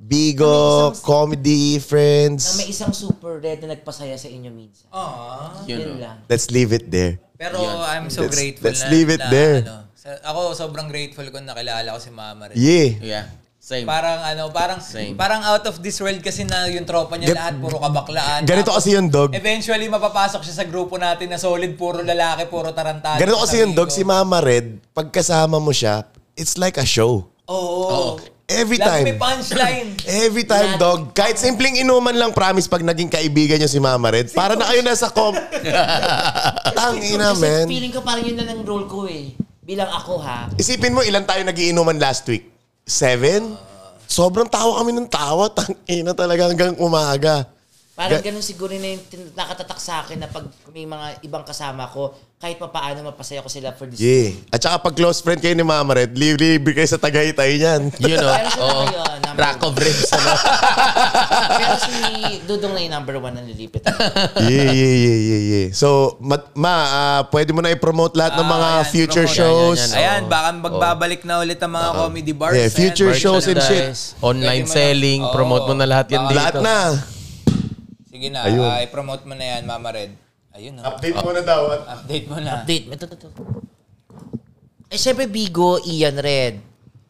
S1: bigo, comedy,
S3: Na
S1: friends.
S3: may isang super red na nagpasaya sa inyo minsan.
S2: Aw.
S3: Yun lang.
S1: Let's leave it there.
S2: eh. Pero I'm so
S1: Let's-
S2: grateful
S1: let's
S2: na,
S1: leave it
S2: na
S1: there.
S2: ano. sa- ako sobrang grateful ko na nakilala ko si Mama Red.
S1: Yeah.
S6: Yeah. Same.
S2: Parang ano, parang
S6: Same.
S2: parang out of this world kasi na yung tropa
S1: Gan-
S2: niya lahat puro kabaklaan.
S1: Ganito
S2: Tapos
S1: kasi yung dog.
S2: Eventually mapapasok siya sa grupo natin na solid puro lalaki, puro tarantado.
S1: Ganito kasi yung
S2: Sabihin
S1: dog.
S2: ko,
S1: Si Mama Red, pagkasama mo siya, it's like a show.
S2: Oo.
S1: Every
S2: Lagi may
S1: time. (laughs)
S2: punchline.
S1: Every time, dog. Kahit simpleng inuman lang, promise, pag naging kaibigan niyo si Mama Red, para na kayo nasa comp. Tangina,
S3: Kasi
S1: man.
S3: feeling ko parang yun na lang role ko eh. Bilang ako ha.
S1: Isipin mo, ilan tayo nagiinuman last week? Seven? Sobrang tawa kami ng tawa. (laughs) Tangina talaga hanggang umaga.
S3: Parang
S1: Ga-
S3: ganun siguro na yung tin- nakatatak sa akin na pag may mga ibang kasama ko, kahit pa paano mapasaya ko sila for this.
S1: Yeah. At saka pag close friend kayo ni Mama Red, libre kayo sa tagaytay niyan.
S3: (laughs)
S4: You know,
S3: Pero siya
S4: oh,
S3: na yun, number
S4: rack of ribs. ano?
S3: Pero si Dudong na yung number one na nilipit.
S1: (laughs) yeah, yeah, yeah, yeah, yeah. So, ma, ma ah, pwede mo na i-promote lahat ng
S2: Ah,
S1: mga
S2: ayan,
S1: future shows. Oh.
S2: promote.
S4: Yan, yan, yan.
S2: Ayan,
S4: Oo.
S2: baka magbabalik na ulit ang mga comedy bars.
S1: Yeah,
S2: Ayan,
S1: future
S2: bars
S1: shows and
S2: na-
S1: shit.
S2: Pwede mo
S4: Online
S2: na-
S4: selling,
S2: Oo.
S4: promote mo na lahat yan dito.
S1: Lahat na.
S2: Sige na,
S1: Ayun.
S2: ay promote mo na yan, Mama Red. Ayun na.
S1: Update mo na daw.
S2: Update mo na.
S3: Update. Ito, ito, ito. Eh, syempre, Bigo, Ian Red.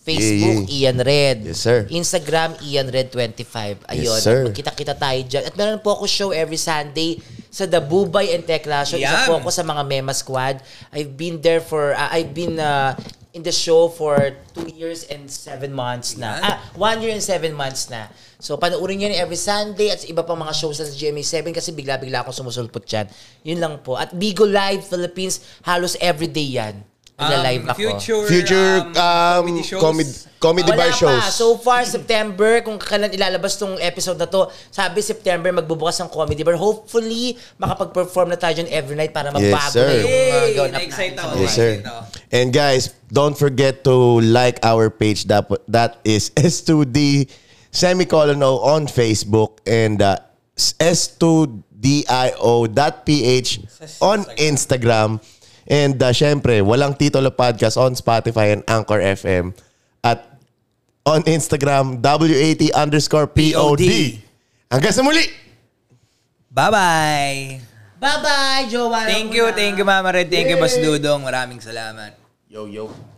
S3: Facebook, Ian Red.
S1: Yes, sir.
S3: Instagram, Ian Red 25. Ayun.
S1: Yes, sir.
S3: Magkita-kita tayo dyan. At meron po ako show every Sunday sa The Bubay and Tekla Show. Isa
S2: Yan.
S3: po ako sa mga Mema Squad. I've been there for, ah, I've been ah, in the show for two years and seven months na.
S2: Yan.
S3: Ah, one year and seven months na. So, panoorin nyo yun every Sunday at sa iba pang mga shows sa GMA7 kasi bigla-bigla akong sumusulpot dyan. Yun lang po. At Bigo Live Philippines, halos everyday yan. Nagla-live ako.
S2: Um, Future,
S1: Future um,
S2: comedy shows.
S1: comedy, comedy bar
S3: Wala
S1: shows.
S3: pa. So far, September, kung kailan ilalabas tong episode na to, sabi September, magbubukas ng comedy bar. Hopefully, makapag-perform na tayo dyan every night para magbago
S1: sir.
S3: na yung uh,
S2: Yay!
S3: gawin
S2: Na-excite ako.
S1: Yes, sir. And guys, don't forget to like our page. That, that is (laughs) S2D semicolon O on Facebook and uh, S2DIO.ph on Instagram. And uh, syempre, walang titulo podcast on Spotify and Anchor FM. At on Instagram, WAT underscore POD. Hanggang sa muli!
S2: Bye-bye!
S3: Bye-bye, Jowa.
S2: Thank you, thank you, Mama Red. Thank you, Boss Dudong. Maraming salamat.
S4: Yo, yo.